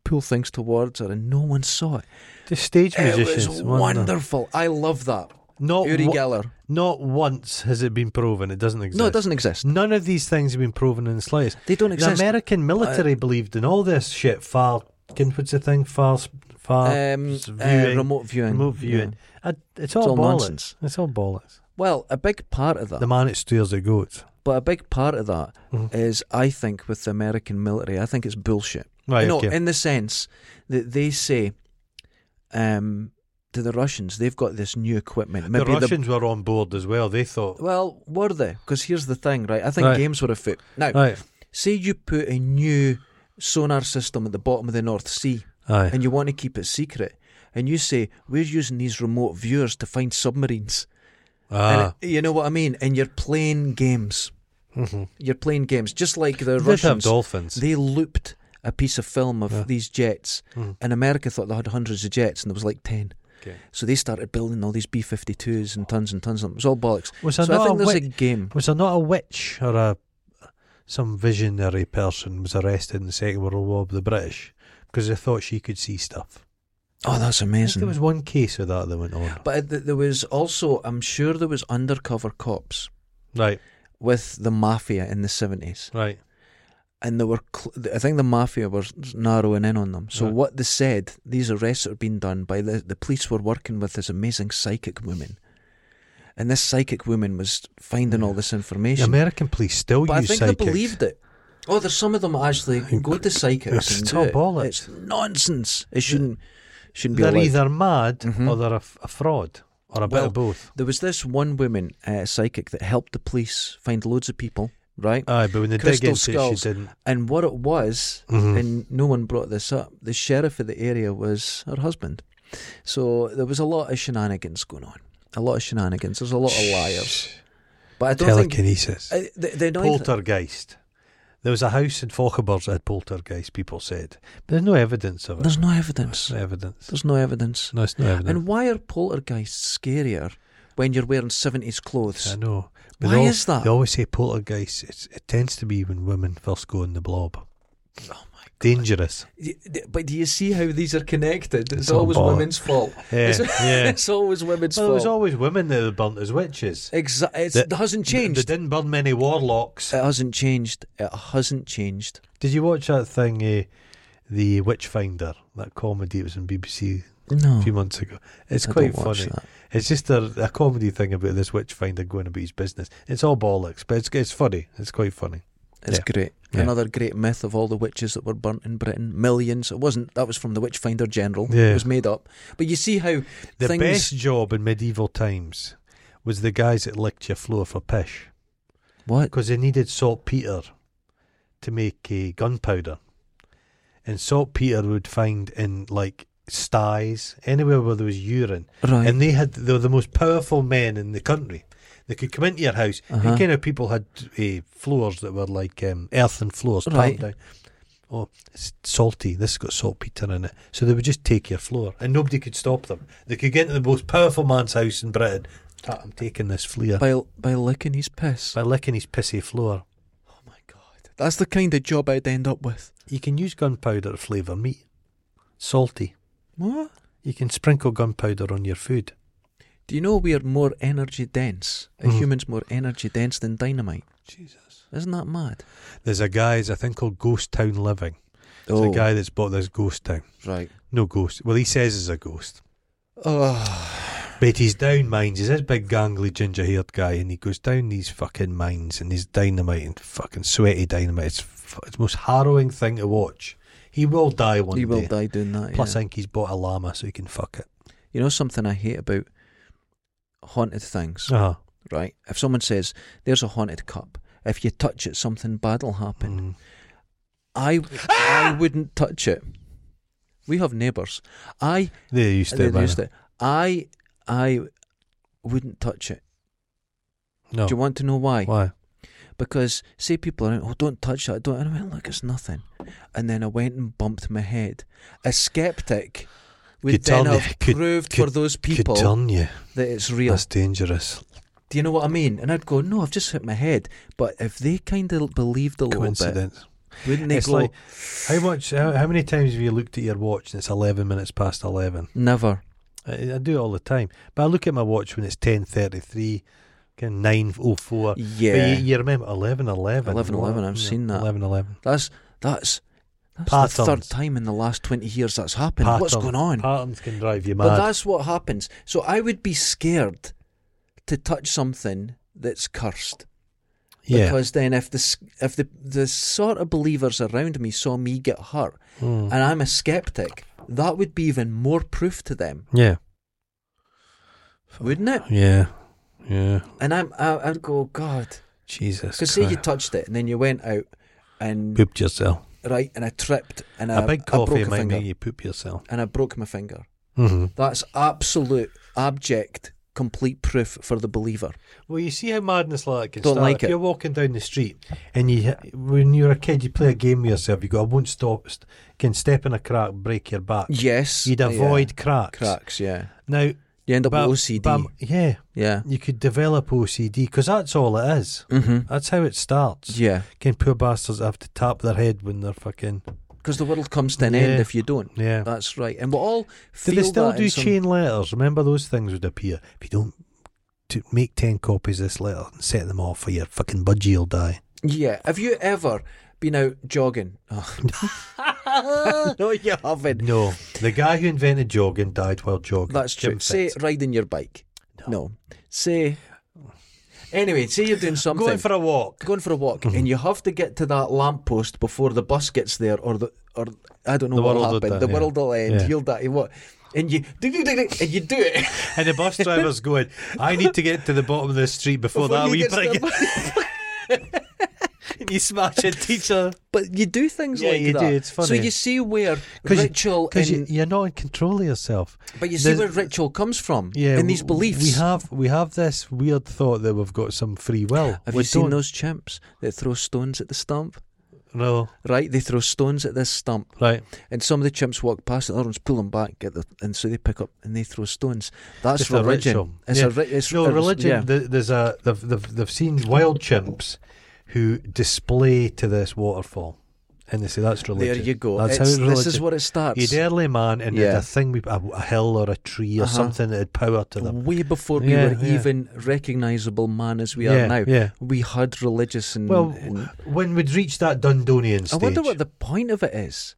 Speaker 1: pull things towards her, and no one saw it.
Speaker 2: The stage
Speaker 1: It
Speaker 2: musicians.
Speaker 1: was
Speaker 2: weren't they?
Speaker 1: wonderful. I love that.
Speaker 2: Not
Speaker 1: Uri
Speaker 2: wo-
Speaker 1: Geller.
Speaker 2: not once has it been proven. It doesn't exist.
Speaker 1: No, it doesn't exist.
Speaker 2: None of these things have been proven in the slightest.
Speaker 1: They don't exist. Um,
Speaker 2: The American military
Speaker 1: Uh,
Speaker 2: believed in all this shit. Far, can- what's the thing? Far, s- far
Speaker 1: um,
Speaker 2: s-
Speaker 1: uh,
Speaker 2: Oh, viewing,
Speaker 1: remote viewing.
Speaker 2: remote viewing.
Speaker 1: Yeah.
Speaker 2: I, it's all,
Speaker 1: It's all
Speaker 2: bollocks.
Speaker 1: nonsense.
Speaker 2: It's all bollocks.
Speaker 1: Well, a big part of that,
Speaker 2: The man that steers the goats.
Speaker 1: but a big part of that is,
Speaker 2: Mhm.
Speaker 1: I think, with the American military, I think it's bullshit.
Speaker 2: Right.
Speaker 1: no,
Speaker 2: okay.
Speaker 1: in the sense that they say um, to the Russians, they've got this new equipment.
Speaker 2: the
Speaker 1: Maybe
Speaker 2: Russians were on board as well. They thought.
Speaker 1: Well, were they? Because here's the thing, right? I think
Speaker 2: Right.
Speaker 1: games were afoot. Now,
Speaker 2: Right.
Speaker 1: say you put a new sonar system at the bottom of the North Sea
Speaker 2: Aye.
Speaker 1: and you want to keep it secret, and you say, We're using these remote viewers to find submarines.
Speaker 2: Ah.
Speaker 1: And you know what I mean? And you're playing games.
Speaker 2: Mhm.
Speaker 1: You're playing games. Just like the
Speaker 2: They have
Speaker 1: Russians,
Speaker 2: dolphins.
Speaker 1: they looped a piece of film of
Speaker 2: Yeah.
Speaker 1: these jets,
Speaker 2: Mm.
Speaker 1: and America thought they had hundreds of jets, and there was like 10.
Speaker 2: Okay.
Speaker 1: So they started building all these B 52s and tons and tons of them. It was all bollocks.
Speaker 2: Was there
Speaker 1: So I
Speaker 2: not
Speaker 1: think
Speaker 2: a
Speaker 1: there's a
Speaker 2: wit-
Speaker 1: game.
Speaker 2: was there not a witch or a some visionary person was arrested in the Second World War by the British because they thought she could see stuff?
Speaker 1: Oh, that's
Speaker 2: I think
Speaker 1: amazing.
Speaker 2: there was one case of that that went on.
Speaker 1: But th- there was also, I'm sure there was undercover cops
Speaker 2: Right,
Speaker 1: with the mafia in the 70s.
Speaker 2: right.
Speaker 1: And there were, cl- I think the mafia were narrowing in on them. So
Speaker 2: Right.
Speaker 1: what they said, these arrests had been done by the, the police were working with this amazing psychic woman. And this psychic woman was finding all this
Speaker 2: The
Speaker 1: information.
Speaker 2: American police still
Speaker 1: but I
Speaker 2: use
Speaker 1: think
Speaker 2: psychics.
Speaker 1: they believed it. Oh, there's some of them actually go to psychics.
Speaker 2: It's
Speaker 1: and do
Speaker 2: all
Speaker 1: it.
Speaker 2: bollocks.
Speaker 1: It's nonsense. It shouldn't, shouldn't be
Speaker 2: they're
Speaker 1: allowed.
Speaker 2: either mad
Speaker 1: Mhm.
Speaker 2: or they're a, f- a fraud or a bit
Speaker 1: Well,
Speaker 2: of both.
Speaker 1: There was this one woman, uh, psychic, that helped the police find loads of people, right?
Speaker 2: Aye, but when they dig
Speaker 1: Crystal
Speaker 2: into it,
Speaker 1: skulls.
Speaker 2: she didn't.
Speaker 1: And what it was,
Speaker 2: Mhm.
Speaker 1: and no one brought this up, the sheriff of the area was her husband. So there was a lot of shenanigans going on. A lot of shenanigans. There's a lot of liars. But I don't think.
Speaker 2: Telekinesis.
Speaker 1: Uh, the, the annoying thing-
Speaker 2: poltergeist. There was a house in Fochabers that had poltergeist, people said. But there's no evidence of it.
Speaker 1: there's no evidence.
Speaker 2: no evidence.
Speaker 1: There's no evidence.
Speaker 2: No, it's no evidence.
Speaker 1: And why are poltergeists scarier when you're wearing 70s clothes.
Speaker 2: I know. But
Speaker 1: Why
Speaker 2: they al-
Speaker 1: is that?
Speaker 2: They always say poltergeist. It's, it tends to be when women first go in the blob.
Speaker 1: Oh my God.
Speaker 2: Dangerous.
Speaker 1: Y- d- But do you see how these are connected? It's,
Speaker 2: It's all
Speaker 1: always
Speaker 2: bollocks.
Speaker 1: women's fault.
Speaker 2: [LAUGHS] Yeah,
Speaker 1: It's, [LAUGHS]
Speaker 2: yeah.
Speaker 1: it's always women's
Speaker 2: Well, it was
Speaker 1: fault.
Speaker 2: always women that were burnt as witches.
Speaker 1: Exa- it's,
Speaker 2: The-
Speaker 1: it hasn't changed.
Speaker 2: They didn't burn many warlocks.
Speaker 1: it hasn't changed. It hasn't changed.
Speaker 2: Did you watch that thing, uh, The Witchfinder? That comedy it was on BBC
Speaker 1: No.
Speaker 2: a few months ago. It's
Speaker 1: Mm. I
Speaker 2: quite
Speaker 1: don't watch
Speaker 2: funny.
Speaker 1: that.
Speaker 2: It's just a, a comedy thing about this witchfinder going about his business. It's all bollocks, but it's, it's funny. It's quite funny.
Speaker 1: It's
Speaker 2: Yeah.
Speaker 1: great.
Speaker 2: Yeah.
Speaker 1: Another great myth of all the witches that were burnt in Britain. Millions. It wasn't. That was from the Witchfinder General. It
Speaker 2: Yeah.
Speaker 1: was made up. But you see how
Speaker 2: The
Speaker 1: things.
Speaker 2: best job in medieval times was the guys that licked your floor for pish
Speaker 1: What?
Speaker 2: because they needed saltpeter to make uh, gunpowder. And saltpeter would find in like styes, anywhere where there was urine.
Speaker 1: Right.
Speaker 2: And they had they were the most powerful men in the country. They could come into your house.
Speaker 1: Uh-huh.
Speaker 2: And kind of people had uh, floors that were like um, earthen floors, palmed
Speaker 1: Right.
Speaker 2: down. Oh, it's salty. This has got saltpeter in it. So they would just take your floor, and nobody could stop them. They could get into the most powerful man's house in Britain. "Ah, I'm taking this flea
Speaker 1: by, by licking his piss.
Speaker 2: by licking his pissy floor.
Speaker 1: Oh my God. That's the kind of job I'd end up with.
Speaker 2: You can use gunpowder to flavour meat. Salty.
Speaker 1: What?
Speaker 2: You can sprinkle gunpowder on your food.
Speaker 1: Do you know we are more energy dense? A
Speaker 2: Mhm.
Speaker 1: humans more energy dense than dynamite?
Speaker 2: Jesus.
Speaker 1: Isn't that mad?
Speaker 2: There's a guy, there's a thing called Ghost Town Living. It's a guy that's bought this ghost town.
Speaker 1: Oh, right.
Speaker 2: No ghost. Well, he says it's a ghost.
Speaker 1: Oh,
Speaker 2: But he's down mines. He's this big gangly ginger haired guy, and he goes down these fucking mines and he's dynamite and fucking sweaty dynamite. It's, f- it's the most harrowing thing to watch. He will die one
Speaker 1: he will
Speaker 2: day.
Speaker 1: die doing that.
Speaker 2: Plus,
Speaker 1: yeah.
Speaker 2: I think he's bought a llama so he can fuck it.
Speaker 1: you know something I hate about haunted things,
Speaker 2: Uh huh.
Speaker 1: right? If someone says there's a haunted cup, if you touch it, something bad'll happen. I
Speaker 2: Ah!
Speaker 1: I wouldn't touch it. We have neighbours. I
Speaker 2: They used to.
Speaker 1: they
Speaker 2: man.
Speaker 1: used it. I I wouldn't touch it.
Speaker 2: No.
Speaker 1: Do
Speaker 2: Oh.
Speaker 1: you want to know why?
Speaker 2: Why?
Speaker 1: because say people are oh don't touch that don't and I went look it's nothing and then I went and bumped my head a skeptic would
Speaker 2: Could
Speaker 1: then
Speaker 2: turn you-
Speaker 1: have
Speaker 2: could-
Speaker 1: proved for those people
Speaker 2: Could turn you.
Speaker 1: that it's real
Speaker 2: That's dangerous.
Speaker 1: do you know what I mean and I'd go no I've just hit my head but if they kind of believed a little bit
Speaker 2: Coincidence.
Speaker 1: wouldn't they
Speaker 2: It's
Speaker 1: go
Speaker 2: like- How much? How, how many times have you looked at your watch and it's eleven minutes past eleven?
Speaker 1: never
Speaker 2: I, I do it all the time. But I look at my watch when it's ten thirty-three, kind nine oh four.
Speaker 1: yeah
Speaker 2: But you, you remember 11 11.
Speaker 1: 11, I've seen that.
Speaker 2: 11 11.
Speaker 1: that's that's that's the
Speaker 2: Patterns.
Speaker 1: third time in the last 20 years that's happened what's
Speaker 2: Pattern-
Speaker 1: going on
Speaker 2: Patterns can drive you
Speaker 1: But
Speaker 2: mad.
Speaker 1: that's what happens. So I would be scared to touch something that's cursed
Speaker 2: yeah.
Speaker 1: because then if the s- if the the sort of believers around me saw me get hurt
Speaker 2: Mm.
Speaker 1: and I'm a skeptic, that would be even more proof to them,
Speaker 2: yeah.
Speaker 1: wouldn't it?
Speaker 2: Yeah. Yeah.
Speaker 1: And I'm I, I'd go God
Speaker 2: Jesus.
Speaker 1: because say you
Speaker 2: Christ.
Speaker 1: touched it and then you went out and
Speaker 2: pooped yourself.
Speaker 1: right and I tripped and I,
Speaker 2: a big
Speaker 1: I
Speaker 2: coffee
Speaker 1: broke a
Speaker 2: might
Speaker 1: finger
Speaker 2: make you poop yourself.
Speaker 1: and I broke my finger.
Speaker 2: Mm-hmm.
Speaker 1: That's absolute abject complete proof for the believer.
Speaker 2: Well, you see how madness like that can
Speaker 1: Don't
Speaker 2: start.
Speaker 1: like
Speaker 2: if
Speaker 1: it.
Speaker 2: you're walking down the street and you, when you're a kid, you play a game with yourself. You go, I won't stop. St- can step in a crack, break your back.
Speaker 1: Yes, Oh,
Speaker 2: You'd
Speaker 1: yeah.
Speaker 2: avoid cracks.
Speaker 1: cracks. Yeah.
Speaker 2: Now,
Speaker 1: You end up
Speaker 2: but-
Speaker 1: with OCD.
Speaker 2: but- yeah,
Speaker 1: yeah.
Speaker 2: you could develop OCD because that's all it is.
Speaker 1: Mm-hmm.
Speaker 2: That's how it starts.
Speaker 1: Yeah.
Speaker 2: Can poor bastards have to tap their head when they're fucking
Speaker 1: Because the world comes to an
Speaker 2: Yeah.
Speaker 1: end if you don't.
Speaker 2: yeah?
Speaker 1: That's right. And we all feel
Speaker 2: Did they still
Speaker 1: that in
Speaker 2: do
Speaker 1: some-
Speaker 2: chain letters? Remember those things would appear if you don't to make ten copies of this letter and set them off for your fucking budgie will die.
Speaker 1: Yeah. Have you ever been out
Speaker 2: [LAUGHS]
Speaker 1: jogging? Oh. no, you haven't.
Speaker 2: No, the guy who invented jogging died while jogging.
Speaker 1: That's true.
Speaker 2: Jim
Speaker 1: Say
Speaker 2: Fitz.
Speaker 1: riding your bike. No. Say. Anyway, say you're
Speaker 2: [LAUGHS]
Speaker 1: doing something.
Speaker 2: going for a walk.
Speaker 1: Going for a walk, and you have to get to that lamppost before the bus gets there, or the or I don't know
Speaker 2: The
Speaker 1: what
Speaker 2: world will
Speaker 1: happened.
Speaker 2: die,
Speaker 1: The
Speaker 2: yeah.
Speaker 1: world will end.
Speaker 2: Yeah.
Speaker 1: You'll die. What? And you do do do do, and you do it. [LAUGHS]
Speaker 2: And the bus driver's going, I need to get to the bottom of the street before,
Speaker 1: Before
Speaker 2: that
Speaker 1: you
Speaker 2: wee
Speaker 1: get to
Speaker 2: prick.
Speaker 1: the bus.
Speaker 2: [LAUGHS] And you smash a teacher.
Speaker 1: But you do things
Speaker 2: Yeah,
Speaker 1: like
Speaker 2: you
Speaker 1: that.
Speaker 2: do, it's
Speaker 1: So
Speaker 2: funny.
Speaker 1: you see where
Speaker 2: 'Cause you-
Speaker 1: ritual
Speaker 2: Because
Speaker 1: and,
Speaker 2: you, are not in control of yourself.
Speaker 1: but you see
Speaker 2: there's-
Speaker 1: where ritual comes from
Speaker 2: Yeah,
Speaker 1: in these
Speaker 2: w-
Speaker 1: beliefs.
Speaker 2: We have we have this weird thought that we've got some free will.
Speaker 1: Have
Speaker 2: We
Speaker 1: you seen
Speaker 2: don't.
Speaker 1: those chimps that throw stones at the stump?
Speaker 2: No.
Speaker 1: right? They throw stones at this stump,
Speaker 2: Right.
Speaker 1: and some of the chimps walk past it. The other ones pull them back, get the, and so they pick up and they throw stones. That's
Speaker 2: It's a
Speaker 1: religion.
Speaker 2: ritual.
Speaker 1: it's
Speaker 2: Yeah.
Speaker 1: a ri- it's,
Speaker 2: No,
Speaker 1: it's-
Speaker 2: religion.
Speaker 1: yeah.
Speaker 2: th- There's a they've, they've they've seen wild chimps who display to this waterfall, and they say that's
Speaker 1: There
Speaker 2: religion.
Speaker 1: you go.
Speaker 2: That's
Speaker 1: It's-
Speaker 2: how
Speaker 1: this is
Speaker 2: religion-
Speaker 1: what it starts.
Speaker 2: You'd early man, and
Speaker 1: Yeah.
Speaker 2: there's a thing we a, a hill or a tree or
Speaker 1: Uh-huh. Mm,
Speaker 2: something that had power to them.
Speaker 1: Way before we
Speaker 2: Yeah,
Speaker 1: were
Speaker 2: yeah.
Speaker 1: even recognisable man as we
Speaker 2: yeah,
Speaker 1: are now,
Speaker 2: Yeah.
Speaker 1: we had religious and.
Speaker 2: Well, [SIGHS]
Speaker 1: and-
Speaker 2: When we'd reached that Dundonian
Speaker 1: I
Speaker 2: stage,
Speaker 1: wonder what the point of it is.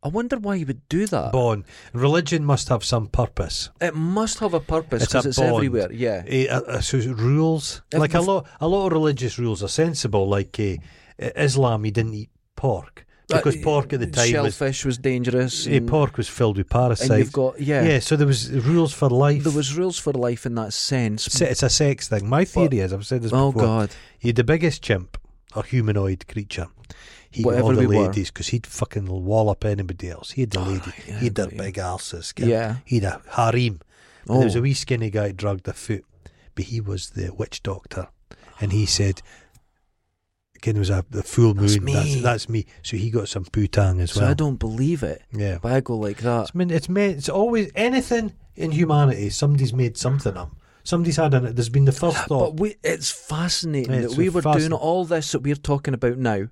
Speaker 1: I wonder why you would do that.
Speaker 2: bond religion must have some purpose.
Speaker 1: it must have a purpose
Speaker 2: It's a
Speaker 1: because it's,
Speaker 2: bond.
Speaker 1: everywhere. Yeah.
Speaker 2: Eh, uh, uh, so rules
Speaker 1: If
Speaker 2: like a
Speaker 1: bef-
Speaker 2: lot, a lot of religious rules are sensible. Like uh, Islam, you didn't eat pork because
Speaker 1: Uh,
Speaker 2: pork at the time was
Speaker 1: shellfish was dangerous.
Speaker 2: A
Speaker 1: and-
Speaker 2: pork was filled with parasites.
Speaker 1: and you've got yeah,
Speaker 2: yeah. so there was rules for life.
Speaker 1: there was rules for life in that sense.
Speaker 2: Se- it's a sex thing. My theory is, I've said this
Speaker 1: oh
Speaker 2: before.
Speaker 1: God,
Speaker 2: He'd the biggest chimp, a humanoid creature. He got all
Speaker 1: Whatever
Speaker 2: the
Speaker 1: we were.
Speaker 2: ladies because he'd fucking wallop anybody else. He had the lady.
Speaker 1: right, yeah,
Speaker 2: he had their
Speaker 1: got you.
Speaker 2: big arses.
Speaker 1: yeah.
Speaker 2: Ken. He had a harem. But
Speaker 1: Oh,
Speaker 2: There was a wee skinny guy that dragged a foot, but he was the witch doctor, and he said. Again, it was a, the full moon.
Speaker 1: That's me.
Speaker 2: That's, that's me. So he got some putang as
Speaker 1: so
Speaker 2: well.
Speaker 1: I don't believe it.
Speaker 2: yeah.
Speaker 1: But I go like that.
Speaker 2: It's mean it's made, it's always anything in humanity. Somebody's made something up. Somebody's had an. There's been the first thought.
Speaker 1: But we, it's fascinating
Speaker 2: It's
Speaker 1: that we were
Speaker 2: fascinating.
Speaker 1: doing all this that we're talking about now.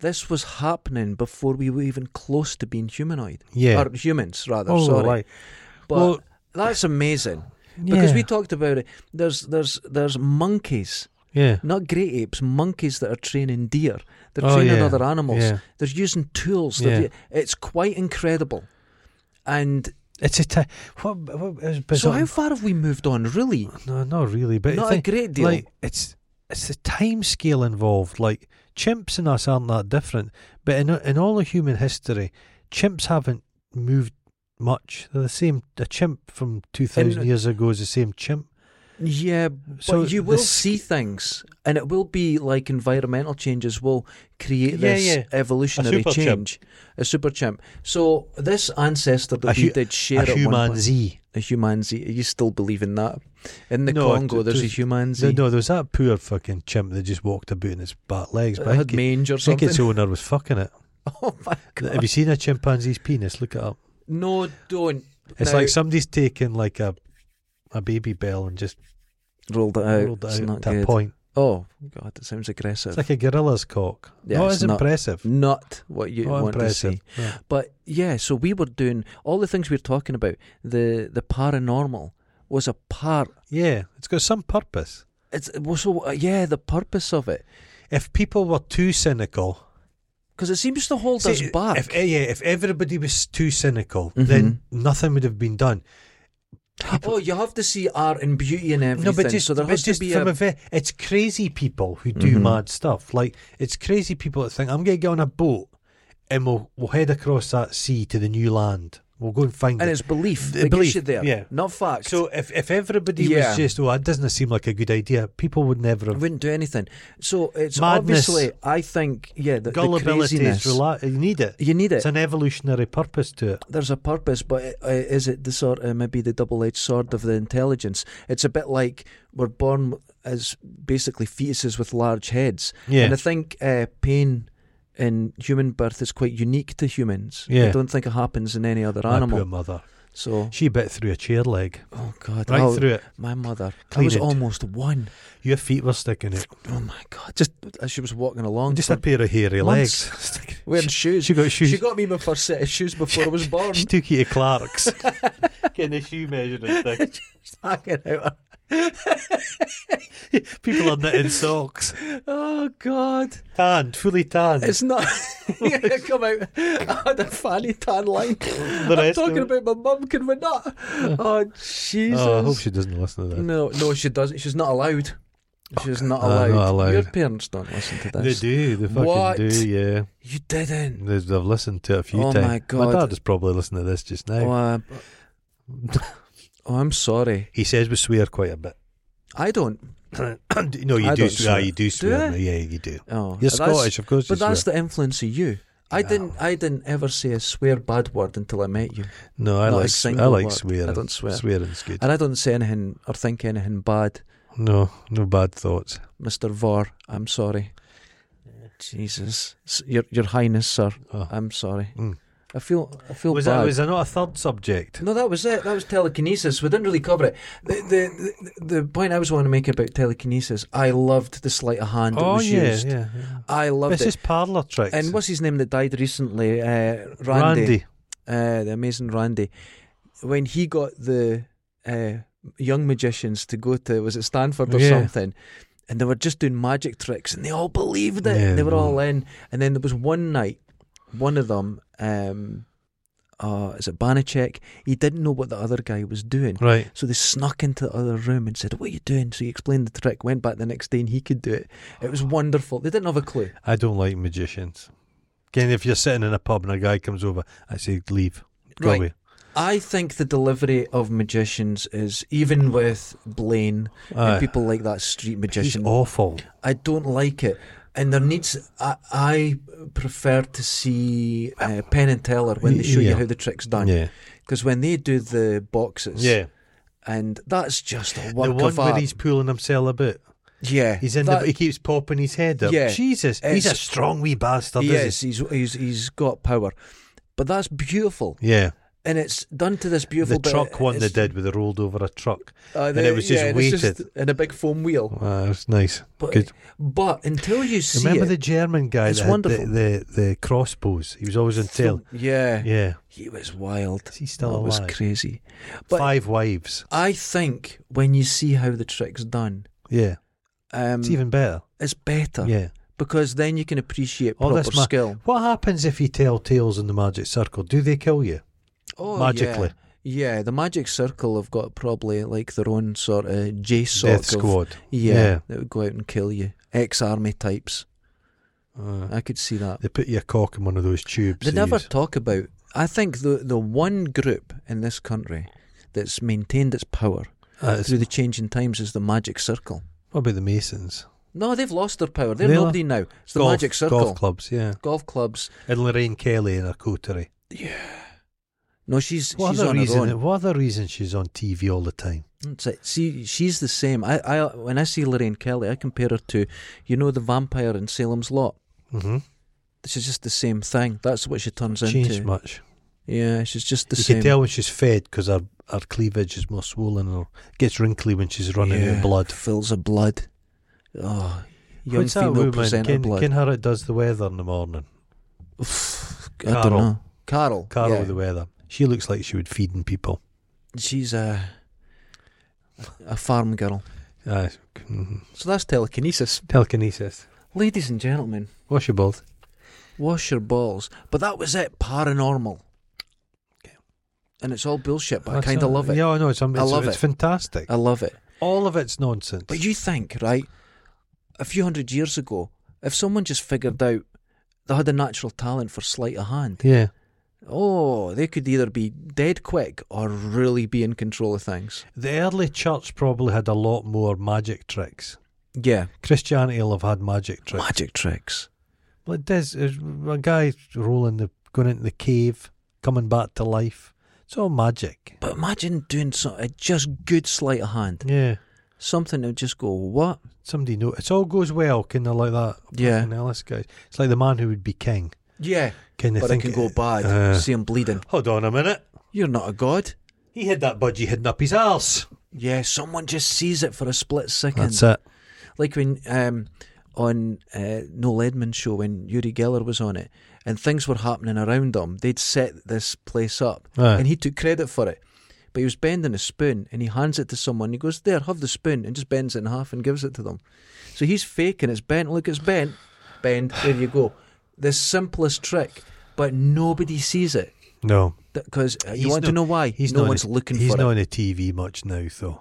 Speaker 1: This was happening before we were even close to being humanoid.
Speaker 2: Yeah. Oh,
Speaker 1: Or humans, rather. sorry. But
Speaker 2: Well-
Speaker 1: that's amazing. Because we
Speaker 2: Yeah.
Speaker 1: talked about it. There's there's there's monkeys,
Speaker 2: Yeah.
Speaker 1: not great apes, monkeys that are training deer. They're
Speaker 2: Oh,
Speaker 1: training
Speaker 2: yeah.
Speaker 1: other animals.
Speaker 2: Yeah.
Speaker 1: They're using tools. They're
Speaker 2: Yeah.
Speaker 1: u- it's quite incredible. And
Speaker 2: It's a. T- what, what, it's
Speaker 1: so,
Speaker 2: bizarre.
Speaker 1: how far have we moved on, really?
Speaker 2: no, not really. But
Speaker 1: Not
Speaker 2: I think,
Speaker 1: a great deal.
Speaker 2: Like it's it's the time scale involved. Like chimps and us aren't that different. But in in all of human history, chimps haven't moved much. They're the same. A chimp from two thousand
Speaker 1: And-
Speaker 2: years ago is the same chimp.
Speaker 1: yeah,
Speaker 2: So
Speaker 1: but you
Speaker 2: the
Speaker 1: will
Speaker 2: sc-
Speaker 1: see things, and it will be like environmental changes will create
Speaker 2: Yeah,
Speaker 1: this
Speaker 2: yeah.
Speaker 1: evolutionary
Speaker 2: super chimp.
Speaker 1: change. A super chimp. So this ancestor that
Speaker 2: A
Speaker 1: we
Speaker 2: hu-
Speaker 1: did share
Speaker 2: A
Speaker 1: at one
Speaker 2: human
Speaker 1: point-
Speaker 2: Z.
Speaker 1: a humanzee. You still believe in that? In the
Speaker 2: No,
Speaker 1: Congo,
Speaker 2: t-
Speaker 1: there's a
Speaker 2: t-
Speaker 1: humanzee.
Speaker 2: No, no, there was that poor fucking chimp that just walked about on its back legs. But I
Speaker 1: it had
Speaker 2: think, it-
Speaker 1: mange or
Speaker 2: I think
Speaker 1: something.
Speaker 2: its owner was fucking it.
Speaker 1: [LAUGHS] Oh
Speaker 2: [LAUGHS]
Speaker 1: my
Speaker 2: Have
Speaker 1: god!
Speaker 2: you seen a chimpanzee's penis? Look it up.
Speaker 1: No, don't.
Speaker 2: It's
Speaker 1: Now-
Speaker 2: like somebody's taken like a a baby bell and just
Speaker 1: Rolled it out.
Speaker 2: rolled it
Speaker 1: it's
Speaker 2: out
Speaker 1: not
Speaker 2: to a
Speaker 1: good.
Speaker 2: point.
Speaker 1: Oh god, that sounds aggressive.
Speaker 2: It's like a gorilla's cock.
Speaker 1: Yeah,
Speaker 2: no,
Speaker 1: it's
Speaker 2: it's
Speaker 1: not-
Speaker 2: impressive.
Speaker 1: not what you
Speaker 2: Not
Speaker 1: want to
Speaker 2: Oh, impressive.
Speaker 1: see.
Speaker 2: Yeah.
Speaker 1: But yeah, so we were doing all the things we were talking about. The the paranormal was a part.
Speaker 2: yeah, it's got some purpose.
Speaker 1: It's it was so uh, yeah, the purpose of it
Speaker 2: If people were too cynical,
Speaker 1: because it seems to hold us
Speaker 2: See,
Speaker 1: back.
Speaker 2: If, eh, yeah, if everybody was too cynical,
Speaker 1: Mhm.
Speaker 2: then nothing would have been done.
Speaker 1: oh, you have to see art and beauty and everything.
Speaker 2: No, but just,
Speaker 1: so there
Speaker 2: but
Speaker 1: has
Speaker 2: just
Speaker 1: to be
Speaker 2: from
Speaker 1: a,
Speaker 2: a, ve- it's crazy people who do
Speaker 1: Mhm.
Speaker 2: mad stuff. Like it's crazy people that think I'm going to get on a boat and we'll we'll head across that sea to the new land. We'll go and find
Speaker 1: and
Speaker 2: it.
Speaker 1: it's belief
Speaker 2: The
Speaker 1: that
Speaker 2: belief,
Speaker 1: gets you there,
Speaker 2: yeah.
Speaker 1: not fact.
Speaker 2: So if if everybody
Speaker 1: Yeah.
Speaker 2: was just oh that doesn't seem like a good idea, people would never
Speaker 1: I
Speaker 2: have.
Speaker 1: wouldn't do anything. So it's
Speaker 2: Madness.
Speaker 1: obviously, I think, yeah, the, the
Speaker 2: Gullibility is
Speaker 1: craziness.
Speaker 2: rela- you need it.
Speaker 1: you need it.
Speaker 2: It's an evolutionary purpose to it.
Speaker 1: There's a purpose, but i- i- is it the sort of maybe the double-edged sword of the intelligence? It's a bit like we're born as basically fetuses with large heads,
Speaker 2: Yeah.
Speaker 1: and I think uh, pain in human birth is quite unique to humans. I
Speaker 2: Yeah.
Speaker 1: don't think it happens in any other
Speaker 2: My poor
Speaker 1: animal.
Speaker 2: mother.
Speaker 1: So,
Speaker 2: She bit through a chair leg,
Speaker 1: oh god,
Speaker 2: right
Speaker 1: oh,
Speaker 2: through it.
Speaker 1: my mother, I
Speaker 2: Clean
Speaker 1: was
Speaker 2: it.
Speaker 1: almost one.
Speaker 2: Your feet were sticking out.
Speaker 1: Oh my god, just as she was walking along,
Speaker 2: Just a pair of
Speaker 1: [LAUGHS]
Speaker 2: hairy
Speaker 1: Once-
Speaker 2: legs. Sticking-
Speaker 1: wearing
Speaker 2: she,
Speaker 1: shoes.
Speaker 2: she got shoes.
Speaker 1: She got me my first set of shoes before I
Speaker 2: [LAUGHS]
Speaker 1: was born. [LAUGHS]
Speaker 2: She took you to Clark's. Getting the shoe measuring thing.
Speaker 1: Hanging out.
Speaker 2: [LAUGHS] People are knitting socks.
Speaker 1: Oh God!
Speaker 2: Tanned, fully tanned.
Speaker 1: It's not. [LAUGHS] I come
Speaker 2: [LAUGHS]
Speaker 1: out. I had a fanny tan line.
Speaker 2: the
Speaker 1: I'm
Speaker 2: rest
Speaker 1: talking
Speaker 2: of it.
Speaker 1: about my mum. Can we not? Oh Jesus!
Speaker 2: Oh, I hope she doesn't listen to this.
Speaker 1: no, no, she doesn't. She's not allowed. She's not
Speaker 2: Ah,
Speaker 1: allowed.
Speaker 2: not allowed.
Speaker 1: Your parents don't listen to
Speaker 2: They
Speaker 1: this.
Speaker 2: do, they fucking
Speaker 1: What?
Speaker 2: do, yeah.
Speaker 1: You didn't.
Speaker 2: They've, they've listened to it a few
Speaker 1: Oh,
Speaker 2: times.
Speaker 1: my God.
Speaker 2: dad is probably listening to this just
Speaker 1: Oh,
Speaker 2: now.
Speaker 1: uh, oh, I'm sorry.
Speaker 2: he says we swear quite a bit.
Speaker 1: I don't.
Speaker 2: [COUGHS] no, you
Speaker 1: I
Speaker 2: do
Speaker 1: don't
Speaker 2: swear.
Speaker 1: swear.
Speaker 2: You do swear.
Speaker 1: I?
Speaker 2: Yeah, you do.
Speaker 1: Oh,
Speaker 2: You're
Speaker 1: that's-
Speaker 2: Scottish, of course.
Speaker 1: But
Speaker 2: you
Speaker 1: that's
Speaker 2: swear.
Speaker 1: the influence of you. I
Speaker 2: Yeah.
Speaker 1: didn't. I didn't ever say a swear bad word until I met you.
Speaker 2: no, I
Speaker 1: not a
Speaker 2: like, sw- I
Speaker 1: single
Speaker 2: like
Speaker 1: word.
Speaker 2: swearing.
Speaker 1: I don't swear.
Speaker 2: Swearing's good.
Speaker 1: And I don't say anything or think anything bad,
Speaker 2: No, no bad thoughts.
Speaker 1: Mr. Vor. I'm sorry. Jesus, S- your your Highness, sir.
Speaker 2: Oh.
Speaker 1: I'm sorry.
Speaker 2: Mm.
Speaker 1: I feel I feel
Speaker 2: Was
Speaker 1: bad.
Speaker 2: that was there not a third subject?
Speaker 1: No, that was it. That was telekinesis. We didn't really cover it. The the the, the point I was wanting to make about telekinesis, I loved the sleight of hand that
Speaker 2: oh
Speaker 1: was
Speaker 2: yeah,
Speaker 1: used.
Speaker 2: yeah, yeah.
Speaker 1: I loved
Speaker 2: It's
Speaker 1: it.
Speaker 2: just parlour tricks.
Speaker 1: And what's his name that died recently? Uh, Randy, Uh, the amazing Randy. When he got the uh, young magicians to go to was it Stanford or
Speaker 2: Yeah.
Speaker 1: something, and they were just doing magic tricks, and they all believed it.
Speaker 2: Yeah,
Speaker 1: they were
Speaker 2: they
Speaker 1: all
Speaker 2: were.
Speaker 1: in. And then there was one night, one of them, um, uh, is it Banachek? He didn't know what the other guy was doing.
Speaker 2: right?
Speaker 1: So they snuck into the other room and said, What are you doing? So he explained the trick, went back the next day and he could do it. It was wonderful. They didn't have a clue.
Speaker 2: I don't like magicians. Again, if you're sitting in a pub and a guy comes over, I say leave. Go
Speaker 1: Right.
Speaker 2: away.
Speaker 1: I think the delivery of magicians is even with Blaine
Speaker 2: Aye.
Speaker 1: and people like that street
Speaker 2: He's
Speaker 1: magician.
Speaker 2: awful.
Speaker 1: I don't like it, and there needs. I, I prefer to see uh, Penn and Teller when they show you
Speaker 2: Yeah.
Speaker 1: how the trick's done,
Speaker 2: Yeah,
Speaker 1: because when they do the boxes,
Speaker 2: yeah.
Speaker 1: and that's just a work
Speaker 2: The one
Speaker 1: of
Speaker 2: where
Speaker 1: art.
Speaker 2: he's pulling himself about.
Speaker 1: yeah,
Speaker 2: He's in
Speaker 1: that,
Speaker 2: the. He keeps popping his head up.
Speaker 1: Yeah.
Speaker 2: Jesus, he's a
Speaker 1: It's-
Speaker 2: strong wee bastard.
Speaker 1: He
Speaker 2: isn't
Speaker 1: is. He's, he's he's got power, but that's beautiful,
Speaker 2: he? Yeah.
Speaker 1: and it's done to this beautiful.
Speaker 2: The
Speaker 1: bit-
Speaker 2: truck one they
Speaker 1: it's-
Speaker 2: did where they rolled over a truck.
Speaker 1: uh,
Speaker 2: and it was just
Speaker 1: yeah, and it's
Speaker 2: weighted.
Speaker 1: in a big foam wheel.
Speaker 2: Wow, that's nice.
Speaker 1: But,
Speaker 2: Good.
Speaker 1: but until you see
Speaker 2: Remember
Speaker 1: it,
Speaker 2: the German guy
Speaker 1: It's
Speaker 2: that had
Speaker 1: wonderful.
Speaker 2: The, the the crossbows? He was always in tail.
Speaker 1: Yeah,
Speaker 2: Yeah.
Speaker 1: he was wild.
Speaker 2: Is he still
Speaker 1: That was
Speaker 2: alive?
Speaker 1: crazy. Oh, but-
Speaker 2: Five wives.
Speaker 1: I think when you see how the trick's done,
Speaker 2: Yeah.
Speaker 1: um,
Speaker 2: It's even better.
Speaker 1: it's better
Speaker 2: Yeah.
Speaker 1: because then you can appreciate
Speaker 2: All
Speaker 1: Mm. proper
Speaker 2: this ma-
Speaker 1: skill.
Speaker 2: What happens if you tell tales in the magic circle? Do they kill you?
Speaker 1: Oh,
Speaker 2: Magically.
Speaker 1: yeah. yeah. The magic circle have got probably like their own sort of J sock.
Speaker 2: Death Squad.
Speaker 1: yeah,
Speaker 2: Yeah.
Speaker 1: that would go out and kill you. Ex army types.
Speaker 2: Uh,
Speaker 1: I could see that.
Speaker 2: they put your cock in one of those tubes.
Speaker 1: They never
Speaker 2: use.
Speaker 1: talk about. I think the the one group in this country that's maintained its power
Speaker 2: Uh, it's-
Speaker 1: through the changing times is the magic circle.
Speaker 2: what about the Masons?
Speaker 1: No, they've lost their power. They're
Speaker 2: They are.
Speaker 1: nobody now. It's the
Speaker 2: golf,
Speaker 1: magic circle.
Speaker 2: Golf clubs, yeah.
Speaker 1: Golf clubs.
Speaker 2: And Lorraine Kelly in her coterie.
Speaker 1: No, she's
Speaker 2: What
Speaker 1: she's
Speaker 2: other
Speaker 1: on her
Speaker 2: reason?
Speaker 1: own.
Speaker 2: What other reason she's on TV all the time?
Speaker 1: That's it. See, she's the same. I, I when I see Lorraine Kelly, I compare her to, you know, the vampire in Salem's Lot.
Speaker 2: Mm-hmm.
Speaker 1: She's just the same thing. That's what she turns
Speaker 2: Changed
Speaker 1: into.
Speaker 2: much.
Speaker 1: Yeah, she's just the
Speaker 2: you
Speaker 1: same.
Speaker 2: can tell when she's fed because her, her cleavage is more swollen or gets wrinkly when she's running
Speaker 1: yeah,
Speaker 2: in blood.
Speaker 1: fills her blood. Oh, young
Speaker 2: What's that
Speaker 1: female
Speaker 2: woman?
Speaker 1: presenter
Speaker 2: Ken,
Speaker 1: blood.
Speaker 2: Ken Harrod does the weather in the morning.
Speaker 1: I don't
Speaker 2: Carol.
Speaker 1: know. Carol.
Speaker 2: Carol
Speaker 1: yeah.
Speaker 2: the weather. She looks like she would feed in people.
Speaker 1: She's a a farm girl.
Speaker 2: Aye. Mhm.
Speaker 1: So that's telekinesis,
Speaker 2: telekinesis.
Speaker 1: ladies and gentlemen.
Speaker 2: Wash your balls.
Speaker 1: Wash your balls. But that was it, paranormal.
Speaker 2: Okay.
Speaker 1: And it's all bullshit, but
Speaker 2: That's
Speaker 1: I kind of
Speaker 2: it.
Speaker 1: love it.
Speaker 2: Yeah, I know. It's, am-
Speaker 1: I
Speaker 2: it's-
Speaker 1: love
Speaker 2: it's
Speaker 1: it.
Speaker 2: fantastic.
Speaker 1: I love it.
Speaker 2: All of it's nonsense.
Speaker 1: But you think, right? A few hundred years ago, if someone just figured out they had a natural talent for sleight of hand,
Speaker 2: yeah.
Speaker 1: oh, they could either be dead quick or really be in control of things.
Speaker 2: The early church probably had a lot more magic tricks.
Speaker 1: Yeah,
Speaker 2: Christianity will have had magic tricks.
Speaker 1: magic tricks.
Speaker 2: Well, it does. There's a guy rolling the, going into the cave, coming back to life. It's all magic.
Speaker 1: But imagine doing so, a just good sleight of hand.
Speaker 2: Yeah.
Speaker 1: Something that would just go, what?
Speaker 2: Somebody know. It's all goes well, kind of like that.
Speaker 1: Yeah.
Speaker 2: Fucking hell, this guy. It's like the man who would be king.
Speaker 1: Yeah,
Speaker 2: Kind of
Speaker 1: but it
Speaker 2: think
Speaker 1: can go bad.
Speaker 2: Uh,
Speaker 1: See him bleeding.
Speaker 2: Hold on a minute.
Speaker 1: You're not a god.
Speaker 2: He had that budgie hidden up his arse.
Speaker 1: Yeah, someone just sees it for a split second.
Speaker 2: That's it.
Speaker 1: Like when um, on uh, Noel Edmonds show when Yuri Geller was on it, and things were happening around him. They'd set this place up,
Speaker 2: Aye.
Speaker 1: and he took credit for it. But he was bending a spoon, and he hands it to someone. He goes, "There, have the spoon," and just bends it in half and gives it to them. So he's faking it's bent. Look, it's bent. Bend. There you go. The simplest trick, but nobody sees it
Speaker 2: No.
Speaker 1: because uh, you
Speaker 2: He's
Speaker 1: want to
Speaker 2: no-
Speaker 1: know why.
Speaker 2: He's
Speaker 1: no
Speaker 2: not
Speaker 1: one's
Speaker 2: on,
Speaker 1: looking
Speaker 2: He's
Speaker 1: for
Speaker 2: not [LAUGHS]
Speaker 1: it.
Speaker 2: on the TV much now, though.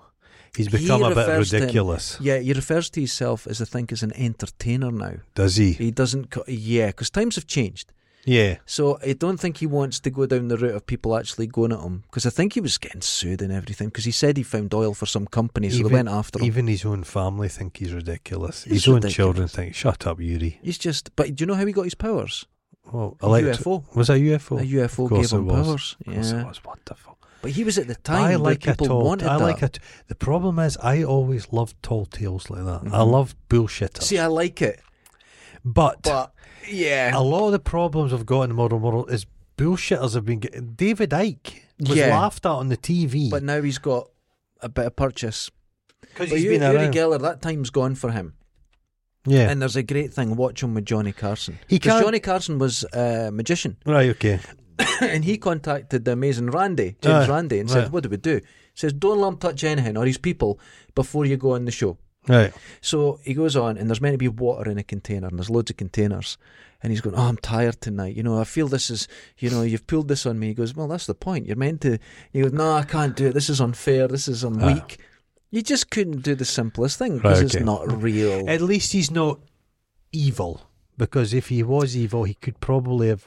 Speaker 2: He's
Speaker 1: He
Speaker 2: become a bit
Speaker 1: refers to him-
Speaker 2: ridiculous,
Speaker 1: Yeah, he refers to himself as I think as an entertainer now.
Speaker 2: does he?
Speaker 1: He doesn't. Co- yeah, because times have changed.
Speaker 2: Yeah.
Speaker 1: So I don't think he wants to go down the route of people actually going at him because I think he was getting sued and everything because he said he found oil for some company, so
Speaker 2: Even-
Speaker 1: they went after him.
Speaker 2: Even his own family think he's ridiculous.
Speaker 1: He's
Speaker 2: his own
Speaker 1: ridiculous.
Speaker 2: children think, "Shut up, Yuri."
Speaker 1: He's just. But do you know how he got his powers?
Speaker 2: Well,
Speaker 1: A
Speaker 2: elect-
Speaker 1: UFO.
Speaker 2: Was that UFO?
Speaker 1: A UFO
Speaker 2: Of course
Speaker 1: gave him
Speaker 2: it was.
Speaker 1: powers.
Speaker 2: Of course
Speaker 1: Yeah,
Speaker 2: it was wonderful.
Speaker 1: but he was at the time
Speaker 2: I
Speaker 1: where
Speaker 2: like a
Speaker 1: people
Speaker 2: tall.
Speaker 1: wanted
Speaker 2: I
Speaker 1: that.
Speaker 2: like it. The problem is, I always love tall tales like that. I
Speaker 1: Mhm.
Speaker 2: love bullshitters.
Speaker 1: See, I like it.
Speaker 2: But,
Speaker 1: But yeah,
Speaker 2: a lot of the problems I've got in the modern world is bullshitters have been getting. David Icke was
Speaker 1: Yeah.
Speaker 2: laughed at on the TV
Speaker 1: but now he's got a bit of purchase.
Speaker 2: because
Speaker 1: But
Speaker 2: he's
Speaker 1: Uri
Speaker 2: been
Speaker 1: Uri
Speaker 2: around.
Speaker 1: Geller, that time's gone for him.
Speaker 2: yeah,
Speaker 1: And there's a great thing. Watch him with Johnny Carson.
Speaker 2: He
Speaker 1: Because
Speaker 2: can't-
Speaker 1: Johnny Carson was a
Speaker 2: [COUGHS]
Speaker 1: magician,
Speaker 2: right, okay,
Speaker 1: and he contacted the amazing Randy James
Speaker 2: Aye,
Speaker 1: Randy and
Speaker 2: right.
Speaker 1: said, "What do we do?" He says, "Don't let him touch anything or his people before you go on the show."
Speaker 2: right,
Speaker 1: So he goes on, and there's meant to be water in a container, and there's loads of containers. And he's going, Oh, I'm tired tonight. You know, I feel this is, you know, you've pulled this on me. He goes, Well, that's the point. You're meant to. He goes, No, I can't do it. This is unfair. This is, I'm
Speaker 2: Ah.
Speaker 1: weak. You just couldn't do the simplest thing
Speaker 2: Right,
Speaker 1: because
Speaker 2: okay.
Speaker 1: it's not real.
Speaker 2: At least he's not evil because if he was evil, he could probably have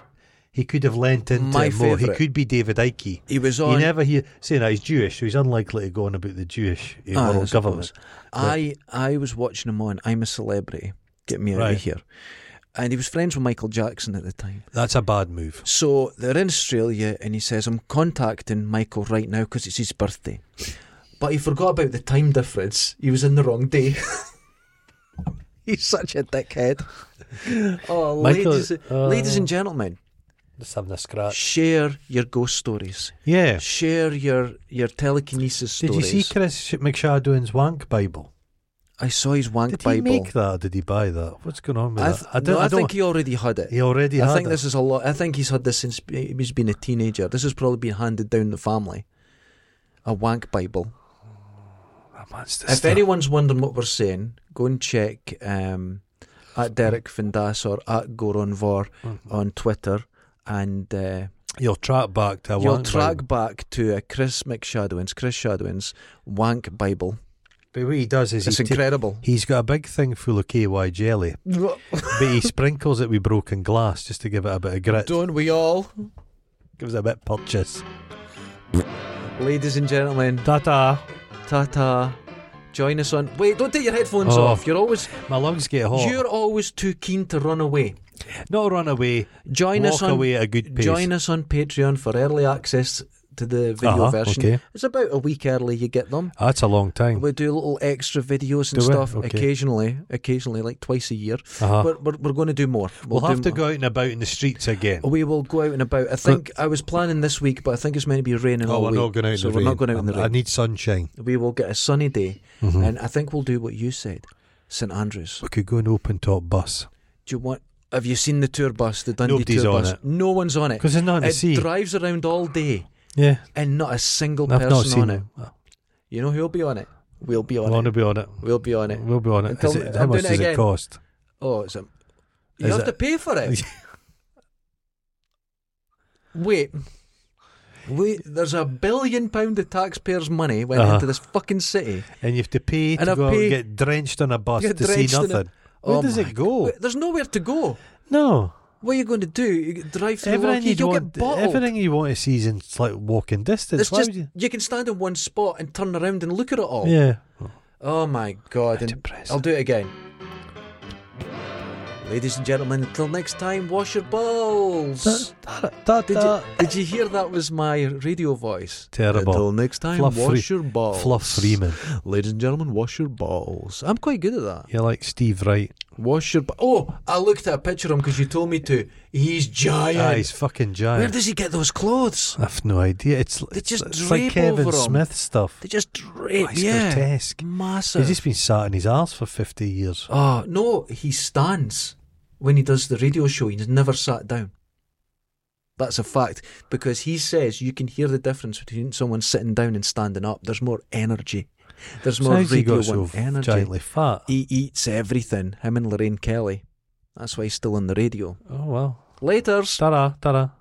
Speaker 2: he could have lent into
Speaker 1: My
Speaker 2: it more. He
Speaker 1: favourite.
Speaker 2: could be David Icke.
Speaker 1: he was
Speaker 2: You
Speaker 1: on.
Speaker 2: never hear saying that he's Jewish, so he's unlikely to go on about the Jewish uh,
Speaker 1: Ah, I
Speaker 2: world government.
Speaker 1: suppose. I, I was watching him on I'm a Celebrity. Get me out
Speaker 2: Right.
Speaker 1: of here. And he was friends with Michael Jackson at the time.
Speaker 2: That's a bad move.
Speaker 1: So they're in Australia, and he says, I'm contacting Michael right now because it's his birthday. But he forgot about the time difference. He was in the wrong day. [LAUGHS] He's such a dickhead. Oh,
Speaker 2: Michael-
Speaker 1: ladies,
Speaker 2: oh.
Speaker 1: ladies and gentlemen,
Speaker 2: Just having a scratch.
Speaker 1: share your ghost stories.
Speaker 2: Yeah.
Speaker 1: Share your, your telekinesis
Speaker 2: Did you
Speaker 1: stories.
Speaker 2: see Chris Sh- McShadowin's wank Bible?
Speaker 1: I saw his wank
Speaker 2: Did he
Speaker 1: Bible.
Speaker 2: make that? or Did he buy that? What's going on with
Speaker 1: I,
Speaker 2: that?
Speaker 1: th- no, I, think he already had it.
Speaker 2: he already
Speaker 1: I
Speaker 2: had
Speaker 1: think
Speaker 2: it.
Speaker 1: this is a lot. I think he's had this since he's been a teenager. This has probably been handed down the family. A wank Bible.
Speaker 2: That man's
Speaker 1: If
Speaker 2: Oh, just a-
Speaker 1: anyone's wondering what we're saying, go and check um, at Derek Vindas or at Goron Vor
Speaker 2: Mm-hmm.
Speaker 1: on Twitter, and uh,
Speaker 2: you'll track back to a
Speaker 1: you'll
Speaker 2: wank
Speaker 1: track
Speaker 2: Bible.
Speaker 1: back to uh, Chris McShadowin's Chris Shadowin's Wank Bible.
Speaker 2: But what he does is
Speaker 1: It's
Speaker 2: he ta-
Speaker 1: incredible.
Speaker 2: he's got a big thing full of KY jelly, but he sprinkles it with broken glass just to give it a bit of
Speaker 1: [LAUGHS]
Speaker 2: grit.
Speaker 1: Don't we all,
Speaker 2: Gives it a bit of purchase.
Speaker 1: ladies and gentlemen?
Speaker 2: Ta ta.
Speaker 1: Ta ta. Join us on. Wait, don't take your headphones
Speaker 2: Oh.
Speaker 1: off. You're always
Speaker 2: My lungs get hot.
Speaker 1: you're always too keen to run away.
Speaker 2: Not run away.
Speaker 1: Join
Speaker 2: Walk
Speaker 1: us on
Speaker 2: away at a good pace.
Speaker 1: Join us on Patreon for early access to the video
Speaker 2: Uh-huh,
Speaker 1: version.
Speaker 2: okay.
Speaker 1: It's about a week early you get them.
Speaker 2: That's a long time.
Speaker 1: We do little extra videos and
Speaker 2: Do we?
Speaker 1: stuff
Speaker 2: Okay.
Speaker 1: occasionally, occasionally, like twice a year.
Speaker 2: Uh-huh.
Speaker 1: We're, we're, we're going to do more.
Speaker 2: We'll,
Speaker 1: do
Speaker 2: have to
Speaker 1: more.
Speaker 2: go out and about in the streets again.
Speaker 1: We will go out and about. I think I was planning this week, but I think it's meant to be raining
Speaker 2: oh,
Speaker 1: all
Speaker 2: we're
Speaker 1: week.
Speaker 2: not going out in
Speaker 1: so
Speaker 2: the
Speaker 1: we're
Speaker 2: rain.
Speaker 1: not going out in the
Speaker 2: I
Speaker 1: rain.
Speaker 2: need sunshine.
Speaker 1: We will get a sunny day,
Speaker 2: Mhm.
Speaker 1: and I think we'll do what you said, St Andrews.
Speaker 2: We could go an open top bus
Speaker 1: Do you want? Have you seen the tour bus, the Dundee
Speaker 2: Nobody's
Speaker 1: tour
Speaker 2: on
Speaker 1: bus?
Speaker 2: it.
Speaker 1: No one's on it.
Speaker 2: because there's nothing to see.
Speaker 1: It drives around all day,
Speaker 2: yeah,
Speaker 1: and not a single
Speaker 2: I've
Speaker 1: person
Speaker 2: not seen
Speaker 1: on it.
Speaker 2: it.
Speaker 1: You know who'll be on it? We'll be on
Speaker 2: We'll
Speaker 1: it.
Speaker 2: be on it.
Speaker 1: We'll be on it.
Speaker 2: We'll be on it.
Speaker 1: Until-
Speaker 2: Is it
Speaker 1: I'm
Speaker 2: how much
Speaker 1: doing it
Speaker 2: does
Speaker 1: again.
Speaker 2: it cost?
Speaker 1: Oh, it's a. You
Speaker 2: Is
Speaker 1: have
Speaker 2: it-
Speaker 1: to pay for
Speaker 2: [LAUGHS]
Speaker 1: it. Wait. Wait, there's a billion pound of taxpayers' money went
Speaker 2: Uh-huh.
Speaker 1: into this fucking city.
Speaker 2: and you have to pay
Speaker 1: And
Speaker 2: to
Speaker 1: I've
Speaker 2: go out
Speaker 1: paid-
Speaker 2: and get drenched on a bus
Speaker 1: Get
Speaker 2: to see
Speaker 1: drenched in it.
Speaker 2: nothing.
Speaker 1: Oh
Speaker 2: Where does
Speaker 1: my
Speaker 2: it go?
Speaker 1: Wait, there's nowhere to go.
Speaker 2: No,
Speaker 1: What are you going to do? You drive through
Speaker 2: everything
Speaker 1: Lockheed,
Speaker 2: you
Speaker 1: you'll
Speaker 2: want,
Speaker 1: get bottled.
Speaker 2: everything you want to see is in like walking distance.
Speaker 1: it's
Speaker 2: Why
Speaker 1: just
Speaker 2: would
Speaker 1: you?
Speaker 2: you?
Speaker 1: can stand in one spot and turn around and look at it all.
Speaker 2: Yeah,
Speaker 1: Oh my god! and
Speaker 2: depressing.
Speaker 1: I'll do it again. Ladies and gentlemen, until next time, wash your balls. Did you, did you hear that was my radio voice?
Speaker 2: Terrible.
Speaker 1: Until next time,
Speaker 2: Fluff
Speaker 1: wash
Speaker 2: free-
Speaker 1: your balls.
Speaker 2: Fluff Freeman.
Speaker 1: Ladies and gentlemen, wash your balls. I'm quite good at that.
Speaker 2: You're like Steve Wright.
Speaker 1: Wash your. Ba- oh, I looked at a picture of him because you told me to. He's giant.
Speaker 2: Ah, he's fucking
Speaker 1: Oh,
Speaker 2: giant.
Speaker 1: Where does he get those clothes?
Speaker 2: I've no idea. It's
Speaker 1: They
Speaker 2: it's,
Speaker 1: just
Speaker 2: it's like
Speaker 1: drape
Speaker 2: Kevin
Speaker 1: over 'em.
Speaker 2: Smith stuff.
Speaker 1: They uh, just drape.
Speaker 2: Oh, it's
Speaker 1: yeah,
Speaker 2: grotesque.
Speaker 1: massive.
Speaker 2: He's just been sat in his arse for fifty years.
Speaker 1: Oh no, he stands when he does the radio show. He's never sat down. That's a fact because he says you can hear the difference between someone sitting down and standing up. There's more energy. There's
Speaker 2: So
Speaker 1: more
Speaker 2: how's he
Speaker 1: radio
Speaker 2: got
Speaker 1: one
Speaker 2: so
Speaker 1: energy. E
Speaker 2: giantly fat?
Speaker 1: He eats everything. Him and Lorraine Kelly. That's why he's still on the radio.
Speaker 2: Oh well.
Speaker 1: Later's.
Speaker 2: Ta-da, ta-da.